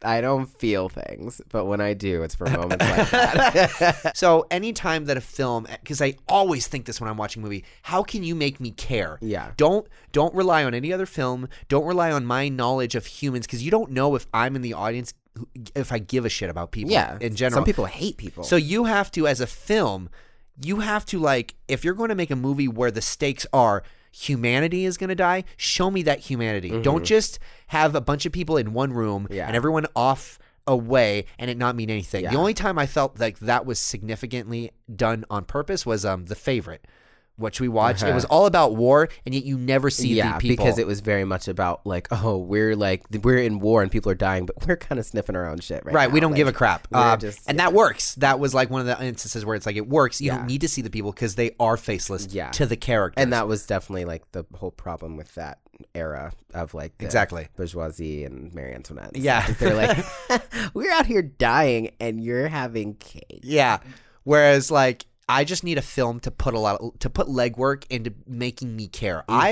Speaker 3: i don't feel things but when i do it's for moments like that
Speaker 2: so anytime that a film, because I always think this when I'm watching a movie, how can you make me care?
Speaker 3: Yeah.
Speaker 2: Don't don't rely on any other film. Don't rely on my knowledge of humans, because you don't know if I'm in the audience, who- if I give a shit about people.
Speaker 3: yeah
Speaker 2: In general,
Speaker 3: some people hate people
Speaker 2: So you have to, as a film, you have to like if you're going to make a movie where the stakes are humanity is going to die, show me that humanity. Don't just have a bunch of people in one room
Speaker 3: Mm-hmm. Yeah.
Speaker 2: and everyone off away and it not mean anything.
Speaker 3: Yeah.
Speaker 2: The only time I felt like that was significantly done on purpose was um the favorite which we watched. It was all about war, and yet you never see
Speaker 3: Uh-huh. yeah,
Speaker 2: the people.
Speaker 3: because it was very much about like, oh, we're like th- we're in war and people are dying, but we're kind of sniffing our own shit, right?
Speaker 2: Right,
Speaker 3: now.
Speaker 2: we don't give a
Speaker 3: Like,
Speaker 2: crap,
Speaker 3: we're
Speaker 2: Um,
Speaker 3: just-
Speaker 2: and that works. That was like one of the instances where it's like it works. You don't need to see the people because they are faceless
Speaker 3: Yeah.
Speaker 2: to the characters.
Speaker 3: and that was definitely like the whole problem with that era of like the
Speaker 2: Exactly.
Speaker 3: bourgeoisie and Marie Antoinette. and
Speaker 2: Yeah.
Speaker 3: stuff, is they're like, we're out here dying and you're having cake.
Speaker 2: yeah. Whereas like I just need a film to put a lot of, to put legwork into making me care.
Speaker 3: Mm-hmm.
Speaker 2: I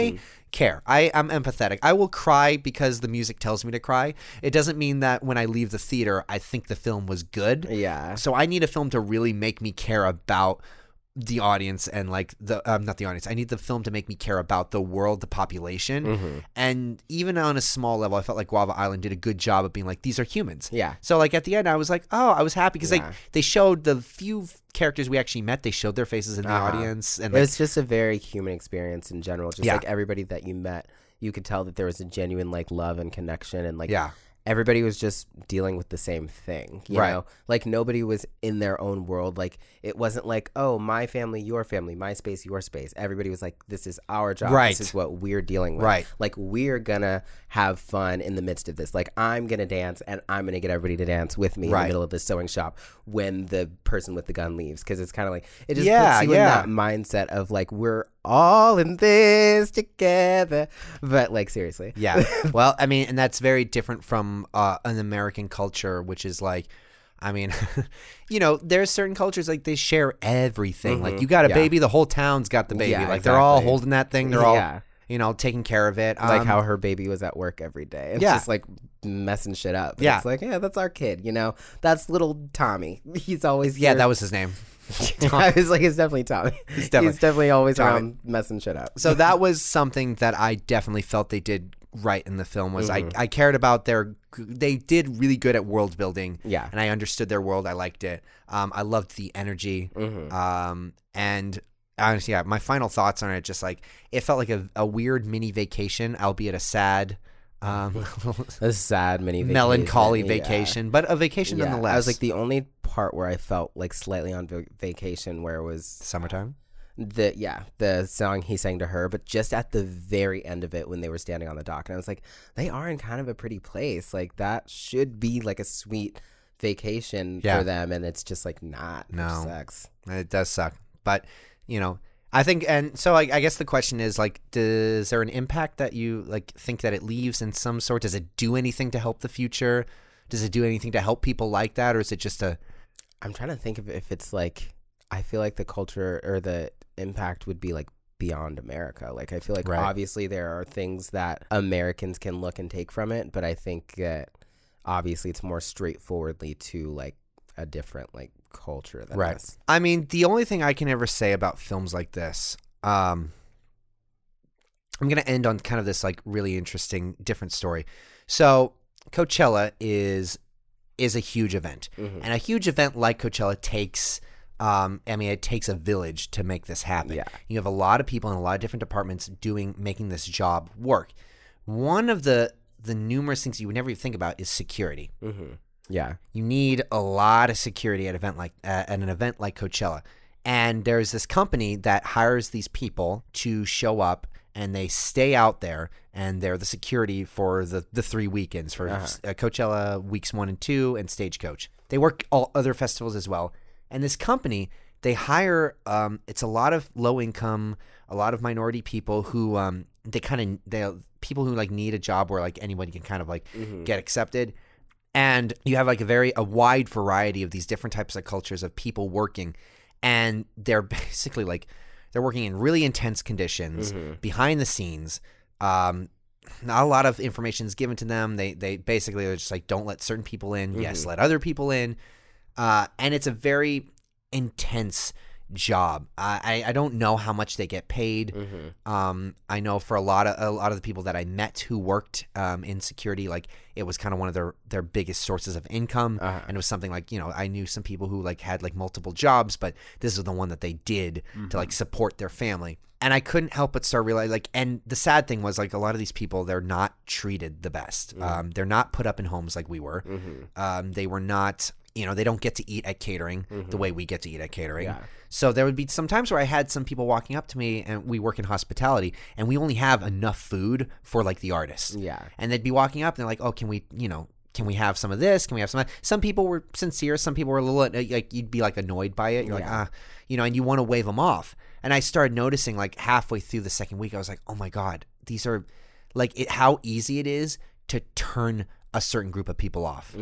Speaker 2: care. I am empathetic. I will cry because the music tells me to cry. It doesn't mean that when I leave the theater, I think the film was good.
Speaker 3: Yeah,
Speaker 2: So I need a film to really make me care about the audience and like the um, not the audience. I need the film to make me care about the world, the population,
Speaker 3: Mm-hmm.
Speaker 2: and even on a small level, I felt like Guava Island did a good job of being like these are humans.
Speaker 3: Yeah.
Speaker 2: So like at the end, I was like, oh, I was happy because
Speaker 3: Yeah.
Speaker 2: like they showed the few characters we actually met. They showed their faces in the
Speaker 3: Uh-huh.
Speaker 2: audience, and
Speaker 3: it
Speaker 2: like,
Speaker 3: was just a very human experience in general. Just
Speaker 2: Yeah.
Speaker 3: like everybody that you met, you could tell that there was a genuine like love and connection, and like
Speaker 2: yeah,
Speaker 3: everybody was just dealing with the same thing you
Speaker 2: Right.
Speaker 3: know like nobody was in their own world like it wasn't like oh my family your family my space your space everybody was like this is our job
Speaker 2: Right.
Speaker 3: this is what we're dealing with
Speaker 2: Right.
Speaker 3: like we're gonna have fun in the midst of this like i'm gonna dance and i'm gonna get everybody to dance with me in
Speaker 2: Right.
Speaker 3: the middle of the sewing shop when the person with the gun leaves because it's kind of like it just
Speaker 2: Yeah,
Speaker 3: puts you
Speaker 2: yeah.
Speaker 3: in that mindset of like we're all in this together but like seriously
Speaker 2: yeah. well, I mean, and that's very different from uh, an American culture, which is like. I mean, you know, there's certain cultures like they share everything. Like you got a
Speaker 3: Mm-hmm. Yeah.
Speaker 2: baby, the whole town's got the baby.
Speaker 3: Yeah,
Speaker 2: like they're all
Speaker 3: exactly.
Speaker 2: holding that thing. They're all,
Speaker 3: Yeah.
Speaker 2: you know, taking care of it.
Speaker 3: like
Speaker 2: Um,
Speaker 3: how her baby was at work every day. It's
Speaker 2: Yeah.
Speaker 3: just like messing shit up. And
Speaker 2: Yeah.
Speaker 3: It's like, yeah, that's our kid, you know? That's little Tommy. He's always
Speaker 2: Yeah,
Speaker 3: here.
Speaker 2: that was his name.
Speaker 3: I was like, it's definitely Tommy. He's
Speaker 2: definitely-
Speaker 3: definitely, always around messing shit up.
Speaker 2: So that was something that I definitely felt they did right in the film. Was
Speaker 3: Mm-hmm.
Speaker 2: I, I cared about their. They did really good at world building.
Speaker 3: Yeah.
Speaker 2: and I understood their world. I liked it. Um, I loved the energy.
Speaker 3: Mm-hmm. Mm.
Speaker 2: Um, and honestly, yeah, my final thoughts on it just like it felt like a, a weird mini vacation, albeit a sad, um,
Speaker 3: A sad mini vacation.
Speaker 2: melancholy
Speaker 3: Yeah.
Speaker 2: vacation, but a vacation
Speaker 3: Yeah.
Speaker 2: nonetheless.
Speaker 3: I was like the only part where I felt like slightly on va- vacation where it was
Speaker 2: summertime.
Speaker 3: the yeah the song he sang to her, but just at the very end of it when they were standing on the dock, and I was like, they are in kind of a pretty place. Like that should be like a sweet vacation
Speaker 2: Yeah.
Speaker 3: for them, and it's just like not. Which
Speaker 2: No.
Speaker 3: sucks.
Speaker 2: It does suck, but you know, I think, and so I, I guess the question is like, does there an impact that you like think that it leaves in some sort? Does it do anything to help the future? Does it do anything to help people like that, or is it just a
Speaker 3: I'm trying to think of if it's like I feel like the culture or the impact would be like beyond America. Like I feel like
Speaker 2: Right.
Speaker 3: obviously there are things that Americans can look and take from it, but I think that obviously it's more straightforwardly to like a different like culture than
Speaker 2: Right.
Speaker 3: us.
Speaker 2: I mean, the only thing I can ever say about films like this, um, I'm going to end on kind of this like really interesting different story. So Coachella is is a huge event,
Speaker 3: Mm-hmm. Hmm.
Speaker 2: and a huge event like Coachella takes. Um, I mean, it takes a village to make this happen.
Speaker 3: Yeah.
Speaker 2: You have a lot of people in a lot of different departments doing making this job work. One of the the numerous things you would never even think about is security.
Speaker 3: Mm-hmm. Yeah.
Speaker 2: You need a lot of security at event like uh, at an event like Coachella. And there's this company that hires these people to show up and they stay out there and they're the security for the, the three weekends for uh Coachella weeks 1 and 2 and Stagecoach. They work all other festivals as well. And this company, they hire um, it's a lot of low income, a lot of minority people who um, they kind of they people who like need a job where like anybody can kind of like
Speaker 3: Mm-hmm.
Speaker 2: get accepted and you have like a very a wide variety of these different types of cultures of people working and they're basically like they're working in really intense conditions behind the scenes um not a lot of information is given to them they they basically are just like don't let certain people in yes let other people in uh and it's a very intense job i i I don't know how much they get paid
Speaker 3: Mm-hmm.
Speaker 2: um, I know for a lot of a lot of the people that I met who worked um, in security, like it was kind of one of their their biggest sources of income, and it was something like you know I knew some people who like had like multiple jobs, but this is the one that they did to like support their family. And I couldn't help but start realizing like, and the sad thing was like a lot of these people they're not treated the best. Um, they're not put up in homes like we were. Um, they were not you know, they don't get to eat at catering the way we get to eat at catering.
Speaker 3: Yeah.
Speaker 2: So there would be some times where I had some people walking up to me, and we work in hospitality, and we only have enough food for like the artists.
Speaker 3: Yeah.
Speaker 2: And they'd be walking up, and they're like, "Oh, can we, you know, can we have some of this? Can we have some?" Of that? Some people were sincere, some people were a little uh, like you'd be like annoyed by it. You're like, ah, you know, and you want to wave them off. And I started noticing like halfway through the second week, I was like, "Oh my god, these are like it, how easy it is to turn." A certain group of people off.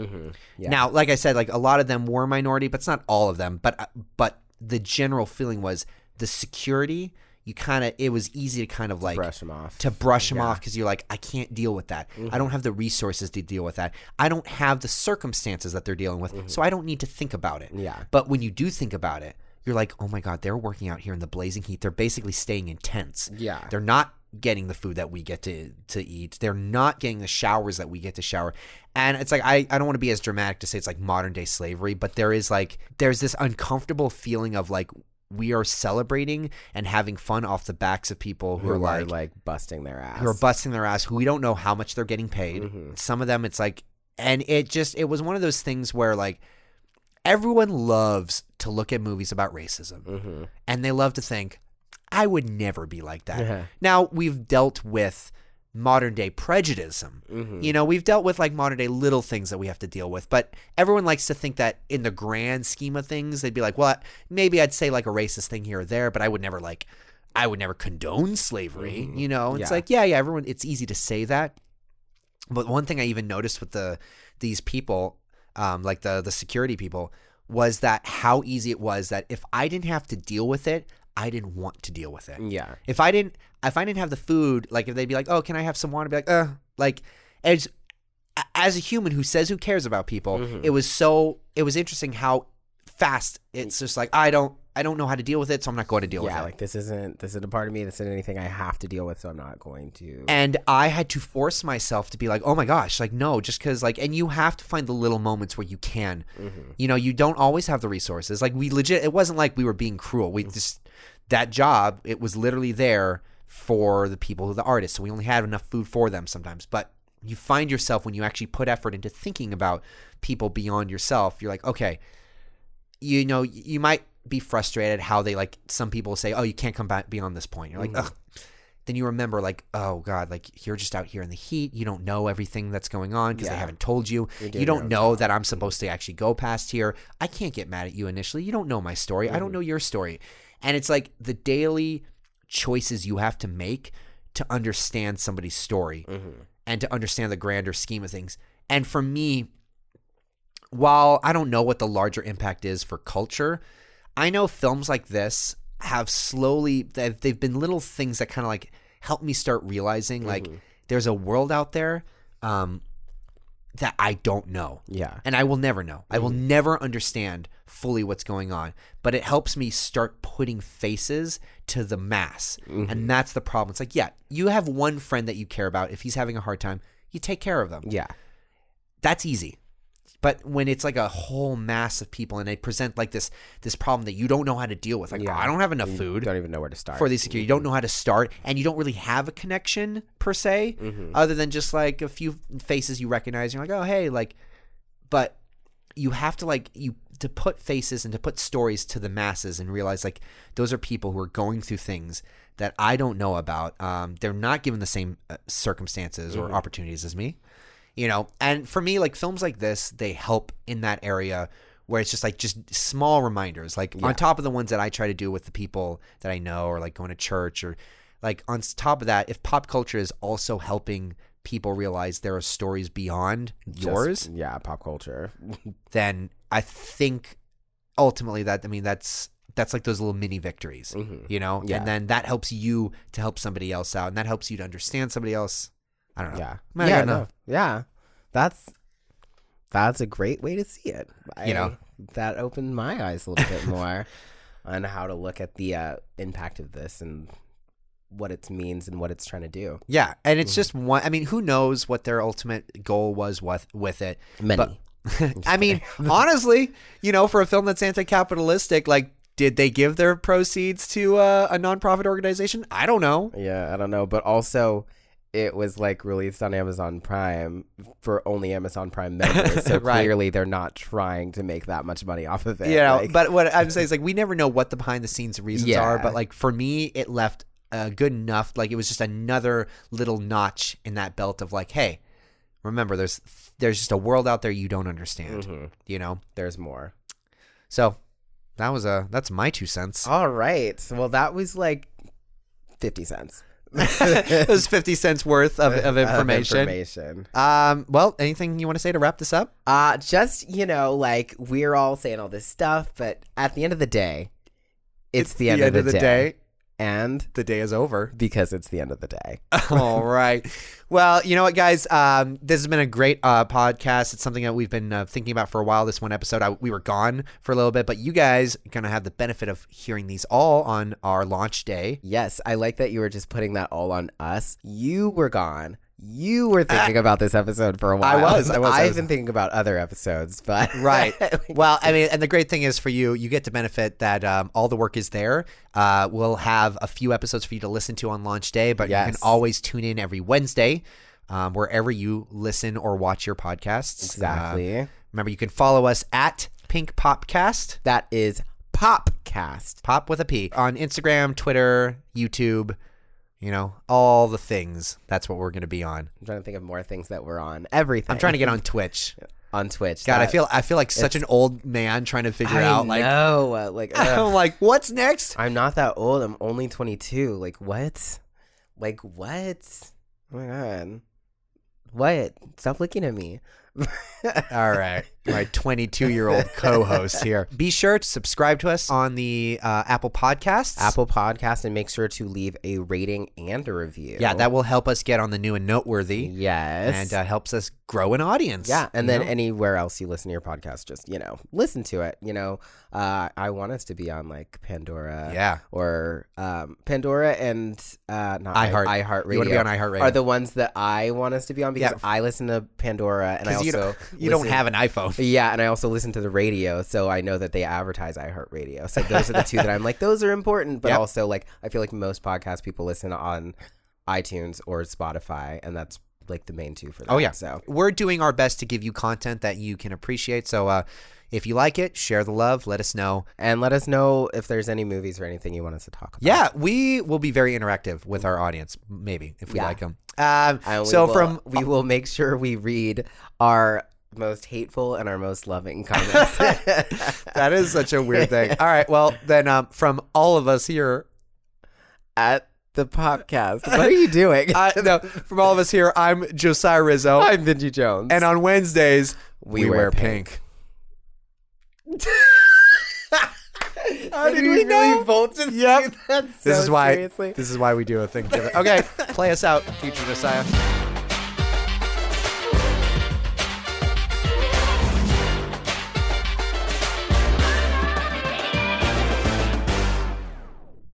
Speaker 2: Now, like I said, like a lot of them were minority, but it's not all of them. But uh, but the general feeling was the security. You kind of it was easy to kind of like
Speaker 3: Brush them off.
Speaker 2: to brush them off because you're like, I can't deal with that. I don't have the resources to deal with that. I don't have the circumstances that they're dealing with, so I don't need to think about it.
Speaker 3: Yeah.
Speaker 2: But when you do think about it, you're like, oh my god, they're working out here in the blazing heat. They're basically staying in tents.
Speaker 3: Yeah.
Speaker 2: They're not getting the food that we get to to eat. They're not getting the showers that we get to shower. And it's like I, I don't want to be as dramatic to say it's like modern day slavery, but there is like there's this uncomfortable feeling of like we are celebrating and having fun off the backs of people who,
Speaker 3: who
Speaker 2: are
Speaker 3: are
Speaker 2: like
Speaker 3: like busting their ass.
Speaker 2: who are busting their ass who we don't know how much they're getting paid
Speaker 3: Mm-hmm.
Speaker 2: some of them it's like and it just it was one of those things where like everyone loves to look at movies about racism
Speaker 3: Mm-hmm.
Speaker 2: and they love to think i would never be like that now we've dealt with modern day prejudice
Speaker 3: Mm-hmm.
Speaker 2: you know we've dealt with like modern day little things that we have to deal with but everyone likes to think that in the grand scheme of things they'd be like well maybe i'd say like a racist thing here or there but i would never like i would never condone slavery you know it's
Speaker 3: Yeah.
Speaker 2: like yeah yeah everyone it's easy to say that but one thing I even noticed with the these people, um, like the the security people, was that how easy it was that if I didn't have to deal with it, I didn't want to deal with it.
Speaker 3: yeah.
Speaker 2: If I didn't, if I didn't have the food, like if they'd be like, "Oh, can I have some water?" I'd be like, "Uh," like as a- as a human who says who cares about people, it was so it was interesting how fast it's just like I don't I don't know how to deal with it, so I'm not going to deal with
Speaker 3: Yeah,
Speaker 2: it.
Speaker 3: like this isn't this isn't a part of me. This isn't anything I have to deal with, so I'm not going to.
Speaker 2: and I had to force myself to be like, oh my gosh, like no, just because like, and you have to find the little moments where you can, you know, you don't always have the resources. Like we legit, it wasn't like we were being cruel. We just that job, it was literally there for the people, the artists. So we only had enough food for them sometimes, but you find yourself when you actually put effort into thinking about people beyond yourself. You're like, okay, you know, you might be frustrated how they like some people say, "Oh, you can't come back beyond this point." You're like, "Ugh." Then you remember, like, "Oh God, like you're just out here in the heat. You don't know everything that's going on because they
Speaker 3: Yeah.
Speaker 2: haven't told you. You don't know that I'm supposed to actually go past here. I can't get mad at you initially. You don't know my story. I don't know your story." And it's like the daily choices you have to make to understand somebody's story and to understand the grander scheme of things. And for me, while I don't know what the larger impact is for culture, I know films like this have slowly they've, they've been little things that kind of like help me start realizing like there's a world out there um, that I don't know.
Speaker 3: Yeah.
Speaker 2: And I will never know. I will never understand fully what's going on, but it helps me start putting faces to the mass. And that's the problem. It's like, yeah, you have one friend that you care about. If he's having a hard time, you take care of them
Speaker 3: Yeah.
Speaker 2: that's easy but when it's like a whole mass of people and they present like this this problem that you don't know how to deal with like "Oh, i don't have enough food
Speaker 3: Don't even know where to start.
Speaker 2: for these security you don't know how to start and you don't really have a connection per se other than just like a few faces you recognize you're like oh hey like but you have to like you to put faces and to put stories to the masses and realize like those are people who are going through things that I don't know about. Um, they're not given the same uh, circumstances or opportunities as me, you know. And for me, like films like this, they help in that area where it's just like just small reminders, like on top of the ones that I try to do with the people that I know or like going to church or like on s- top of that, if pop culture is also helping people realize there are stories beyond yours
Speaker 3: Just- yeah, pop culture.
Speaker 2: then I think ultimately that I mean that's that's like those little mini victories, you know,
Speaker 3: Yeah.
Speaker 2: and then that helps you to help somebody else out, and that helps you to understand somebody else. I don't know.
Speaker 3: Yeah.
Speaker 2: Man, I
Speaker 3: yeah.
Speaker 2: got
Speaker 3: no.
Speaker 2: enough.
Speaker 3: Yeah. That's that's a great way to see it. I,
Speaker 2: You know.
Speaker 3: that opened my eyes a little bit more on how to look at the uh, impact of this and what it means and what it's trying to do.
Speaker 2: Yeah, and
Speaker 3: Mm.
Speaker 2: it's just one. I mean, who knows what their ultimate goal was with with it?
Speaker 3: Many.
Speaker 2: I mean, honestly, you know, for a film that's anti-capitalistic, like, did they give their proceeds to uh, a nonprofit organization? I don't know.
Speaker 3: Yeah, I don't know, but also it was like released on Amazon Prime for only Amazon Prime members. So
Speaker 2: Right.
Speaker 3: clearly they're not trying to make that much money off of it.
Speaker 2: you know,
Speaker 3: like-
Speaker 2: but what I'm saying is like we never know what the behind the scenes reasons
Speaker 3: Yeah.
Speaker 2: are, but like for me, it left uh, good enough. Like it was just another little notch in that belt of like, hey, remember, there's there's just a world out there you don't understand,
Speaker 3: Mhm.
Speaker 2: you know.
Speaker 3: there's more.
Speaker 2: So that was a that's my two cents.
Speaker 3: All right. Well, that was like 50 cents
Speaker 2: it was fifty cents worth of, of
Speaker 3: of
Speaker 2: information.
Speaker 3: information.
Speaker 2: Um, well, anything you want to say to wrap this up?
Speaker 3: Uh, just, you know, like we're all saying all this stuff, but at the end of the day, it's, the, end, of the, day. And
Speaker 2: the day is over.
Speaker 3: because it's the end of the day.
Speaker 2: All right. Well, you know what, guys? Um, this has been a great uh, podcast. It's something that we've been uh, thinking about for a while. This one episode, I, we were gone for a little bit, but you guys are going to have the benefit of hearing these all on our launch day.
Speaker 3: Yes, I like that you were just putting that all on us. You were gone. You were thinking about this episode for a while.
Speaker 2: was, Ah. I was, I
Speaker 3: I've
Speaker 2: was.
Speaker 3: been thinking about other episodes, but
Speaker 2: Right. well, I mean, and the great thing is for you, you get to benefit that um, all the work is there. Uh, we'll have a few episodes for you to listen to on launch day, but you
Speaker 3: Yes.
Speaker 2: can always tune in every Wednesday. Um, wherever you listen or watch your podcasts. Uh,
Speaker 3: exactly.
Speaker 2: remember, you can follow us at Pink Popcast.
Speaker 3: that is Popcast.
Speaker 2: Pop with a P on Instagram, Twitter, YouTube, you know, all the things. That's what we're going to be on.
Speaker 3: I'm trying to think of more things that we're on. Everything.
Speaker 2: I'm trying to get on Twitch.
Speaker 3: on Twitch.
Speaker 2: God, I
Speaker 3: That-
Speaker 2: feel I feel like such an old man trying to figure
Speaker 3: I
Speaker 2: out like
Speaker 3: know. uh, Like ugh.
Speaker 2: I'm like what's next?
Speaker 3: I'm not that old. I'm only 22. Like what? Like what? Oh my god. What? Stop looking at me.
Speaker 2: All right. My 22 year old co host here. Be sure to subscribe to us on the uh, Apple Podcasts.
Speaker 3: Apple Podcast and make sure to leave a rating and a review.
Speaker 2: Yeah, that will help us get on the new and noteworthy
Speaker 3: yes.
Speaker 2: and uh, helps us grow an audience.
Speaker 3: yeah, and
Speaker 2: you
Speaker 3: then
Speaker 2: know?
Speaker 3: anywhere else you listen to your podcast, just you know, listen to it. You know, uh, I want us to be on like Pandora,
Speaker 2: yeah.
Speaker 3: or um, Pandora and uh, not
Speaker 2: iHeart.
Speaker 3: I, iHeartRadio.
Speaker 2: You want to be on iHeartRadio.
Speaker 3: Are the ones that I want us to be on because
Speaker 2: Yeah.
Speaker 3: I listen to Pandora and I
Speaker 2: 'Cause
Speaker 3: also
Speaker 2: you don't- you don't
Speaker 3: listen-
Speaker 2: have an iPhone.
Speaker 3: Yeah, and I also listen to the radio, so I know that they advertise iHeartRadio. So those are the two that I'm like, those are important, but
Speaker 2: Yep.
Speaker 3: also like I feel like most podcast people listen on iTunes or Spotify, and that's like the main two for that.
Speaker 2: Oh, yeah.
Speaker 3: So
Speaker 2: We're doing our best to give you content that you can appreciate. So uh, if you like it, share the love, let us know.
Speaker 3: and let us know if there's any movies or anything you want us to talk about.
Speaker 2: Yeah, we will be very interactive with our audience, maybe, if we
Speaker 3: Yeah.
Speaker 2: like them. Um,
Speaker 3: And we
Speaker 2: so
Speaker 3: will-
Speaker 2: from
Speaker 3: we will make sure we read our most hateful and our most loving comments.
Speaker 2: that is such a weird thing. All right, well then, um, from all of us here,
Speaker 3: at the podcast. What are you doing?
Speaker 2: I, no, from all of us here, I'm Josiah Rizzo,
Speaker 3: I'm Benji Jones.
Speaker 2: and on Wednesdays we,
Speaker 3: We wear
Speaker 2: wear
Speaker 3: pink.
Speaker 2: pink.
Speaker 3: how
Speaker 2: did we know?
Speaker 3: really both just
Speaker 2: Yep.
Speaker 3: do that so
Speaker 2: This is why.
Speaker 3: seriously?
Speaker 2: This is why we do a thing. together. Okay, play us out, future Josiah.